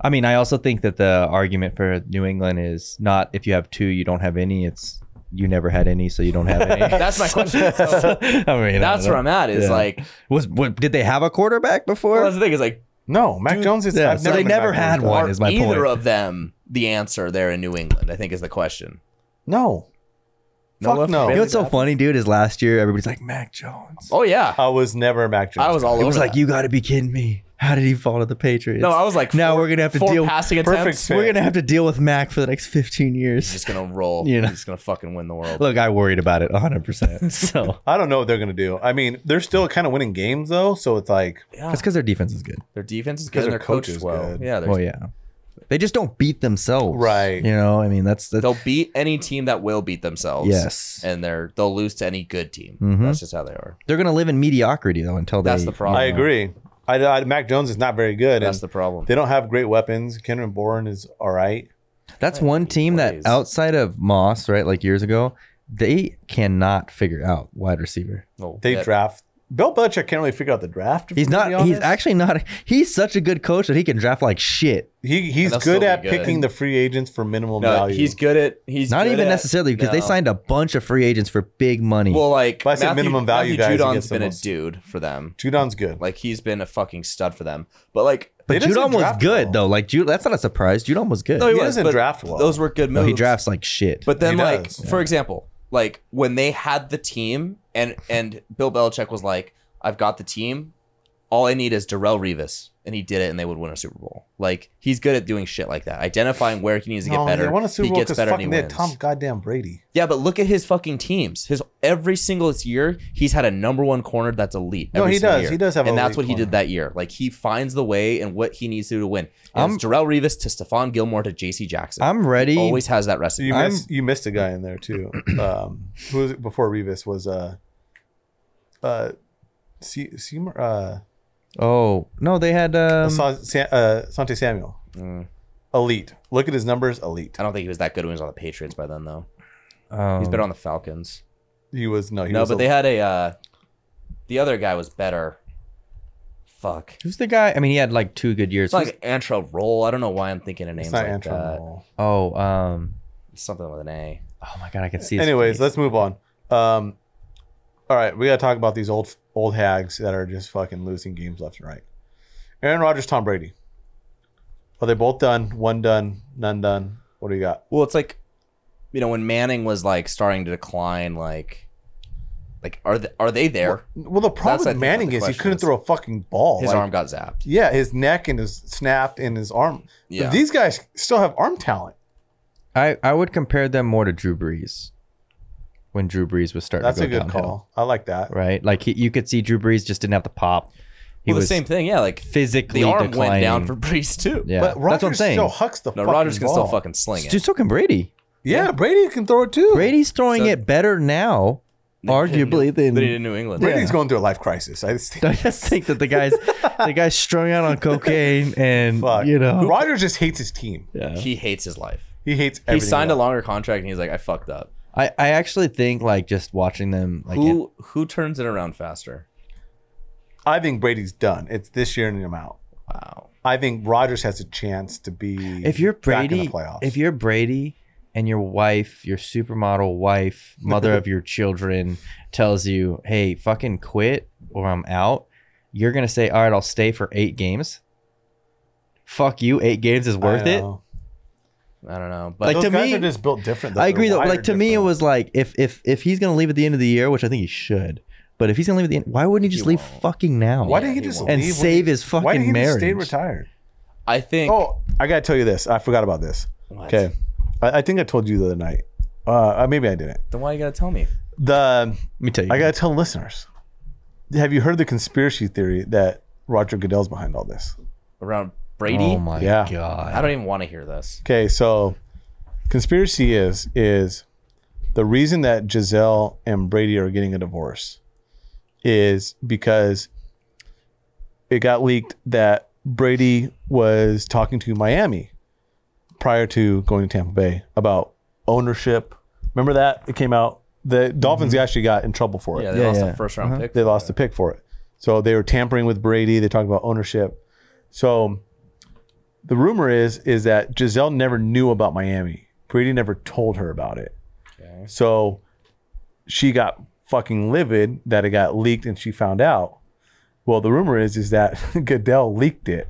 [SPEAKER 3] I mean, I also think that the argument for New England is not if you have two, you don't have any. It's you never had any, so you don't have any.
[SPEAKER 2] That's my question.
[SPEAKER 3] So,
[SPEAKER 2] So,
[SPEAKER 3] I mean, I
[SPEAKER 2] that's
[SPEAKER 3] don't-
[SPEAKER 2] where I'm at. Is
[SPEAKER 3] Yeah.
[SPEAKER 2] like,
[SPEAKER 3] was what, did they have a quarterback before?
[SPEAKER 2] well, that's the thing. Is like,
[SPEAKER 5] no Mac Jones is.
[SPEAKER 3] yeah,
[SPEAKER 5] I've
[SPEAKER 3] so they
[SPEAKER 5] been
[SPEAKER 3] never
[SPEAKER 5] Mac Jones
[SPEAKER 3] had
[SPEAKER 5] guy.
[SPEAKER 3] one.
[SPEAKER 2] are
[SPEAKER 3] is my
[SPEAKER 2] either
[SPEAKER 3] point.
[SPEAKER 2] of them the answer there in New England? I think is the question.
[SPEAKER 5] No,
[SPEAKER 2] No
[SPEAKER 5] fuck
[SPEAKER 2] left
[SPEAKER 5] no.
[SPEAKER 3] you know
[SPEAKER 2] field?
[SPEAKER 3] what's so funny, dude? Is last year everybody's like Mac Jones.
[SPEAKER 2] Oh yeah,
[SPEAKER 5] I was never a Mac Jones.
[SPEAKER 2] I was all
[SPEAKER 3] it
[SPEAKER 2] over.
[SPEAKER 3] was like
[SPEAKER 2] that.
[SPEAKER 3] you got to be kidding me. How did he fall to the Patriots?
[SPEAKER 2] No, I was like,
[SPEAKER 3] now
[SPEAKER 2] four-
[SPEAKER 3] we're gonna have to
[SPEAKER 2] four
[SPEAKER 3] deal.
[SPEAKER 2] passing
[SPEAKER 5] Perfect
[SPEAKER 2] attempts.
[SPEAKER 5] fit.
[SPEAKER 3] we're gonna have to deal with Mac for the next 15
[SPEAKER 2] He's
[SPEAKER 3] years.
[SPEAKER 2] just gonna roll.
[SPEAKER 3] You know.
[SPEAKER 2] He's gonna fucking win the world.
[SPEAKER 3] Look, I worried about it 100. percent So
[SPEAKER 5] I don't know what they're gonna do. I mean, they're still kind of winning games though, so it's like
[SPEAKER 2] yeah.
[SPEAKER 3] that's because their defense is good.
[SPEAKER 2] Their defense is
[SPEAKER 5] Because
[SPEAKER 2] good. And
[SPEAKER 5] their
[SPEAKER 2] their
[SPEAKER 5] coach
[SPEAKER 2] coach is
[SPEAKER 5] is
[SPEAKER 2] well.
[SPEAKER 5] good.
[SPEAKER 2] Yeah, there's-
[SPEAKER 3] Well, yeah, they just don't beat themselves,
[SPEAKER 5] Right.
[SPEAKER 3] You know, I mean, that's that's
[SPEAKER 2] they'll beat any team that will beat themselves.
[SPEAKER 3] Yes. Mm-hmm.
[SPEAKER 2] and they're they'll lose to any good team. That's just how they are.
[SPEAKER 3] they're gonna live in mediocrity though until they.
[SPEAKER 2] That's the problem.
[SPEAKER 5] I agree. I, I- Mac Jones is not very good.
[SPEAKER 2] That's
[SPEAKER 5] and
[SPEAKER 2] the problem.
[SPEAKER 5] They don't have great weapons. Kendrick Bourne is all right.
[SPEAKER 3] That's one team
[SPEAKER 2] plays.
[SPEAKER 3] that outside of Moss, right, like years ago, they cannot figure out wide receiver.
[SPEAKER 2] Well,
[SPEAKER 5] They
[SPEAKER 2] that-
[SPEAKER 5] draft Bill Belichick can't really figure out the draft.
[SPEAKER 3] He's
[SPEAKER 5] to be
[SPEAKER 3] not. He's
[SPEAKER 5] honest.
[SPEAKER 3] actually not. He's such a good coach that he can draft like shit.
[SPEAKER 5] he, he's
[SPEAKER 2] They'll still
[SPEAKER 5] good
[SPEAKER 2] be
[SPEAKER 5] at
[SPEAKER 2] good.
[SPEAKER 5] picking the free agents for minimum
[SPEAKER 2] No,
[SPEAKER 5] value.
[SPEAKER 2] he's good at he's
[SPEAKER 3] Not
[SPEAKER 2] good
[SPEAKER 3] even
[SPEAKER 2] at-
[SPEAKER 3] necessarily because they
[SPEAKER 2] no.
[SPEAKER 3] signed a bunch of free agents for big money.
[SPEAKER 2] Well, like
[SPEAKER 5] If I said minimum value guys, he
[SPEAKER 2] Matthew
[SPEAKER 5] gets
[SPEAKER 2] Judon's
[SPEAKER 5] the
[SPEAKER 2] been a
[SPEAKER 5] most.
[SPEAKER 2] dude for them.
[SPEAKER 5] Judon's good.
[SPEAKER 2] Like he's been a fucking stud for them. But like,
[SPEAKER 3] but
[SPEAKER 5] they doesn't
[SPEAKER 3] Judon was
[SPEAKER 5] draft
[SPEAKER 3] good
[SPEAKER 5] well.
[SPEAKER 3] though. Like Judon, that's not a surprise. Judon was good.
[SPEAKER 5] he
[SPEAKER 3] No,
[SPEAKER 5] was, doesn't
[SPEAKER 2] but
[SPEAKER 5] draft well.
[SPEAKER 2] Those were good moves.
[SPEAKER 3] he drafts like shit.
[SPEAKER 2] But then,
[SPEAKER 5] He
[SPEAKER 2] like
[SPEAKER 5] does,
[SPEAKER 2] for example, like when they had the team, and and Bill Belichick was like, "I've got the team. All I need is Darrell Revis," and he did it, and they would win a Super Bowl. Like he's good at doing shit like that, identifying where he needs to get
[SPEAKER 5] no,
[SPEAKER 2] better.
[SPEAKER 5] they Oh, won a Super
[SPEAKER 2] he
[SPEAKER 5] Bowl
[SPEAKER 2] gets
[SPEAKER 5] because
[SPEAKER 2] better and
[SPEAKER 5] fucking
[SPEAKER 2] he
[SPEAKER 5] they had
[SPEAKER 2] wins.
[SPEAKER 5] Tom goddamn Brady.
[SPEAKER 2] Yeah, but look at his fucking teams. His every single year, he's had a number one corner that's elite.
[SPEAKER 5] No,
[SPEAKER 2] every
[SPEAKER 5] he
[SPEAKER 2] single
[SPEAKER 5] does.
[SPEAKER 2] year.
[SPEAKER 5] He does have
[SPEAKER 2] and
[SPEAKER 5] an
[SPEAKER 2] that's what
[SPEAKER 5] elite
[SPEAKER 2] he did
[SPEAKER 5] corner.
[SPEAKER 2] that year. Like he finds the way and what he needs to do to win. And it's Darrell Revis to Stephon Gilmore to J.C. Jackson.
[SPEAKER 3] I'm ready.
[SPEAKER 2] He always has that
[SPEAKER 5] So
[SPEAKER 2] recipe.
[SPEAKER 5] you missed, you missed a guy in there too. Um, who was it before Revis was uh, uh, Se- Seymour, uh,
[SPEAKER 3] oh no, they had. Um,
[SPEAKER 5] Sa- Sa- uh Sante Samuel,
[SPEAKER 2] Mm.
[SPEAKER 5] elite. Look at his numbers, elite.
[SPEAKER 2] I don't think he was that good when he was on the Patriots by then, though.
[SPEAKER 3] um,
[SPEAKER 2] He's better on the Falcons.
[SPEAKER 5] He was no, he
[SPEAKER 2] no,
[SPEAKER 5] was
[SPEAKER 2] but
[SPEAKER 5] a-
[SPEAKER 2] they had a. Uh, the other guy was better. Fuck.
[SPEAKER 3] Who's the guy? I mean, he had like two good years.
[SPEAKER 2] It's like Antrell Roll. I don't know why I'm thinking of names
[SPEAKER 5] it's not
[SPEAKER 2] like
[SPEAKER 5] Antron
[SPEAKER 2] that.
[SPEAKER 5] Hall.
[SPEAKER 3] oh, um,
[SPEAKER 2] Something with an A.
[SPEAKER 3] oh my god, I can see. His
[SPEAKER 5] Anyways,
[SPEAKER 3] face.
[SPEAKER 5] let's move on. Um, all right, we gotta talk about these old old hags that are just fucking losing games left and right. Aaron Rodgers, Tom Brady. Are they both done? One done, none done. What do you got?
[SPEAKER 2] Well, it's like, you know, when Manning was like starting to decline, like, like are they, are they there?
[SPEAKER 5] Well, the problem
[SPEAKER 2] That's, I
[SPEAKER 5] with
[SPEAKER 2] think,
[SPEAKER 5] Manning
[SPEAKER 2] what the
[SPEAKER 5] is he
[SPEAKER 2] question
[SPEAKER 5] couldn't
[SPEAKER 2] is.
[SPEAKER 5] throw a fucking ball.
[SPEAKER 2] His
[SPEAKER 5] Like,
[SPEAKER 2] arm got zapped.
[SPEAKER 5] Yeah, his neck and his snapped and his arm. But
[SPEAKER 2] Yeah.
[SPEAKER 5] these guys still have arm talent.
[SPEAKER 3] I I would compare them more to Drew Brees when Drew Brees was starting.
[SPEAKER 5] That's
[SPEAKER 3] to go
[SPEAKER 5] a good
[SPEAKER 3] downhill,
[SPEAKER 5] call. I like that.
[SPEAKER 3] right? Like he, you could see Drew Brees just didn't have the pop. He
[SPEAKER 2] well, the
[SPEAKER 3] was
[SPEAKER 2] same thing. Yeah, like
[SPEAKER 3] physically
[SPEAKER 2] the arm
[SPEAKER 3] declining.
[SPEAKER 2] went down for Brees too.
[SPEAKER 3] yeah,
[SPEAKER 5] But Rodgers
[SPEAKER 3] that's what I'm saying.
[SPEAKER 5] still hucks the
[SPEAKER 2] No,
[SPEAKER 5] fucking
[SPEAKER 2] Rodgers can still
[SPEAKER 5] ball.
[SPEAKER 2] fucking sling it.
[SPEAKER 3] Dude, so can Brady.
[SPEAKER 5] Yeah, Brady can throw it too.
[SPEAKER 3] Brady's throwing
[SPEAKER 2] So-
[SPEAKER 3] it better now, arguably than.
[SPEAKER 2] But he in New England.
[SPEAKER 5] Brady's going through a life crisis. I just think.
[SPEAKER 3] I just think that the guys, the guys strung out on cocaine and
[SPEAKER 5] Fuck.
[SPEAKER 3] you know.
[SPEAKER 5] Rodgers just hates his team.
[SPEAKER 2] He hates his life.
[SPEAKER 5] He hates.
[SPEAKER 2] He
[SPEAKER 5] Everything
[SPEAKER 2] signed a
[SPEAKER 5] about
[SPEAKER 2] longer contract and he's like, I fucked up.
[SPEAKER 3] I, I actually think like just watching them like
[SPEAKER 2] Who who turns it around faster?
[SPEAKER 5] it. I think Brady's done. It's this year and him out.
[SPEAKER 2] Wow.
[SPEAKER 5] I think Rodgers has a chance to be.
[SPEAKER 3] if you're
[SPEAKER 5] back in
[SPEAKER 3] Brady,
[SPEAKER 5] the playoffs.
[SPEAKER 3] if you're Brady and your wife, your supermodel wife, mother of your children, tells you, "Hey, fucking quit or I'm out," you're gonna say, "All right, I'll stay for eight games." Fuck you, eight games is worth
[SPEAKER 5] I
[SPEAKER 3] it.
[SPEAKER 5] know.
[SPEAKER 2] I don't know. But
[SPEAKER 3] Like,
[SPEAKER 5] Those
[SPEAKER 3] to
[SPEAKER 5] guys
[SPEAKER 3] me-
[SPEAKER 5] are just built different.
[SPEAKER 3] I agree
[SPEAKER 5] They're
[SPEAKER 3] though. Like
[SPEAKER 5] wired
[SPEAKER 3] to me, it
[SPEAKER 5] different.
[SPEAKER 3] was like if if if he's gonna leave at the end of the year, which I think he should, but if he's gonna leave at the end, why wouldn't he just
[SPEAKER 2] He
[SPEAKER 3] leave
[SPEAKER 2] won't.
[SPEAKER 3] fucking now?
[SPEAKER 5] Why
[SPEAKER 2] Yeah,
[SPEAKER 5] didn't he
[SPEAKER 2] he
[SPEAKER 5] just
[SPEAKER 2] won't.
[SPEAKER 3] and
[SPEAKER 5] leave?
[SPEAKER 3] save his fucking
[SPEAKER 5] Why didn't he just
[SPEAKER 3] marriage?
[SPEAKER 5] stay retired?
[SPEAKER 2] I think
[SPEAKER 5] Oh, I gotta tell you this. I forgot about this.
[SPEAKER 2] What?
[SPEAKER 5] Okay, I, I think I told you the other night. Uh, maybe I didn't.
[SPEAKER 2] Then why you gotta tell me?
[SPEAKER 5] The
[SPEAKER 3] Let me tell you.
[SPEAKER 5] I gotta tell listeners. Have you heard the conspiracy theory that Roger Goodell's behind all this?
[SPEAKER 2] Around Brady?
[SPEAKER 3] oh my
[SPEAKER 5] Yeah.
[SPEAKER 3] god.
[SPEAKER 2] I don't even want to hear this.
[SPEAKER 5] Okay, so conspiracy is is the reason that Giselle and Brady are getting a divorce is because it got leaked that Brady was talking to Miami prior to going to Tampa Bay about ownership. Remember that? It came out. The Dolphins actually got in trouble for it.
[SPEAKER 2] Mm-hmm. Yeah, they
[SPEAKER 3] Yeah,
[SPEAKER 2] Uh-huh. lost
[SPEAKER 3] yeah.
[SPEAKER 2] a first round pick.
[SPEAKER 5] They lost the pick for it. So they were tampering with Brady. They talked about ownership. So the rumor is is that Giselle never knew about Miami. Brady never told her about it. So she got fucking livid that it got leaked and she found out. Well, the rumor is is that Goodell leaked it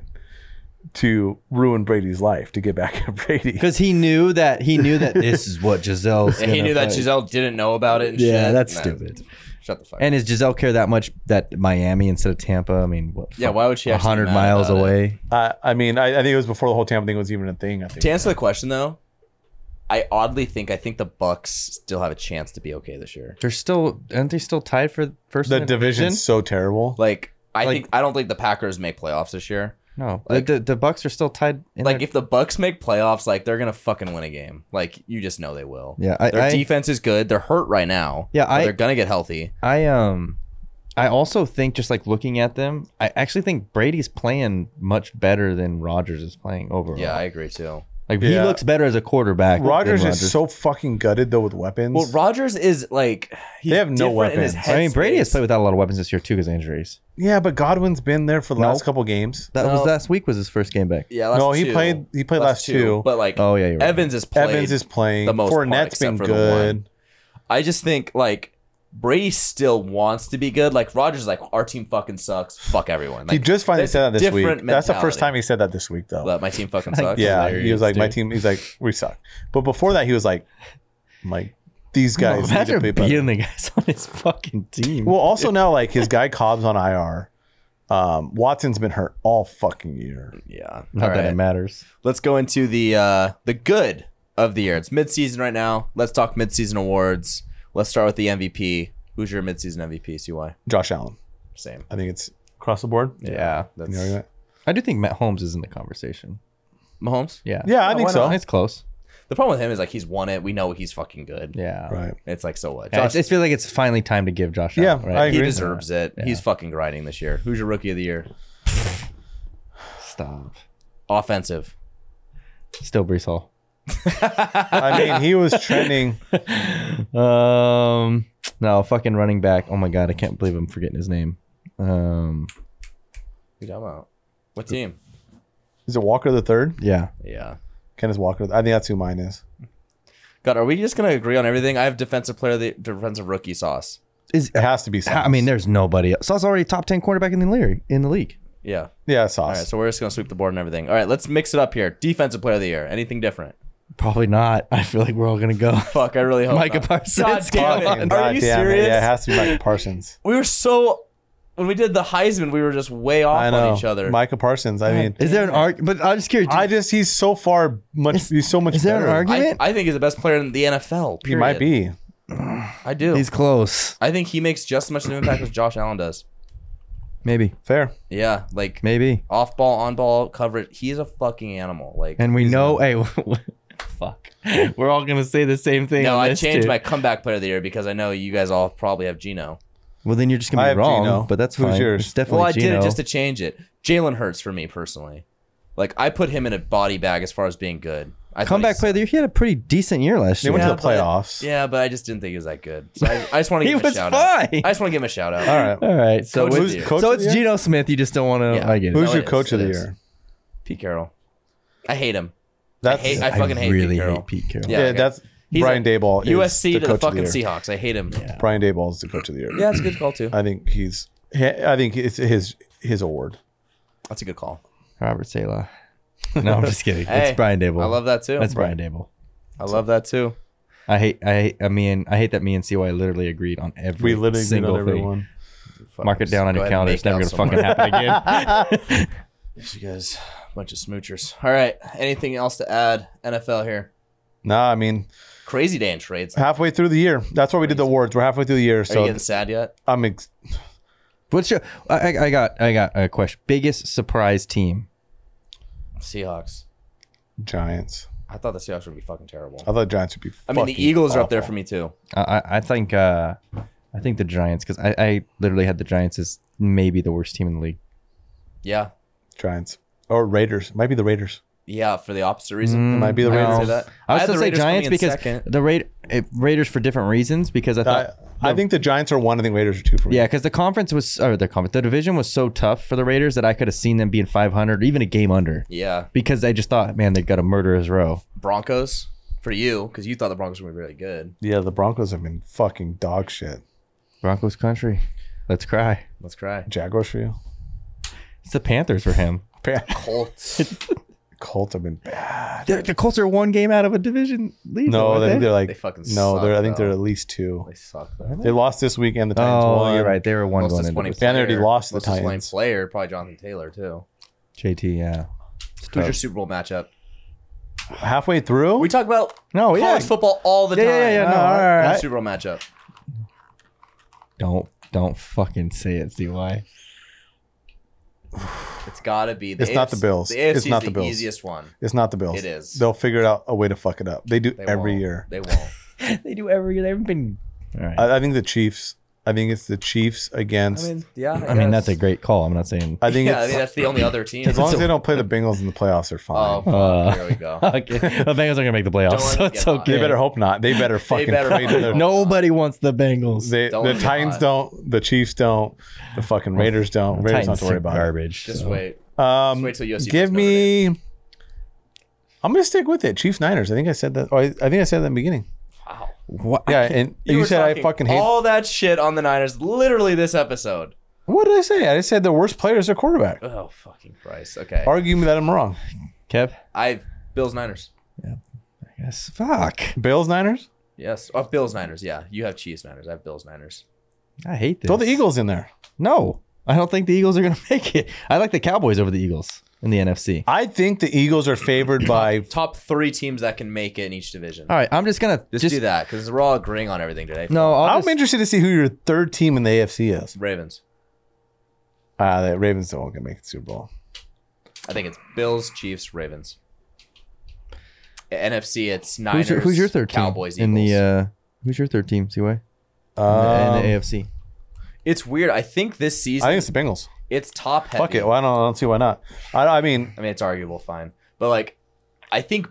[SPEAKER 5] to ruin Brady's life to get back at Brady.
[SPEAKER 3] Because he knew that he knew that this is what Giselle's.
[SPEAKER 2] And he
[SPEAKER 3] gonna
[SPEAKER 2] knew that
[SPEAKER 3] fight.
[SPEAKER 2] Giselle didn't know about it and
[SPEAKER 3] Yeah,
[SPEAKER 2] shit.
[SPEAKER 3] that's
[SPEAKER 2] Nah,
[SPEAKER 3] stupid.
[SPEAKER 2] Shut the fuck up.
[SPEAKER 3] And is Giselle care that much that Miami instead of Tampa? I mean, what?
[SPEAKER 2] Yeah, why would she actually be
[SPEAKER 3] hundred
[SPEAKER 2] mad
[SPEAKER 3] miles
[SPEAKER 2] about it?
[SPEAKER 3] away?
[SPEAKER 5] Uh, I mean, I, I think it was before the whole Tampa thing was even a thing. I think.
[SPEAKER 2] To answer the question though, I oddly think I think the Bucks still have a chance to be okay this year.
[SPEAKER 3] They're still aren't they still tied for first?
[SPEAKER 5] the
[SPEAKER 3] in division?
[SPEAKER 5] division's so terrible.
[SPEAKER 2] Like I
[SPEAKER 3] Like-
[SPEAKER 2] think I don't think the Packers make playoffs this year.
[SPEAKER 3] No,
[SPEAKER 2] Like-
[SPEAKER 3] the, the Bucks are still tied. In
[SPEAKER 2] Like
[SPEAKER 3] their-
[SPEAKER 2] if the Bucks make playoffs, like they're gonna fucking win a game. Like you just know they will.
[SPEAKER 3] Yeah, I-
[SPEAKER 2] their
[SPEAKER 3] I-
[SPEAKER 2] defense is good. They're hurt right now.
[SPEAKER 3] Yeah,
[SPEAKER 2] but
[SPEAKER 3] I-
[SPEAKER 2] they're gonna get healthy.
[SPEAKER 3] I um, I also think just like looking at them, I actually think Brady's playing much better than Rogers is playing overall.
[SPEAKER 2] Yeah, I agree too.
[SPEAKER 3] Like he
[SPEAKER 5] Yeah.
[SPEAKER 3] looks better as a quarterback. than
[SPEAKER 5] Rogers
[SPEAKER 3] Rodgers.
[SPEAKER 5] is so fucking gutted though with weapons.
[SPEAKER 2] Well, Rogers is like he's
[SPEAKER 5] They have no
[SPEAKER 2] different in his
[SPEAKER 5] weapons.
[SPEAKER 2] head
[SPEAKER 3] I mean, Brady has
[SPEAKER 2] space.
[SPEAKER 3] played without a lot of weapons this year too because injuries.
[SPEAKER 5] yeah, but Godwin's been there for the
[SPEAKER 3] Nope.
[SPEAKER 5] last couple games.
[SPEAKER 3] That was
[SPEAKER 2] No.
[SPEAKER 3] last week was his first game back.
[SPEAKER 2] Yeah, last
[SPEAKER 5] no, he
[SPEAKER 2] two.
[SPEAKER 5] played. He played last, two.
[SPEAKER 2] But like,
[SPEAKER 3] Oh, yeah, you're right.
[SPEAKER 2] Evans is played.
[SPEAKER 5] Evans is playing.
[SPEAKER 2] the most part,
[SPEAKER 5] Fournette's
[SPEAKER 2] except
[SPEAKER 5] been
[SPEAKER 2] for the one.
[SPEAKER 5] good.
[SPEAKER 2] I just think like Brady still wants to be good. Like Rogers, is like our team fucking sucks. Fuck everyone. Like,
[SPEAKER 5] he just finally
[SPEAKER 2] that's
[SPEAKER 5] said that this week.
[SPEAKER 2] different
[SPEAKER 5] That's the first
[SPEAKER 2] mentality.
[SPEAKER 5] time he said that this week though.
[SPEAKER 2] But my team fucking sucks.
[SPEAKER 5] yeah, he was like, my
[SPEAKER 3] dude.
[SPEAKER 5] team. He's like, we suck. But before that, he was like, like these guys. need to
[SPEAKER 3] Imagine
[SPEAKER 5] be
[SPEAKER 3] being
[SPEAKER 5] better.
[SPEAKER 3] the guys on his fucking team.
[SPEAKER 5] Well, also now like his guy Cobb's on IR. Um, Watson's been hurt all fucking year.
[SPEAKER 2] yeah.
[SPEAKER 3] Not
[SPEAKER 2] All
[SPEAKER 3] that
[SPEAKER 2] right.
[SPEAKER 3] it matters.
[SPEAKER 2] Let's go into the uh the good of the year. It's midseason right now. Let's talk midseason awards. Let's start with the MVP. Who's your midseason MVP? CY.
[SPEAKER 5] Josh Allen.
[SPEAKER 2] Same.
[SPEAKER 5] I think it's across the board.
[SPEAKER 3] Yeah.
[SPEAKER 2] That's
[SPEAKER 5] You know what
[SPEAKER 3] I do think Matt Holmes is in the conversation.
[SPEAKER 2] Mahomes.
[SPEAKER 3] Yeah.
[SPEAKER 5] Yeah, I think
[SPEAKER 3] why
[SPEAKER 5] so.
[SPEAKER 3] not? It's close.
[SPEAKER 2] The problem with him is like he's won it. We know he's fucking good.
[SPEAKER 3] Yeah.
[SPEAKER 5] I mean? Right.
[SPEAKER 2] It's like so what?
[SPEAKER 3] Yeah,
[SPEAKER 2] Josh,
[SPEAKER 3] it's- I feel like it's finally time to give Josh.
[SPEAKER 5] Yeah,
[SPEAKER 3] Allen, right?
[SPEAKER 5] I
[SPEAKER 2] he
[SPEAKER 5] agree.
[SPEAKER 2] deserves it. He's fucking grinding this year. Who's your rookie of the year?
[SPEAKER 3] Stop.
[SPEAKER 2] Offensive.
[SPEAKER 3] Still Brees Hall.
[SPEAKER 5] I mean, he was trending.
[SPEAKER 3] Um, no, fucking running back. Oh my god, I can't believe I'm forgetting his name. Um,
[SPEAKER 2] Who you talking about? What team?
[SPEAKER 5] Is it Walker the third?
[SPEAKER 3] yeah.
[SPEAKER 2] Yeah.
[SPEAKER 5] Kenneth Walker. I think that's who mine is.
[SPEAKER 2] God, are we just gonna agree on everything? I have defensive player, of the defensive rookie sauce.
[SPEAKER 3] Is
[SPEAKER 5] It has to be. Sauce.
[SPEAKER 3] I mean, there's nobody. Else. Sauce already top ten quarterback in the league. In the league.
[SPEAKER 2] Yeah.
[SPEAKER 5] yeah,
[SPEAKER 2] All
[SPEAKER 5] sauce.
[SPEAKER 2] right, so we're just gonna sweep the board and everything. All right, let's mix it up here. Defensive player of the year. Anything different?
[SPEAKER 3] Probably not. I feel like we're all gonna go.
[SPEAKER 2] Fuck, I really hope.
[SPEAKER 3] Micah
[SPEAKER 2] not.
[SPEAKER 3] Parsons.
[SPEAKER 2] God damn it.
[SPEAKER 3] Come
[SPEAKER 5] Fucking
[SPEAKER 2] Are
[SPEAKER 5] goddamn
[SPEAKER 2] you
[SPEAKER 5] it.
[SPEAKER 2] serious?
[SPEAKER 5] Yeah, it has to be Micah Parsons.
[SPEAKER 2] we were so when we did the Heisman, we were just way off
[SPEAKER 5] I know
[SPEAKER 2] on each other.
[SPEAKER 5] Micah Parsons. I mean,
[SPEAKER 3] Is there an arc? But I'm just curious.
[SPEAKER 5] I just he's so far much. He's so much.
[SPEAKER 3] is there an
[SPEAKER 5] better.
[SPEAKER 2] I,
[SPEAKER 3] argument?
[SPEAKER 2] I think he's the best player in the NFL.
[SPEAKER 5] He might
[SPEAKER 2] period.
[SPEAKER 5] be.
[SPEAKER 2] I do.
[SPEAKER 3] He's close.
[SPEAKER 2] I think he makes just as much of an impact as Josh Allen does.
[SPEAKER 3] Maybe.
[SPEAKER 5] Fair.
[SPEAKER 2] Yeah, like
[SPEAKER 3] Maybe.
[SPEAKER 2] off ball, on ball coverage. He's a fucking animal. Like,
[SPEAKER 3] And we know. Hey, fuck. We're all gonna say the same thing.
[SPEAKER 2] no,
[SPEAKER 3] on
[SPEAKER 2] I
[SPEAKER 3] this,
[SPEAKER 2] changed
[SPEAKER 3] too.
[SPEAKER 2] my comeback player of the year because I know you guys all probably have Gino.
[SPEAKER 3] Well, then you're just gonna
[SPEAKER 5] I
[SPEAKER 3] be
[SPEAKER 5] have
[SPEAKER 3] wrong.
[SPEAKER 5] Geno.
[SPEAKER 3] But that's
[SPEAKER 5] Who's
[SPEAKER 3] fine.
[SPEAKER 5] yours?
[SPEAKER 3] It's definitely
[SPEAKER 2] Well, I
[SPEAKER 3] Geno.
[SPEAKER 2] did it just to change it. Jalen Hurts for me personally. Like I put him in a body bag as far as being good. I thought
[SPEAKER 3] comeback
[SPEAKER 2] he's-
[SPEAKER 3] player of the year. He had a pretty decent year last
[SPEAKER 5] They
[SPEAKER 3] year.
[SPEAKER 5] went to
[SPEAKER 2] Yeah,
[SPEAKER 5] the
[SPEAKER 2] but-
[SPEAKER 5] playoffs.
[SPEAKER 2] Yeah, but I just didn't think he was that good. So I, I just want to
[SPEAKER 3] He
[SPEAKER 2] give him a
[SPEAKER 3] was
[SPEAKER 2] shout out.
[SPEAKER 3] fine.
[SPEAKER 2] I just want to give him a shout out.
[SPEAKER 5] All right.
[SPEAKER 3] All right. So
[SPEAKER 2] Coach
[SPEAKER 3] it-
[SPEAKER 2] of
[SPEAKER 5] Who's
[SPEAKER 2] the year.
[SPEAKER 5] coach?
[SPEAKER 3] so
[SPEAKER 5] of the
[SPEAKER 3] it's
[SPEAKER 5] year?
[SPEAKER 3] Geno Smith. You just don't want to.
[SPEAKER 2] Yeah.
[SPEAKER 3] I get it.
[SPEAKER 5] Who's
[SPEAKER 2] No,
[SPEAKER 5] your
[SPEAKER 2] it is,
[SPEAKER 5] coach of
[SPEAKER 2] it
[SPEAKER 5] the
[SPEAKER 2] is.
[SPEAKER 5] year?
[SPEAKER 2] Pete Carroll. I hate him.
[SPEAKER 5] That's
[SPEAKER 2] hate- I fucking hate
[SPEAKER 3] really
[SPEAKER 2] Pete Carroll.
[SPEAKER 3] hate Pete Carroll.
[SPEAKER 2] Yeah.
[SPEAKER 5] yeah.
[SPEAKER 2] okay.
[SPEAKER 5] That's
[SPEAKER 2] He's
[SPEAKER 5] Brian
[SPEAKER 2] like
[SPEAKER 5] Dayball. is
[SPEAKER 2] USC to the
[SPEAKER 5] coach of
[SPEAKER 2] fucking
[SPEAKER 5] year.
[SPEAKER 2] Seahawks. I hate him. Yeah,
[SPEAKER 5] Brian Dayball is the coach of the year.
[SPEAKER 2] it's a good call too.
[SPEAKER 5] I think he's. I think it's his his award.
[SPEAKER 2] That's a good call.
[SPEAKER 3] Robert Sala. No, I'm just kidding.
[SPEAKER 2] Hey,
[SPEAKER 3] it's Brian Dable.
[SPEAKER 2] I love that too.
[SPEAKER 3] That's Brian Dable.
[SPEAKER 2] I love that too.
[SPEAKER 3] I hate. I. hate- I mean, I hate that me and CY literally agreed on every
[SPEAKER 5] We literally agreed
[SPEAKER 3] single
[SPEAKER 5] on
[SPEAKER 3] thing.
[SPEAKER 5] everyone.
[SPEAKER 3] Mark it down on
[SPEAKER 2] Go
[SPEAKER 3] your
[SPEAKER 2] ahead and
[SPEAKER 3] calendar.
[SPEAKER 2] make
[SPEAKER 3] It's never gonna
[SPEAKER 2] out somewhere.
[SPEAKER 3] fucking happen again.
[SPEAKER 2] You guys, bunch of smoochers. All right. Anything else to add? NFL here.
[SPEAKER 5] Nah, I mean
[SPEAKER 2] Crazy day in trades. Are
[SPEAKER 5] halfway through the year. That's why we did the awards. We're halfway through the year,
[SPEAKER 2] you
[SPEAKER 5] so
[SPEAKER 2] getting sad yet?
[SPEAKER 5] I'm. Ex-
[SPEAKER 3] What's your? I, I I got. I got a question. Biggest surprise team.
[SPEAKER 2] Seahawks.
[SPEAKER 5] Giants.
[SPEAKER 2] I thought the Seahawks would be fucking terrible.
[SPEAKER 3] Oh,
[SPEAKER 5] I thought Giants would be.
[SPEAKER 2] I mean, the
[SPEAKER 5] fucking
[SPEAKER 2] Eagles are up
[SPEAKER 5] awful.
[SPEAKER 2] there for me too.
[SPEAKER 3] I. I, I think. Uh, I think the Giants because I, I literally had the Giants as maybe the worst team in the league.
[SPEAKER 2] Yeah.
[SPEAKER 5] Giants or Raiders. It might be the Raiders.
[SPEAKER 2] Yeah, for the opposite reason.
[SPEAKER 5] It
[SPEAKER 3] Mm.
[SPEAKER 5] might be the
[SPEAKER 2] Mm, I would
[SPEAKER 5] Raiders.
[SPEAKER 2] say that.
[SPEAKER 3] I
[SPEAKER 2] had
[SPEAKER 3] was
[SPEAKER 2] the
[SPEAKER 3] gonna say
[SPEAKER 2] Raiders coming
[SPEAKER 3] Giants
[SPEAKER 2] in
[SPEAKER 3] because
[SPEAKER 2] second.
[SPEAKER 3] the Ra- it, Raiders for different reasons because I thought
[SPEAKER 5] I, I think the Giants are one. I think Raiders are two for me.
[SPEAKER 3] yeah because the conference was or the conference the division was so tough for the Raiders that I could have seen them being 500 or even a game under
[SPEAKER 2] Yeah,
[SPEAKER 3] because I just thought man they got a murderer's row.
[SPEAKER 2] Broncos for you because you thought the Broncos were gonna be really good.
[SPEAKER 5] Yeah, the Broncos have been fucking dog shit.
[SPEAKER 3] Broncos country, let's cry.
[SPEAKER 2] Let's cry.
[SPEAKER 5] Jaguars for you.
[SPEAKER 3] It's the Panthers for him.
[SPEAKER 5] Pa-
[SPEAKER 2] Colts.
[SPEAKER 5] Colts have been bad.
[SPEAKER 3] They're, the Colts are one game out of a division lead.
[SPEAKER 5] No,
[SPEAKER 3] though,
[SPEAKER 5] I think
[SPEAKER 3] aren't
[SPEAKER 5] they're like
[SPEAKER 2] They fucking
[SPEAKER 5] no.
[SPEAKER 2] suck,
[SPEAKER 5] they're I think
[SPEAKER 2] though.
[SPEAKER 5] they're at least two.
[SPEAKER 2] they suck. Though.
[SPEAKER 5] They lost this week and the
[SPEAKER 3] they?
[SPEAKER 5] Titans
[SPEAKER 3] oh,
[SPEAKER 5] won.
[SPEAKER 3] you're right. They were one
[SPEAKER 2] Most
[SPEAKER 3] going into
[SPEAKER 2] disappointing
[SPEAKER 3] this.
[SPEAKER 5] And they already
[SPEAKER 2] player-
[SPEAKER 5] lost the
[SPEAKER 2] most disappointing
[SPEAKER 5] Titans.
[SPEAKER 2] player, probably Jonathan Taylor too.
[SPEAKER 3] JT. Yeah.
[SPEAKER 2] Who's your Super Bowl matchup?
[SPEAKER 5] halfway through.
[SPEAKER 2] We talk about
[SPEAKER 5] Oh,
[SPEAKER 3] No,
[SPEAKER 2] college
[SPEAKER 3] yeah.
[SPEAKER 2] football all the
[SPEAKER 3] Yeah,
[SPEAKER 2] time.
[SPEAKER 3] yeah, yeah, no,
[SPEAKER 2] Who's
[SPEAKER 3] all
[SPEAKER 2] your
[SPEAKER 3] right.
[SPEAKER 2] Super Bowl matchup.
[SPEAKER 3] Don't don't fucking say it, CY.
[SPEAKER 2] It's gotta be. The
[SPEAKER 5] It's not the Bills.
[SPEAKER 2] The AFC
[SPEAKER 5] It's not
[SPEAKER 2] is
[SPEAKER 5] the Bills.
[SPEAKER 2] easiest one.
[SPEAKER 5] it's not the Bills.
[SPEAKER 2] It is.
[SPEAKER 5] They'll figure out a way to fuck it up. They do
[SPEAKER 2] They
[SPEAKER 5] every
[SPEAKER 2] won't.
[SPEAKER 5] year.
[SPEAKER 2] They won't.
[SPEAKER 3] they do every year. They haven't been. All right.
[SPEAKER 5] I, I think the Chiefs I think it's the Chiefs against.
[SPEAKER 2] I
[SPEAKER 5] I mean,
[SPEAKER 2] mean, yeah. I,
[SPEAKER 3] I mean, that's a
[SPEAKER 2] guess.
[SPEAKER 3] great call. I'm not saying.
[SPEAKER 5] I think
[SPEAKER 2] Yeah, I
[SPEAKER 5] it's
[SPEAKER 2] mean, that's the only other team.
[SPEAKER 5] as long as they don't play the Bengals in the playoffs, they're
[SPEAKER 2] oh,
[SPEAKER 5] fine.
[SPEAKER 2] fuck,
[SPEAKER 3] Uh,
[SPEAKER 2] here we go.
[SPEAKER 3] okay. The Bengals are gonna make the playoffs.
[SPEAKER 2] Don't
[SPEAKER 3] So
[SPEAKER 2] let them
[SPEAKER 3] it's
[SPEAKER 2] get by.
[SPEAKER 5] They
[SPEAKER 3] okay.
[SPEAKER 5] better hope not. They better fucking
[SPEAKER 2] better
[SPEAKER 5] play to
[SPEAKER 2] hope
[SPEAKER 5] their-
[SPEAKER 2] not.
[SPEAKER 3] Nobody wants the Bengals.
[SPEAKER 5] They,
[SPEAKER 2] Don't
[SPEAKER 5] the
[SPEAKER 2] let
[SPEAKER 5] Titans
[SPEAKER 2] them.
[SPEAKER 5] don't. The Chiefs don't. The fucking Raiders don't. Raiders
[SPEAKER 3] Titans
[SPEAKER 5] don't have to worry
[SPEAKER 3] are
[SPEAKER 5] about. it.
[SPEAKER 3] garbage.
[SPEAKER 2] Just
[SPEAKER 3] so.
[SPEAKER 2] wait.
[SPEAKER 5] Um,
[SPEAKER 2] Just wait till USC
[SPEAKER 5] give
[SPEAKER 2] plays Notre
[SPEAKER 5] me. I'm gonna stick with it. Chiefs Niners. I think I said that. Or I, I think I said that in the beginning.
[SPEAKER 2] Wow.
[SPEAKER 3] What?
[SPEAKER 5] Yeah, and you,
[SPEAKER 2] were
[SPEAKER 5] said I
[SPEAKER 2] talking
[SPEAKER 5] fucking hate.
[SPEAKER 2] all that shit on the Niners. Literally this episode.
[SPEAKER 5] What did I say? I said the worst player is their quarterback.
[SPEAKER 2] Oh fucking Christ. Okay.
[SPEAKER 5] Argue me that I'm wrong.
[SPEAKER 3] Kev.
[SPEAKER 2] I Bills Niners.
[SPEAKER 3] Yes. Fuck.
[SPEAKER 5] Bills Niners.
[SPEAKER 2] Yes. Oh, Bills Niners. Yeah. You have Chiefs Niners. I have Bills Niners.
[SPEAKER 3] I hate this.
[SPEAKER 5] Throw the Eagles in there.
[SPEAKER 3] No, I don't think the Eagles are gonna make it. I like the Cowboys over the Eagles in the NFC.
[SPEAKER 5] I think the Eagles are favored by.
[SPEAKER 2] Top three teams that can make it in each division.
[SPEAKER 3] All right, I'm just gonna
[SPEAKER 2] Just,
[SPEAKER 3] just,
[SPEAKER 2] do that because we're all agreeing on everything today.
[SPEAKER 3] No, I'll
[SPEAKER 5] I'm
[SPEAKER 3] just-
[SPEAKER 5] interested to see who your third team in the AFC is.
[SPEAKER 2] Ravens.
[SPEAKER 5] Uh, the Ravens don't gonna make the Super Bowl.
[SPEAKER 2] I think it's Bills, Chiefs, Ravens. NFC, it's Niners.
[SPEAKER 3] who's your, who's your third
[SPEAKER 2] Cowboys,
[SPEAKER 3] team in the
[SPEAKER 2] Eagles.
[SPEAKER 3] uh, who's your third team? See why
[SPEAKER 5] Um,
[SPEAKER 3] in the AFC. uh,
[SPEAKER 2] it's weird. I think this
[SPEAKER 5] I
[SPEAKER 2] season
[SPEAKER 5] think it's the Bengals.
[SPEAKER 2] it's top heavy.
[SPEAKER 5] Fuck it. Well, I don't, I don't see why not. I, I mean,
[SPEAKER 2] I mean, it's arguable, fine, but like, I think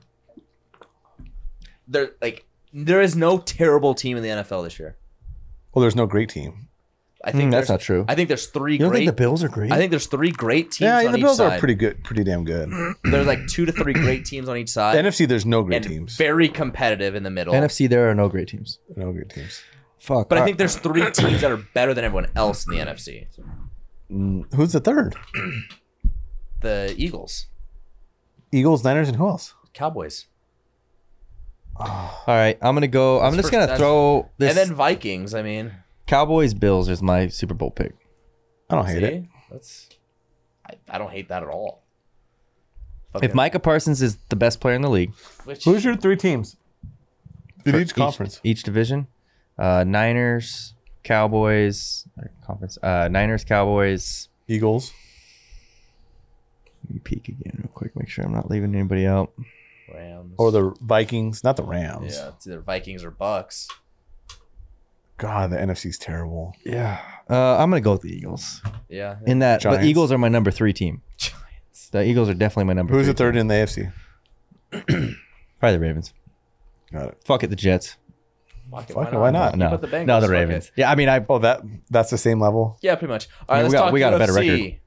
[SPEAKER 2] there like there is no terrible team in the NFL this year.
[SPEAKER 5] well, there's no great team.
[SPEAKER 2] I think
[SPEAKER 3] Mm, that's
[SPEAKER 2] there's-
[SPEAKER 3] not true.
[SPEAKER 2] I think there's three
[SPEAKER 3] You don't
[SPEAKER 2] great.
[SPEAKER 3] think the Bills are great?
[SPEAKER 2] I think there's three great teams.
[SPEAKER 5] Yeah,
[SPEAKER 2] on
[SPEAKER 5] the
[SPEAKER 2] each
[SPEAKER 5] Bills are
[SPEAKER 2] side.
[SPEAKER 5] pretty good, pretty damn good.
[SPEAKER 2] There's like two to three great teams on each side,
[SPEAKER 5] The NFC, there's no great
[SPEAKER 2] and
[SPEAKER 5] teams.
[SPEAKER 2] very competitive in the middle.
[SPEAKER 3] NFC. There are no great teams.
[SPEAKER 5] no great teams.
[SPEAKER 3] Fuck.
[SPEAKER 2] but I
[SPEAKER 3] All
[SPEAKER 2] think there's three teams that are better than everyone else in the NFC.
[SPEAKER 5] Who's the third?
[SPEAKER 2] The Eagles,
[SPEAKER 5] Eagles, Niners, and who else?
[SPEAKER 2] Cowboys,
[SPEAKER 3] right, all right, I'm gonna go. I'm
[SPEAKER 2] That's
[SPEAKER 3] just
[SPEAKER 2] for-
[SPEAKER 3] gonna
[SPEAKER 2] that's-
[SPEAKER 3] throw
[SPEAKER 2] and
[SPEAKER 3] this.
[SPEAKER 2] then Vikings. I mean,
[SPEAKER 3] Cowboys Bills is my Super Bowl pick.
[SPEAKER 5] I don't hate
[SPEAKER 2] see?
[SPEAKER 5] it.
[SPEAKER 2] that's I, I don't hate that at all.
[SPEAKER 3] If Micah Parsons is the best player in the league,
[SPEAKER 2] Which,
[SPEAKER 5] Who's your three teams? In
[SPEAKER 3] for
[SPEAKER 5] each conference.
[SPEAKER 3] each, division, uh, Niners, Cowboys, or conference, uh, Niners, Cowboys.
[SPEAKER 5] Eagles.
[SPEAKER 3] Let me peek again real quick. Make sure I'm not leaving anybody out.
[SPEAKER 2] Rams
[SPEAKER 5] Or the Vikings, not the Rams.
[SPEAKER 2] yeah, it's either Vikings or Bucks.
[SPEAKER 5] God, the NFC's terrible.
[SPEAKER 3] Yeah, uh, I'm gonna go with the Eagles.
[SPEAKER 2] Yeah,
[SPEAKER 3] In that, but
[SPEAKER 5] Giants.
[SPEAKER 3] Eagles are my number three team. The Eagles are definitely my number.
[SPEAKER 5] Who's
[SPEAKER 3] three.
[SPEAKER 5] the third in the AFC?
[SPEAKER 3] Probably the Ravens.
[SPEAKER 5] Got it.
[SPEAKER 3] Fuck it, the Jets.
[SPEAKER 2] Fuck it,
[SPEAKER 5] Fuck it, why not?
[SPEAKER 3] Uh, no,
[SPEAKER 2] put the Bengals,
[SPEAKER 3] no, the
[SPEAKER 2] fuck
[SPEAKER 3] Ravens.
[SPEAKER 2] it.
[SPEAKER 3] Yeah, I mean, I.
[SPEAKER 5] Oh, that that's the same level.
[SPEAKER 2] Yeah, pretty much. All right, let's
[SPEAKER 3] mean, we got-
[SPEAKER 2] talk
[SPEAKER 3] we got a better
[SPEAKER 2] UFC.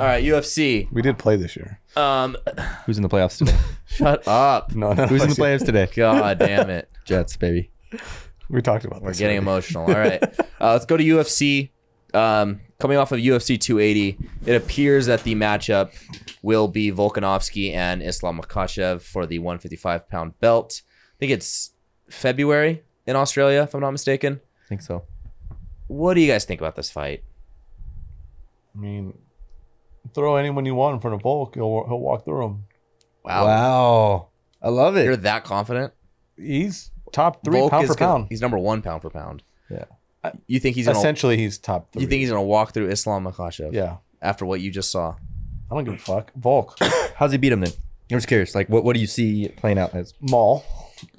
[SPEAKER 2] All right, UFC.
[SPEAKER 5] We did play this year.
[SPEAKER 2] Um,
[SPEAKER 3] Who's in the playoffs today?
[SPEAKER 2] shut up.
[SPEAKER 5] No, no.
[SPEAKER 3] Who's in the playoffs today?
[SPEAKER 2] God damn it.
[SPEAKER 3] Jets, baby.
[SPEAKER 5] We talked about
[SPEAKER 2] We're
[SPEAKER 5] this.
[SPEAKER 2] getting
[SPEAKER 5] already.
[SPEAKER 2] emotional. All right, uh, let's go to UFC. Um, coming off of UFC 280, it appears that the matchup will be Volkanovski and Islam Makhachev for the 155 pound belt. I think it's February in Australia, if I'm not mistaken.
[SPEAKER 3] I think so.
[SPEAKER 2] What do you guys think about this fight?
[SPEAKER 5] I mean, throw anyone you want in front of Volk, he'll, he'll walk through him.
[SPEAKER 2] Wow,
[SPEAKER 3] Wow, I love
[SPEAKER 2] you're
[SPEAKER 3] it.
[SPEAKER 2] that confident?
[SPEAKER 5] He's top three pound
[SPEAKER 2] is
[SPEAKER 5] for
[SPEAKER 2] gonna-
[SPEAKER 5] pound.
[SPEAKER 2] He's number one pound for pound.
[SPEAKER 3] Yeah.
[SPEAKER 2] You think he's gonna?
[SPEAKER 5] Essentially, he's top three.
[SPEAKER 2] You think he's gonna walk through Islam Makhachev?
[SPEAKER 5] Yeah.
[SPEAKER 2] After what you just saw,
[SPEAKER 5] I don't give a fuck. Volk.
[SPEAKER 3] How's he beat him then? I'm just curious. Like, what what do you see playing out as?
[SPEAKER 5] Maul.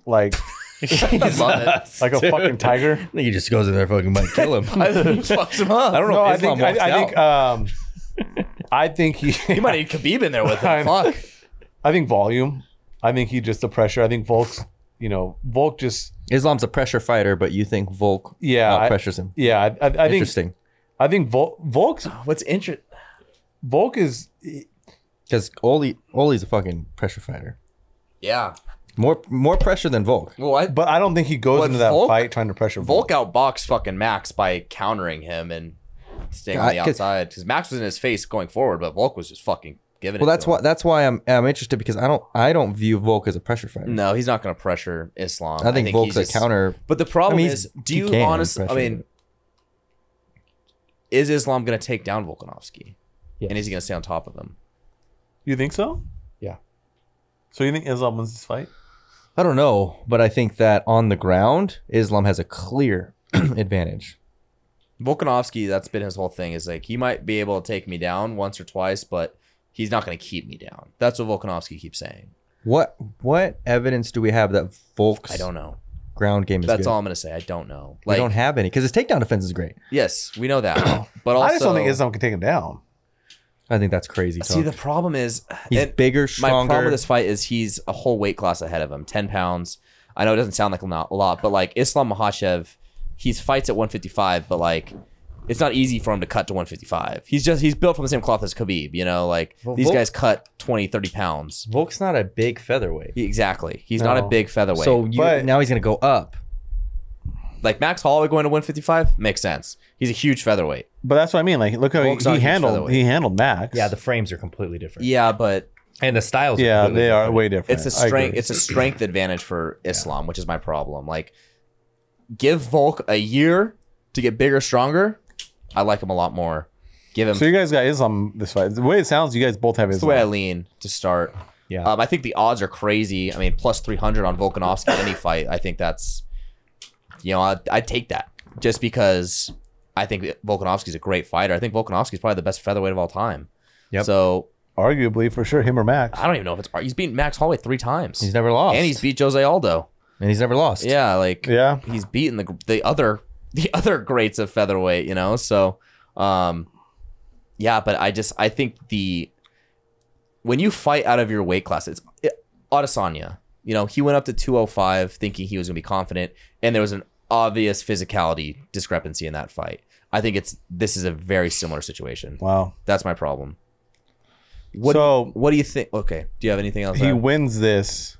[SPEAKER 5] Like,
[SPEAKER 2] I love it.
[SPEAKER 5] like a fucking tiger.
[SPEAKER 3] I think he just goes in there, fucking might kill him.
[SPEAKER 2] I think he fucks him up.
[SPEAKER 3] I don't know.
[SPEAKER 5] No, I
[SPEAKER 3] if Islam
[SPEAKER 5] think, I,
[SPEAKER 3] walks
[SPEAKER 5] I
[SPEAKER 3] out.
[SPEAKER 5] think, um, I think he,
[SPEAKER 2] You might need Khabib in there with
[SPEAKER 5] I
[SPEAKER 2] him.
[SPEAKER 5] know.
[SPEAKER 2] Fuck.
[SPEAKER 5] I think volume. I think he just the pressure. I think Volk's, you know, Volk just,
[SPEAKER 3] Islam's a pressure fighher, but you think Volk
[SPEAKER 5] Yeah,
[SPEAKER 2] Oh,
[SPEAKER 3] out
[SPEAKER 5] I-
[SPEAKER 3] pressures him.
[SPEAKER 5] yeah. I, I, I think,
[SPEAKER 3] Interesting,
[SPEAKER 5] I think Volk, Volk's,
[SPEAKER 2] What's interesting?
[SPEAKER 5] Volk is,
[SPEAKER 3] because Oli Oli's a fucking pressure fighter.
[SPEAKER 2] Yeah.
[SPEAKER 3] More more pressure than Volk.
[SPEAKER 2] Well, I,
[SPEAKER 5] but I don't think he goes
[SPEAKER 2] But
[SPEAKER 5] into that
[SPEAKER 2] Volk-
[SPEAKER 5] fight trying to pressure
[SPEAKER 2] Volk
[SPEAKER 5] Volk.
[SPEAKER 2] outboxed fucking Max by countering him and staying on
[SPEAKER 3] God,
[SPEAKER 2] the
[SPEAKER 3] 'cause-
[SPEAKER 2] outside because Max was in his face going forward, but Volk was just fucking giving it.
[SPEAKER 3] Well, that's
[SPEAKER 2] to him.
[SPEAKER 3] why that's why I'm I'm interested because I don't I don't view Volk as a pressure fighter.
[SPEAKER 2] No, he's not going to pressure Islam.
[SPEAKER 3] I think, Volk's
[SPEAKER 2] he's
[SPEAKER 3] a
[SPEAKER 2] just-
[SPEAKER 3] counter.
[SPEAKER 2] But the problem
[SPEAKER 3] I mean,
[SPEAKER 2] is,
[SPEAKER 3] he's-
[SPEAKER 2] do
[SPEAKER 3] he
[SPEAKER 2] you
[SPEAKER 3] can
[SPEAKER 2] honestly? I
[SPEAKER 3] pressure,
[SPEAKER 2] mean, is Islam going to take down Volkanovski? And is he going to stay on top of him?
[SPEAKER 5] You think so?
[SPEAKER 3] Yeah.
[SPEAKER 5] So you think Islam wins this fight?
[SPEAKER 3] I don't know, but I think that on the ground, Islam has a clear advantage.
[SPEAKER 2] Volkanovski, that's been his whole thing. Is like he might be able to take me down once or twice, but he's not going to keep me down. That's what Volkanovski keeps saying.
[SPEAKER 3] What what evidence do we have that Volk's
[SPEAKER 2] I don't know.
[SPEAKER 3] ground game is
[SPEAKER 2] That's
[SPEAKER 3] good.
[SPEAKER 2] all I'm gonna say. I don't know.
[SPEAKER 3] We
[SPEAKER 2] Like,
[SPEAKER 3] don't have any because his takedown defense is great.
[SPEAKER 2] yes, we know that, but also
[SPEAKER 5] I just don't think Islam can take him down.
[SPEAKER 3] I think that's crazy.
[SPEAKER 2] see
[SPEAKER 3] Talk.
[SPEAKER 2] the problem is
[SPEAKER 3] He's
[SPEAKER 2] and
[SPEAKER 3] bigger,
[SPEAKER 2] My problem
[SPEAKER 3] stronger.
[SPEAKER 2] with this fight is he's a whole weight class ahead of him, ten pounds. I know it doesn't sound like a lot, a lot, but like Islam Mahachev, he fights at 155, but like it's not easy for him to cut to 155. He's just he's built from the same cloth as Khabib, you know. Like
[SPEAKER 3] Well,
[SPEAKER 2] these
[SPEAKER 3] Volk-
[SPEAKER 2] guys cut 20, 30 pounds.
[SPEAKER 3] Volk's not a big featherweight.
[SPEAKER 2] He- exactly. He's not a
[SPEAKER 5] No.
[SPEAKER 2] big featherweight.
[SPEAKER 3] so you,
[SPEAKER 5] But-
[SPEAKER 3] now he's gonna go up.
[SPEAKER 2] like Max Holloway going to 155 makes sense. He's a huge featherweight.
[SPEAKER 5] But that's what I mean. Like, look how he,
[SPEAKER 2] Volk's not
[SPEAKER 5] he
[SPEAKER 2] huge
[SPEAKER 5] handled
[SPEAKER 2] featherweight.
[SPEAKER 5] he handled Max.
[SPEAKER 3] Yeah, the frames are completely different.
[SPEAKER 2] Yeah, but
[SPEAKER 3] and the styles.
[SPEAKER 5] yeah,
[SPEAKER 3] completely
[SPEAKER 5] they are
[SPEAKER 3] different.
[SPEAKER 5] way different.
[SPEAKER 2] it's a
[SPEAKER 5] I agree.
[SPEAKER 2] strength it's a strength advantage for Islam, which is my problem. Like give Volk a year to get bigger, stronger. I like him a lot more. Give him
[SPEAKER 5] So you guys got Islam this fight. The way it sounds, you guys both have
[SPEAKER 2] that's the way I
[SPEAKER 5] Islam.
[SPEAKER 2] lean to start.
[SPEAKER 3] Yeah.
[SPEAKER 2] Um, I think the odds are crazy. I mean, plus 300 on Volkanovski any fight. I think that's, you know, I'd, I'd take that just because I think Volkanovski's a great fighter. I think Volkanovski's probably the best featherweight of all time.
[SPEAKER 3] Yep.
[SPEAKER 2] So
[SPEAKER 5] Arguably, for sure, him or Max.
[SPEAKER 2] I don't even know if it's, he's beaten Max Holloway three times.
[SPEAKER 3] He's never lost.
[SPEAKER 2] and he's beat Jose Aldo.
[SPEAKER 3] and he's never lost.
[SPEAKER 2] Yeah, like
[SPEAKER 5] Yeah.
[SPEAKER 2] he's beaten the the other the other greats of featherweight, you know. So, um, yeah, but I just I think the when you fight out of your weight class, it's it, Adesanya. You know, he went up to 205 thinking he was going to be confident, and there was an obvious physicality discrepancy in that fight. I think it's this is a very similar situation.
[SPEAKER 5] Wow.
[SPEAKER 2] That's my problem. What
[SPEAKER 5] So-
[SPEAKER 2] what do you think? Okay, do you have anything else?
[SPEAKER 5] He
[SPEAKER 2] there?
[SPEAKER 5] wins this.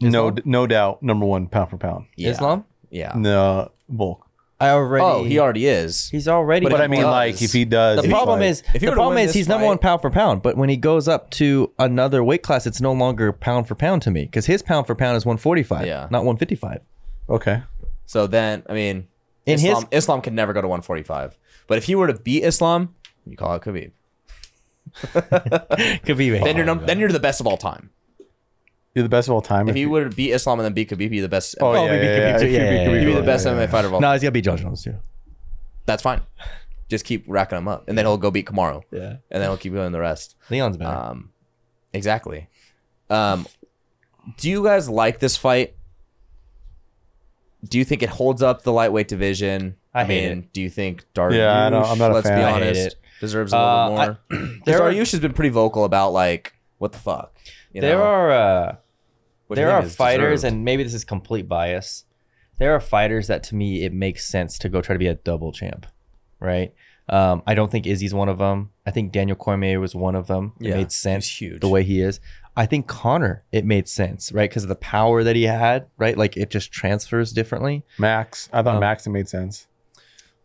[SPEAKER 5] No, d- no doubt, number one pound for pound.
[SPEAKER 2] Yeah,
[SPEAKER 3] Islam.
[SPEAKER 2] Yeah.
[SPEAKER 5] No, Volk.
[SPEAKER 3] I already.
[SPEAKER 2] Oh, he already is.
[SPEAKER 3] He's already.
[SPEAKER 5] But I
[SPEAKER 2] if
[SPEAKER 5] mean,
[SPEAKER 2] he
[SPEAKER 5] like,
[SPEAKER 2] does-
[SPEAKER 5] if he does,
[SPEAKER 3] the
[SPEAKER 5] he's
[SPEAKER 3] problem
[SPEAKER 5] like-
[SPEAKER 3] is
[SPEAKER 2] if he
[SPEAKER 3] the
[SPEAKER 2] were to
[SPEAKER 3] problem
[SPEAKER 2] win
[SPEAKER 3] is
[SPEAKER 2] this
[SPEAKER 3] he's number one
[SPEAKER 2] fight-
[SPEAKER 3] pound for pound. But when he goes up to another weight class, it's no longer pound for pound to me because his pound for pound is one forty five,
[SPEAKER 2] Yeah.
[SPEAKER 3] not one fifty five.
[SPEAKER 5] okay.
[SPEAKER 2] So then, I mean,
[SPEAKER 3] In his-
[SPEAKER 2] Islam, Islam can never go to 145. But if he were to beat Islam, you call it Khabib.
[SPEAKER 3] Could be
[SPEAKER 2] Then you're num- then you're the best of all time.
[SPEAKER 5] You're the best of all time.
[SPEAKER 2] If he were to beat Islam and then beat Khabib, he'd be the best.
[SPEAKER 5] Oh, yeah, yeah,
[SPEAKER 3] maybe
[SPEAKER 5] yeah,
[SPEAKER 3] Khabib
[SPEAKER 5] yeah,
[SPEAKER 3] too.
[SPEAKER 5] Khabib,
[SPEAKER 3] Yeah, yeah,
[SPEAKER 5] Khabib,
[SPEAKER 2] He'd be
[SPEAKER 5] yeah,
[SPEAKER 2] the best
[SPEAKER 5] yeah,
[SPEAKER 2] MMA fighter of all.
[SPEAKER 3] no,
[SPEAKER 2] time.
[SPEAKER 3] he's got to beat John Jones too.
[SPEAKER 2] That's fine. Just keep racking him up, and then he'll go beat Kamaru,
[SPEAKER 3] Yeah,
[SPEAKER 2] and then he'll keep going the rest.
[SPEAKER 3] Leon's better.
[SPEAKER 2] Um, exactly. Um, do you guys like this fight? Do you think it holds up the lightweight division?
[SPEAKER 3] I hate
[SPEAKER 2] Do you think Dariush?
[SPEAKER 5] Yeah, I don't- I'm not a
[SPEAKER 2] let's
[SPEAKER 5] fan.
[SPEAKER 2] be
[SPEAKER 5] I hate
[SPEAKER 2] honest.
[SPEAKER 3] it.
[SPEAKER 2] Deserves a little
[SPEAKER 3] Uh,
[SPEAKER 2] bit
[SPEAKER 3] I-
[SPEAKER 2] more.
[SPEAKER 3] there
[SPEAKER 2] Because
[SPEAKER 3] are-
[SPEAKER 2] Dariush has been pretty vocal about like what the fuck. You
[SPEAKER 3] there
[SPEAKER 2] know,
[SPEAKER 3] are uh,
[SPEAKER 2] which I
[SPEAKER 3] there
[SPEAKER 2] think
[SPEAKER 3] are
[SPEAKER 2] is
[SPEAKER 3] fighters,
[SPEAKER 2] deserved.
[SPEAKER 3] and maybe this is complete bias. There are fighters that to me it makes sense to go try to be a double champ, right? Um, I don't think Izzy's one of them. I think Daniel Cormier was one of them. It
[SPEAKER 2] Yeah,
[SPEAKER 3] made sense
[SPEAKER 2] he's huge.
[SPEAKER 3] the way he is. I think Connor, it made sense, right? Because of the power that he had, right? Like it just transfers differently.
[SPEAKER 5] Max. I
[SPEAKER 2] Oh.
[SPEAKER 5] thought Max made sense.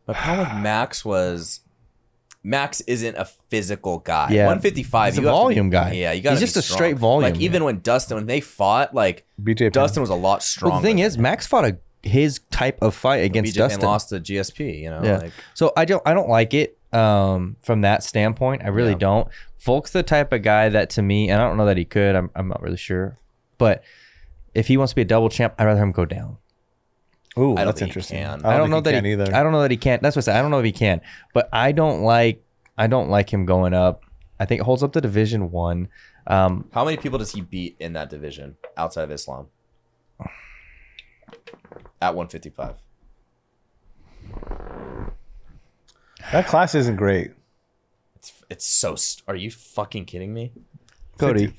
[SPEAKER 2] My problem with Max was Max isn't a physical guy.
[SPEAKER 3] Yeah.
[SPEAKER 2] 155.
[SPEAKER 3] He's a
[SPEAKER 2] you have to be-
[SPEAKER 3] volume guy.
[SPEAKER 2] Yeah, you
[SPEAKER 3] He's
[SPEAKER 2] got.
[SPEAKER 3] just a straight volume
[SPEAKER 2] Like even when Dustin, when they fought, like
[SPEAKER 5] BJ.
[SPEAKER 2] Dustin was a lot stronger.
[SPEAKER 3] Well, the thing is, Max fought a his type of fight against
[SPEAKER 2] BJ Penn
[SPEAKER 3] Dustin.
[SPEAKER 2] lost to GSP. You know,
[SPEAKER 3] Yeah.
[SPEAKER 2] like
[SPEAKER 3] So I don't I don't like it um from that standpoint. I really
[SPEAKER 2] Yeah.
[SPEAKER 3] don't. Volk's the type of guy that to me, and I don't know that he could, I'm I'm not really sure. But if he wants to be a double champ, I'd rather him go down.
[SPEAKER 5] Ooh,
[SPEAKER 2] I don't
[SPEAKER 5] that's
[SPEAKER 2] think he
[SPEAKER 5] interesting.
[SPEAKER 2] can.
[SPEAKER 3] I don't, know that
[SPEAKER 5] think
[SPEAKER 3] he,
[SPEAKER 5] he can either.
[SPEAKER 3] I don't know that he can't. That's what I said. I don't know if he can. But I don't like I don't like him going up. I think it holds up to division one. Um
[SPEAKER 2] how many people does he beat in that division outside of Islam? At 155.
[SPEAKER 5] That class isn't great.
[SPEAKER 2] It's it's so. St- are you fucking kidding me?
[SPEAKER 3] Cody.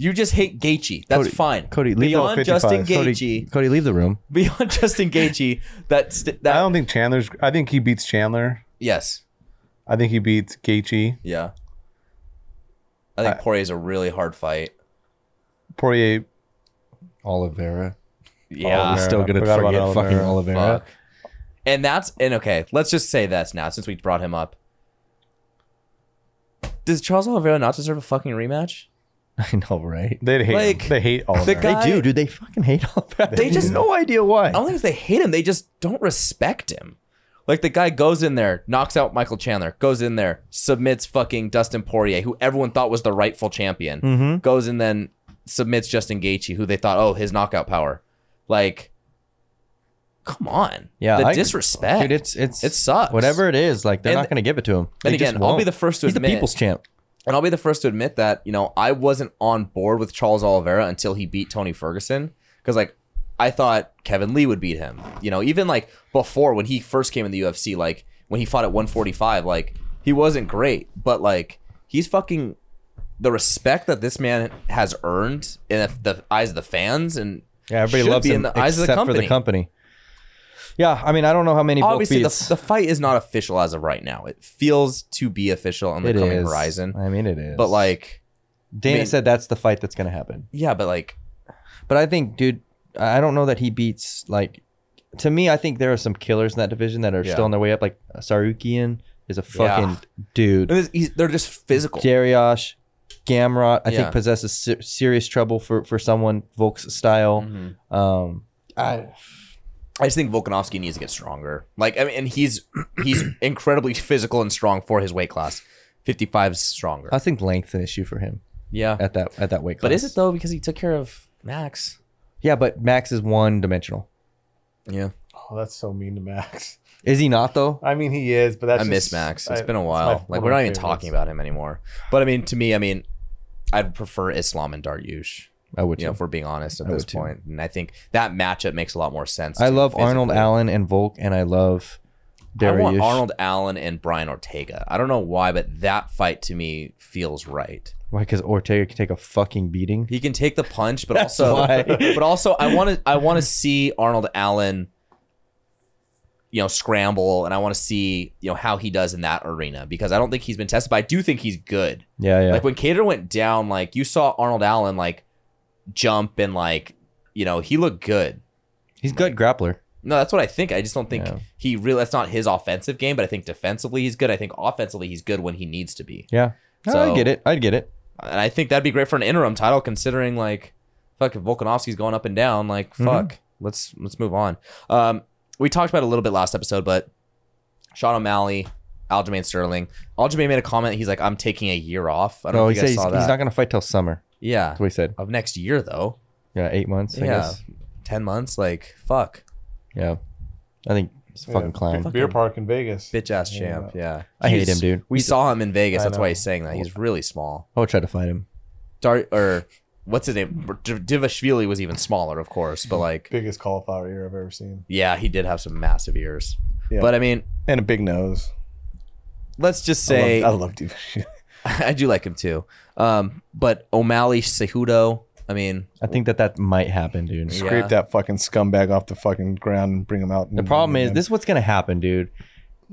[SPEAKER 2] You just hate Gaethje. That's
[SPEAKER 3] Cody-
[SPEAKER 2] fine.
[SPEAKER 3] Cody, leave
[SPEAKER 5] all
[SPEAKER 2] beyond Justin
[SPEAKER 5] 55. Cody-
[SPEAKER 2] Gaethje,
[SPEAKER 3] Cody, leave the room.
[SPEAKER 2] beyond Justin Gaethje, that st-
[SPEAKER 5] I
[SPEAKER 2] that
[SPEAKER 5] don't think Chandler's. I think he beats Chandler.
[SPEAKER 2] yes,
[SPEAKER 5] I think he beats Gaethje.
[SPEAKER 2] yeah. I think Poirier's a really hard fight.
[SPEAKER 5] Poirier.
[SPEAKER 3] Oliveira.
[SPEAKER 2] Yeah,
[SPEAKER 5] Oliveira.
[SPEAKER 3] Still gonna
[SPEAKER 5] Forgot about
[SPEAKER 3] forget
[SPEAKER 5] Oliveira.
[SPEAKER 3] fucking Oliveira.
[SPEAKER 2] Oh, fuck. And that's and okay. Let's just say this now, since we brought him up. Does Charles Oliveira not deserve a fucking rematch?
[SPEAKER 3] I know, right?
[SPEAKER 5] They'd hate.
[SPEAKER 2] Like,
[SPEAKER 5] him. They hate all.
[SPEAKER 2] the
[SPEAKER 5] of
[SPEAKER 2] guy-
[SPEAKER 5] them.
[SPEAKER 3] They do, dude. They fucking hate Oliveira.
[SPEAKER 2] They
[SPEAKER 3] They
[SPEAKER 2] just-
[SPEAKER 3] just no idea why.
[SPEAKER 2] I don't think it's they hate him. They just don't respect him. Like the guy goes in there, knocks out Michael Chandler, goes in there, submits fucking Dustin Poirier, who everyone thought was the rightful champion,
[SPEAKER 3] Mm-hmm.
[SPEAKER 2] goes and then submits Justin Gaethje, who they thought, oh, his knockout power. Like, come on,
[SPEAKER 3] Yeah,
[SPEAKER 2] the
[SPEAKER 3] I-
[SPEAKER 2] disrespect.
[SPEAKER 3] Dude, it's it's
[SPEAKER 2] It sucks.
[SPEAKER 3] Whatever it is, like they're
[SPEAKER 2] And-
[SPEAKER 3] not going to give it to him.
[SPEAKER 2] and
[SPEAKER 3] They just
[SPEAKER 2] again, I'll be
[SPEAKER 3] won't.
[SPEAKER 2] the first to
[SPEAKER 3] He's
[SPEAKER 2] admit-
[SPEAKER 3] the people's champ.
[SPEAKER 2] and I'll be the first to admit that you know I wasn't on board with Charles Oliveira until he beat Tony Ferguson because like I thought Kevin Lee would beat him. You know, even like before when he first came in the UFC, like when he fought at 145, like he wasn't great, but like he's fucking the respect that this man has earned in the eyes of the fans and
[SPEAKER 3] Yeah, everybody
[SPEAKER 2] should
[SPEAKER 3] loves
[SPEAKER 2] be
[SPEAKER 3] him
[SPEAKER 2] in the eyes of the
[SPEAKER 3] except
[SPEAKER 2] company.
[SPEAKER 3] for the company. Yeah, I mean, I don't know how many book
[SPEAKER 2] Obviously, the,
[SPEAKER 3] beats
[SPEAKER 2] the fight is not official as of right now. It feels to be official on the
[SPEAKER 3] it
[SPEAKER 2] coming
[SPEAKER 3] is.
[SPEAKER 2] horizon,
[SPEAKER 3] I mean, it is.
[SPEAKER 2] but like,
[SPEAKER 3] Dana
[SPEAKER 2] mean-
[SPEAKER 3] said, that's the fight that's going to happen.
[SPEAKER 2] yeah, but like,
[SPEAKER 3] But I think, dude, I don't know that he beats like. To me, I think there are some killers in that division that are
[SPEAKER 2] Yeah.
[SPEAKER 3] still on their way up. Like Sarukian is a fucking
[SPEAKER 2] Yeah.
[SPEAKER 3] dude.
[SPEAKER 2] and this- he's, they're just physical.
[SPEAKER 3] Dariush, Gamrot, I
[SPEAKER 2] Yeah.
[SPEAKER 3] think possesses ser- serious trouble for for someone Volk's style.
[SPEAKER 2] Mm-hmm.
[SPEAKER 3] Um,
[SPEAKER 2] I just think Volkanovski needs to get stronger. Like, I mean, and he's he's incredibly physical and strong for his weight class. 55 is stronger.
[SPEAKER 3] I think length's an issue for him
[SPEAKER 2] yeah.
[SPEAKER 3] at that at that weight class.
[SPEAKER 2] But is it though? Because he took care of Max.
[SPEAKER 3] Yeah, but Max is one dimensional.
[SPEAKER 2] Yeah.
[SPEAKER 5] Oh, that's so mean to Max.
[SPEAKER 3] Is he not though?
[SPEAKER 5] I mean, he is, but that's
[SPEAKER 2] I miss
[SPEAKER 5] just-
[SPEAKER 2] Max. It's
[SPEAKER 5] I-
[SPEAKER 2] been a
[SPEAKER 5] my-
[SPEAKER 2] while.
[SPEAKER 5] one
[SPEAKER 2] Like
[SPEAKER 5] of
[SPEAKER 2] we're
[SPEAKER 5] my
[SPEAKER 2] not even
[SPEAKER 5] favorites.
[SPEAKER 2] talking about him anymore. But I mean, to me, I mean, I'd prefer Islam and Daryush.
[SPEAKER 3] I would.
[SPEAKER 2] You know,
[SPEAKER 3] too.
[SPEAKER 2] if we're being honest at
[SPEAKER 3] I
[SPEAKER 2] this
[SPEAKER 3] would too.
[SPEAKER 2] point, and I think that matchup makes a lot more sense.
[SPEAKER 3] I
[SPEAKER 2] too,
[SPEAKER 3] love Arnold
[SPEAKER 2] physically.
[SPEAKER 3] Allen and Volk, and I love
[SPEAKER 2] I want
[SPEAKER 3] Dariush.
[SPEAKER 2] Arnold Allen and Brian Ortega. I don't know why, but that fight to me feels right.
[SPEAKER 3] Why? Because Ortega can take a fucking beating.
[SPEAKER 2] He can take the punch, but also,
[SPEAKER 3] why.
[SPEAKER 2] but also, I want to, I want to see Arnold Allen, you know, scramble, and I want to see, you know, how he does in that arena because I don't think he's been tested, but I do think he's good.
[SPEAKER 3] Yeah, yeah.
[SPEAKER 2] Like when Cater went down, like you saw Arnold Allen like jump and like, you know, he looked good.
[SPEAKER 3] He's good grappler.
[SPEAKER 2] No, that's what I think. I just don't think
[SPEAKER 3] Yeah.
[SPEAKER 2] he really. That's not his offensive game, but I think defensively he's good. I think offensively he's good when he needs to be.
[SPEAKER 3] Yeah. No,
[SPEAKER 2] So-
[SPEAKER 3] I get it. I get it.
[SPEAKER 2] And I think that'd be great for an interim title, considering like, fuck, if Volkanovski's going up and down, like,
[SPEAKER 3] Mm-hmm.
[SPEAKER 2] fuck, let's let's move on. Um, we talked about it a little bit last episode, but Sean O'Malley, Aljamain Sterling, Aljamain made a comment. He's like, I'm taking a year off. I don't
[SPEAKER 3] No,
[SPEAKER 2] know
[SPEAKER 3] Oh, he
[SPEAKER 2] if you
[SPEAKER 3] said
[SPEAKER 2] guys
[SPEAKER 3] he's,
[SPEAKER 2] saw
[SPEAKER 3] he's
[SPEAKER 2] that.
[SPEAKER 3] not going to fight till summer.
[SPEAKER 2] yeah,
[SPEAKER 3] That's what he said.
[SPEAKER 2] of next year though.
[SPEAKER 3] Yeah, eight months. I
[SPEAKER 2] yeah,
[SPEAKER 3] guess.
[SPEAKER 2] ten months. Like, fuck,
[SPEAKER 3] Yeah. I think he's a fucking clown.
[SPEAKER 5] Beer park in Vegas.
[SPEAKER 2] bitch ass champ. Yeah,
[SPEAKER 3] I hate
[SPEAKER 2] He's-
[SPEAKER 3] him, dude.
[SPEAKER 2] We saw him in Vegas.
[SPEAKER 5] I
[SPEAKER 2] That's
[SPEAKER 5] know.
[SPEAKER 2] why he's saying that. He's really small.
[SPEAKER 3] I would try to fight him.
[SPEAKER 2] Dar or what's his name? D- Divashvili was even smaller, of course, but like,
[SPEAKER 5] Biggest cauliflower ear I've ever seen.
[SPEAKER 2] yeah, he did have some massive ears.
[SPEAKER 5] Yeah.
[SPEAKER 2] But I mean,
[SPEAKER 5] And a big nose.
[SPEAKER 2] let's just say
[SPEAKER 5] I
[SPEAKER 2] I,
[SPEAKER 5] love Diva.
[SPEAKER 2] do like him too. Um, but O'Malley Cejudo, I mean,
[SPEAKER 3] I think that that might happen, dude.
[SPEAKER 2] Yeah.
[SPEAKER 5] Scrape that fucking scumbag off the fucking ground and bring him out.
[SPEAKER 3] The problem is, this is what's going to happen, dude.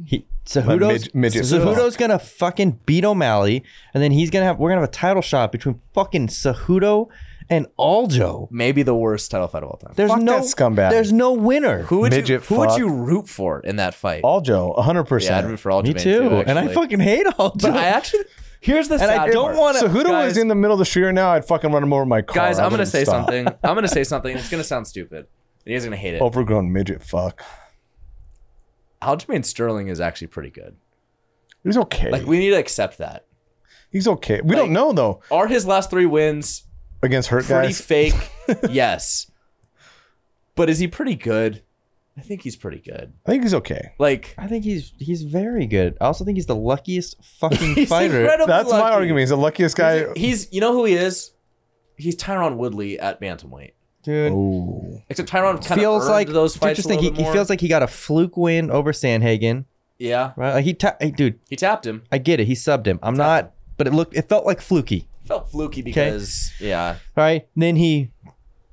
[SPEAKER 3] He Cejudo's,
[SPEAKER 5] midg- midget
[SPEAKER 3] Cejudo's going to fucking beat O'Malley, and then he's going to have, we're going to have a title shot between fucking Cejudo and Aljo.
[SPEAKER 2] maybe the worst title fight of all time.
[SPEAKER 3] There's
[SPEAKER 5] Fuck
[SPEAKER 3] no
[SPEAKER 5] that scumbag.
[SPEAKER 3] There's no winner.
[SPEAKER 2] Who would you
[SPEAKER 5] Midget
[SPEAKER 2] who would
[SPEAKER 5] fuck.
[SPEAKER 2] you root for in that fight?
[SPEAKER 5] Aljo, 100%.
[SPEAKER 2] yeah, I'd root for all.
[SPEAKER 3] Oh, Me too. and I fucking hate Aljo.
[SPEAKER 2] But I actually here's the
[SPEAKER 3] and I
[SPEAKER 2] sad
[SPEAKER 3] don't
[SPEAKER 2] part.
[SPEAKER 3] want
[SPEAKER 5] So
[SPEAKER 3] to.
[SPEAKER 5] Hudo
[SPEAKER 2] Guys-
[SPEAKER 5] was in the middle of the street right now. I'd fucking run him over with my car.
[SPEAKER 2] guys.
[SPEAKER 5] I
[SPEAKER 2] I'm gonna
[SPEAKER 5] wouldn't
[SPEAKER 2] say
[SPEAKER 5] stop.
[SPEAKER 2] something. I'm gonna say something. It's gonna sound stupid. And you guys are gonna hate
[SPEAKER 3] Oh.
[SPEAKER 2] it.
[SPEAKER 5] Overgrown midget fuck.
[SPEAKER 2] Aljamain Sterling is actually pretty good.
[SPEAKER 5] He's okay.
[SPEAKER 2] Like we need to accept that.
[SPEAKER 5] He's okay. We
[SPEAKER 2] like-
[SPEAKER 5] don't know though
[SPEAKER 2] Are his last three wins
[SPEAKER 5] against hurt
[SPEAKER 2] pretty
[SPEAKER 5] guys.
[SPEAKER 2] fake? yes. But is he pretty good? I think he's pretty good.
[SPEAKER 5] I think he's okay.
[SPEAKER 2] Like
[SPEAKER 3] I think he's he's very good. I also think he's the luckiest fucking
[SPEAKER 2] he's
[SPEAKER 3] fighter.
[SPEAKER 2] incredibly
[SPEAKER 5] That's my
[SPEAKER 2] lucky.
[SPEAKER 5] argument. He's the luckiest guy.
[SPEAKER 2] He's you know who he is? He's Tyron Woodley at bantamweight.
[SPEAKER 3] Dude,
[SPEAKER 5] Ooh.
[SPEAKER 2] Except Tyron kind of
[SPEAKER 3] feels like
[SPEAKER 2] those
[SPEAKER 3] dude,
[SPEAKER 2] fights.
[SPEAKER 3] just
[SPEAKER 2] a
[SPEAKER 3] think he,
[SPEAKER 2] little bit
[SPEAKER 3] he
[SPEAKER 2] more.
[SPEAKER 3] feels like he got a fluke win over Sandhagen.
[SPEAKER 2] yeah.
[SPEAKER 3] Right? Like he ta- hey, dude,
[SPEAKER 2] He tapped him.
[SPEAKER 3] I get it. He subbed him. I'm not but it looked it felt like fluky.
[SPEAKER 2] Felt fluky because yeah.
[SPEAKER 3] Right? Then he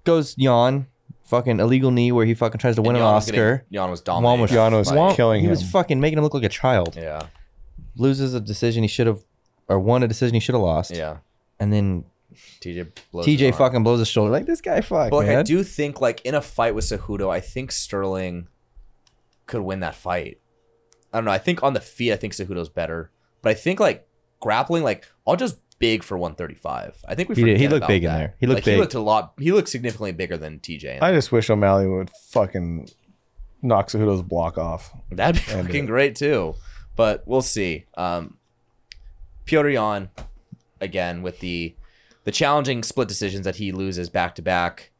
[SPEAKER 3] goes yawn, fucking illegal knee where he fucking tries to win an
[SPEAKER 2] Jan was getting-
[SPEAKER 3] Oscar.
[SPEAKER 2] Jan was
[SPEAKER 3] Juan was
[SPEAKER 2] dominating.
[SPEAKER 5] Jan was
[SPEAKER 2] that
[SPEAKER 5] Juan-
[SPEAKER 2] fight.
[SPEAKER 5] killing
[SPEAKER 3] he was
[SPEAKER 5] him.
[SPEAKER 3] fucking making him look like a child.
[SPEAKER 2] Yeah.
[SPEAKER 3] Loses a decision he should have or won a decision he should have lost.
[SPEAKER 2] Yeah.
[SPEAKER 3] And then
[SPEAKER 2] TJ blows his
[SPEAKER 3] TJ
[SPEAKER 2] arm.
[SPEAKER 3] fucking blows his shoulder like this guy fuck.
[SPEAKER 2] But like, I
[SPEAKER 3] man."
[SPEAKER 2] do think like in a fight with Cejudo, I think Sterling could win that fight. I don't know. I think on the feet, I think Cejudo's better. But I think like grappling, like I'll just big for 135. I think we
[SPEAKER 3] He did. He
[SPEAKER 2] forget
[SPEAKER 3] looked
[SPEAKER 2] about
[SPEAKER 3] big in
[SPEAKER 2] that.
[SPEAKER 3] there. He looked
[SPEAKER 2] Like,
[SPEAKER 3] big.
[SPEAKER 2] He looked a lot. He looked significantly bigger than TJ.
[SPEAKER 5] I just wish O'Malley would fucking knock Cejudo's block off.
[SPEAKER 2] That'd be
[SPEAKER 5] And,
[SPEAKER 2] fucking
[SPEAKER 5] uh,
[SPEAKER 2] great too. But we'll see. Um Piotr Jan again with the the challenging split decisions that he loses back to back.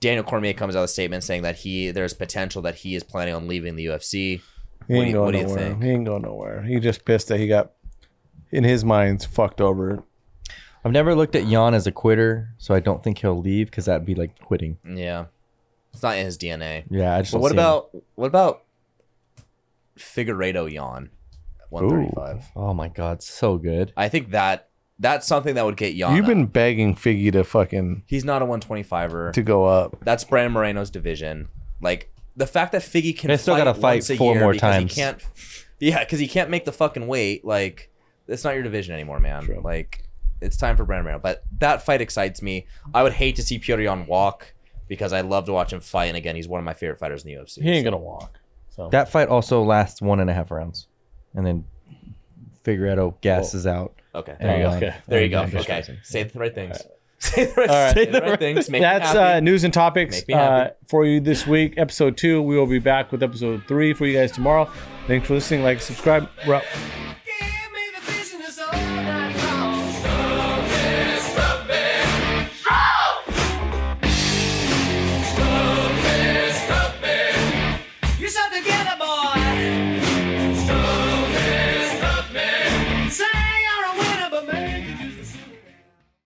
[SPEAKER 2] Daniel Cormier comes out with a statement saying that he there's potential that he is planning on leaving the UFC.
[SPEAKER 5] He
[SPEAKER 2] What
[SPEAKER 5] ain't
[SPEAKER 2] do you-
[SPEAKER 5] going
[SPEAKER 2] what do you
[SPEAKER 5] nowhere.
[SPEAKER 2] think?
[SPEAKER 5] He ain't going nowhere. He just pissed that he got, in his mind, fucked over.
[SPEAKER 3] I've never looked at Jan as a quitter, so I don't think he'll leave because that'd be like quitting.
[SPEAKER 2] Yeah. It's not in his DNA.
[SPEAKER 6] Yeah, I just. don't
[SPEAKER 2] But Mm-hmm. what
[SPEAKER 6] see him.
[SPEAKER 2] about what about Figueredo Yawn? One thirty five.
[SPEAKER 6] Oh my god, so good.
[SPEAKER 2] I think that that's something that would get Yana.
[SPEAKER 7] You've been begging Figgy to fucking
[SPEAKER 2] He's not a 125er.
[SPEAKER 7] to go up.
[SPEAKER 2] That's Brandon Moreno's division. Like the fact that Figgy can
[SPEAKER 6] They still
[SPEAKER 2] fight
[SPEAKER 6] gotta fight
[SPEAKER 2] once a
[SPEAKER 6] four
[SPEAKER 2] year
[SPEAKER 6] more
[SPEAKER 2] because
[SPEAKER 6] times.
[SPEAKER 2] He can't. Yeah, because he can't make the fucking weight. Like it's not your division anymore, man. Like it's time for Brandon Moreno. But that fight excites me. I would hate to see Pyorion walk because I love to watch him fight. And again, he's one of my favorite fighters in the UFC.
[SPEAKER 5] He ain't gonna walk. So
[SPEAKER 6] That fight also lasts one and a half rounds, and then Figueredo gasses out.
[SPEAKER 2] Okay,
[SPEAKER 6] There
[SPEAKER 5] you go. Okay.
[SPEAKER 2] There you go.
[SPEAKER 6] Okay.
[SPEAKER 2] Okay, say the right things. Say the right,
[SPEAKER 5] right.
[SPEAKER 2] say the right things. Make me
[SPEAKER 5] that's
[SPEAKER 2] happy.
[SPEAKER 5] uh, news and topics
[SPEAKER 2] Make me
[SPEAKER 5] uh,
[SPEAKER 2] happy.
[SPEAKER 5] for you this week. Episode two. We will be back with episode three for you guys tomorrow. Thanks for listening. Like, subscribe. We're out.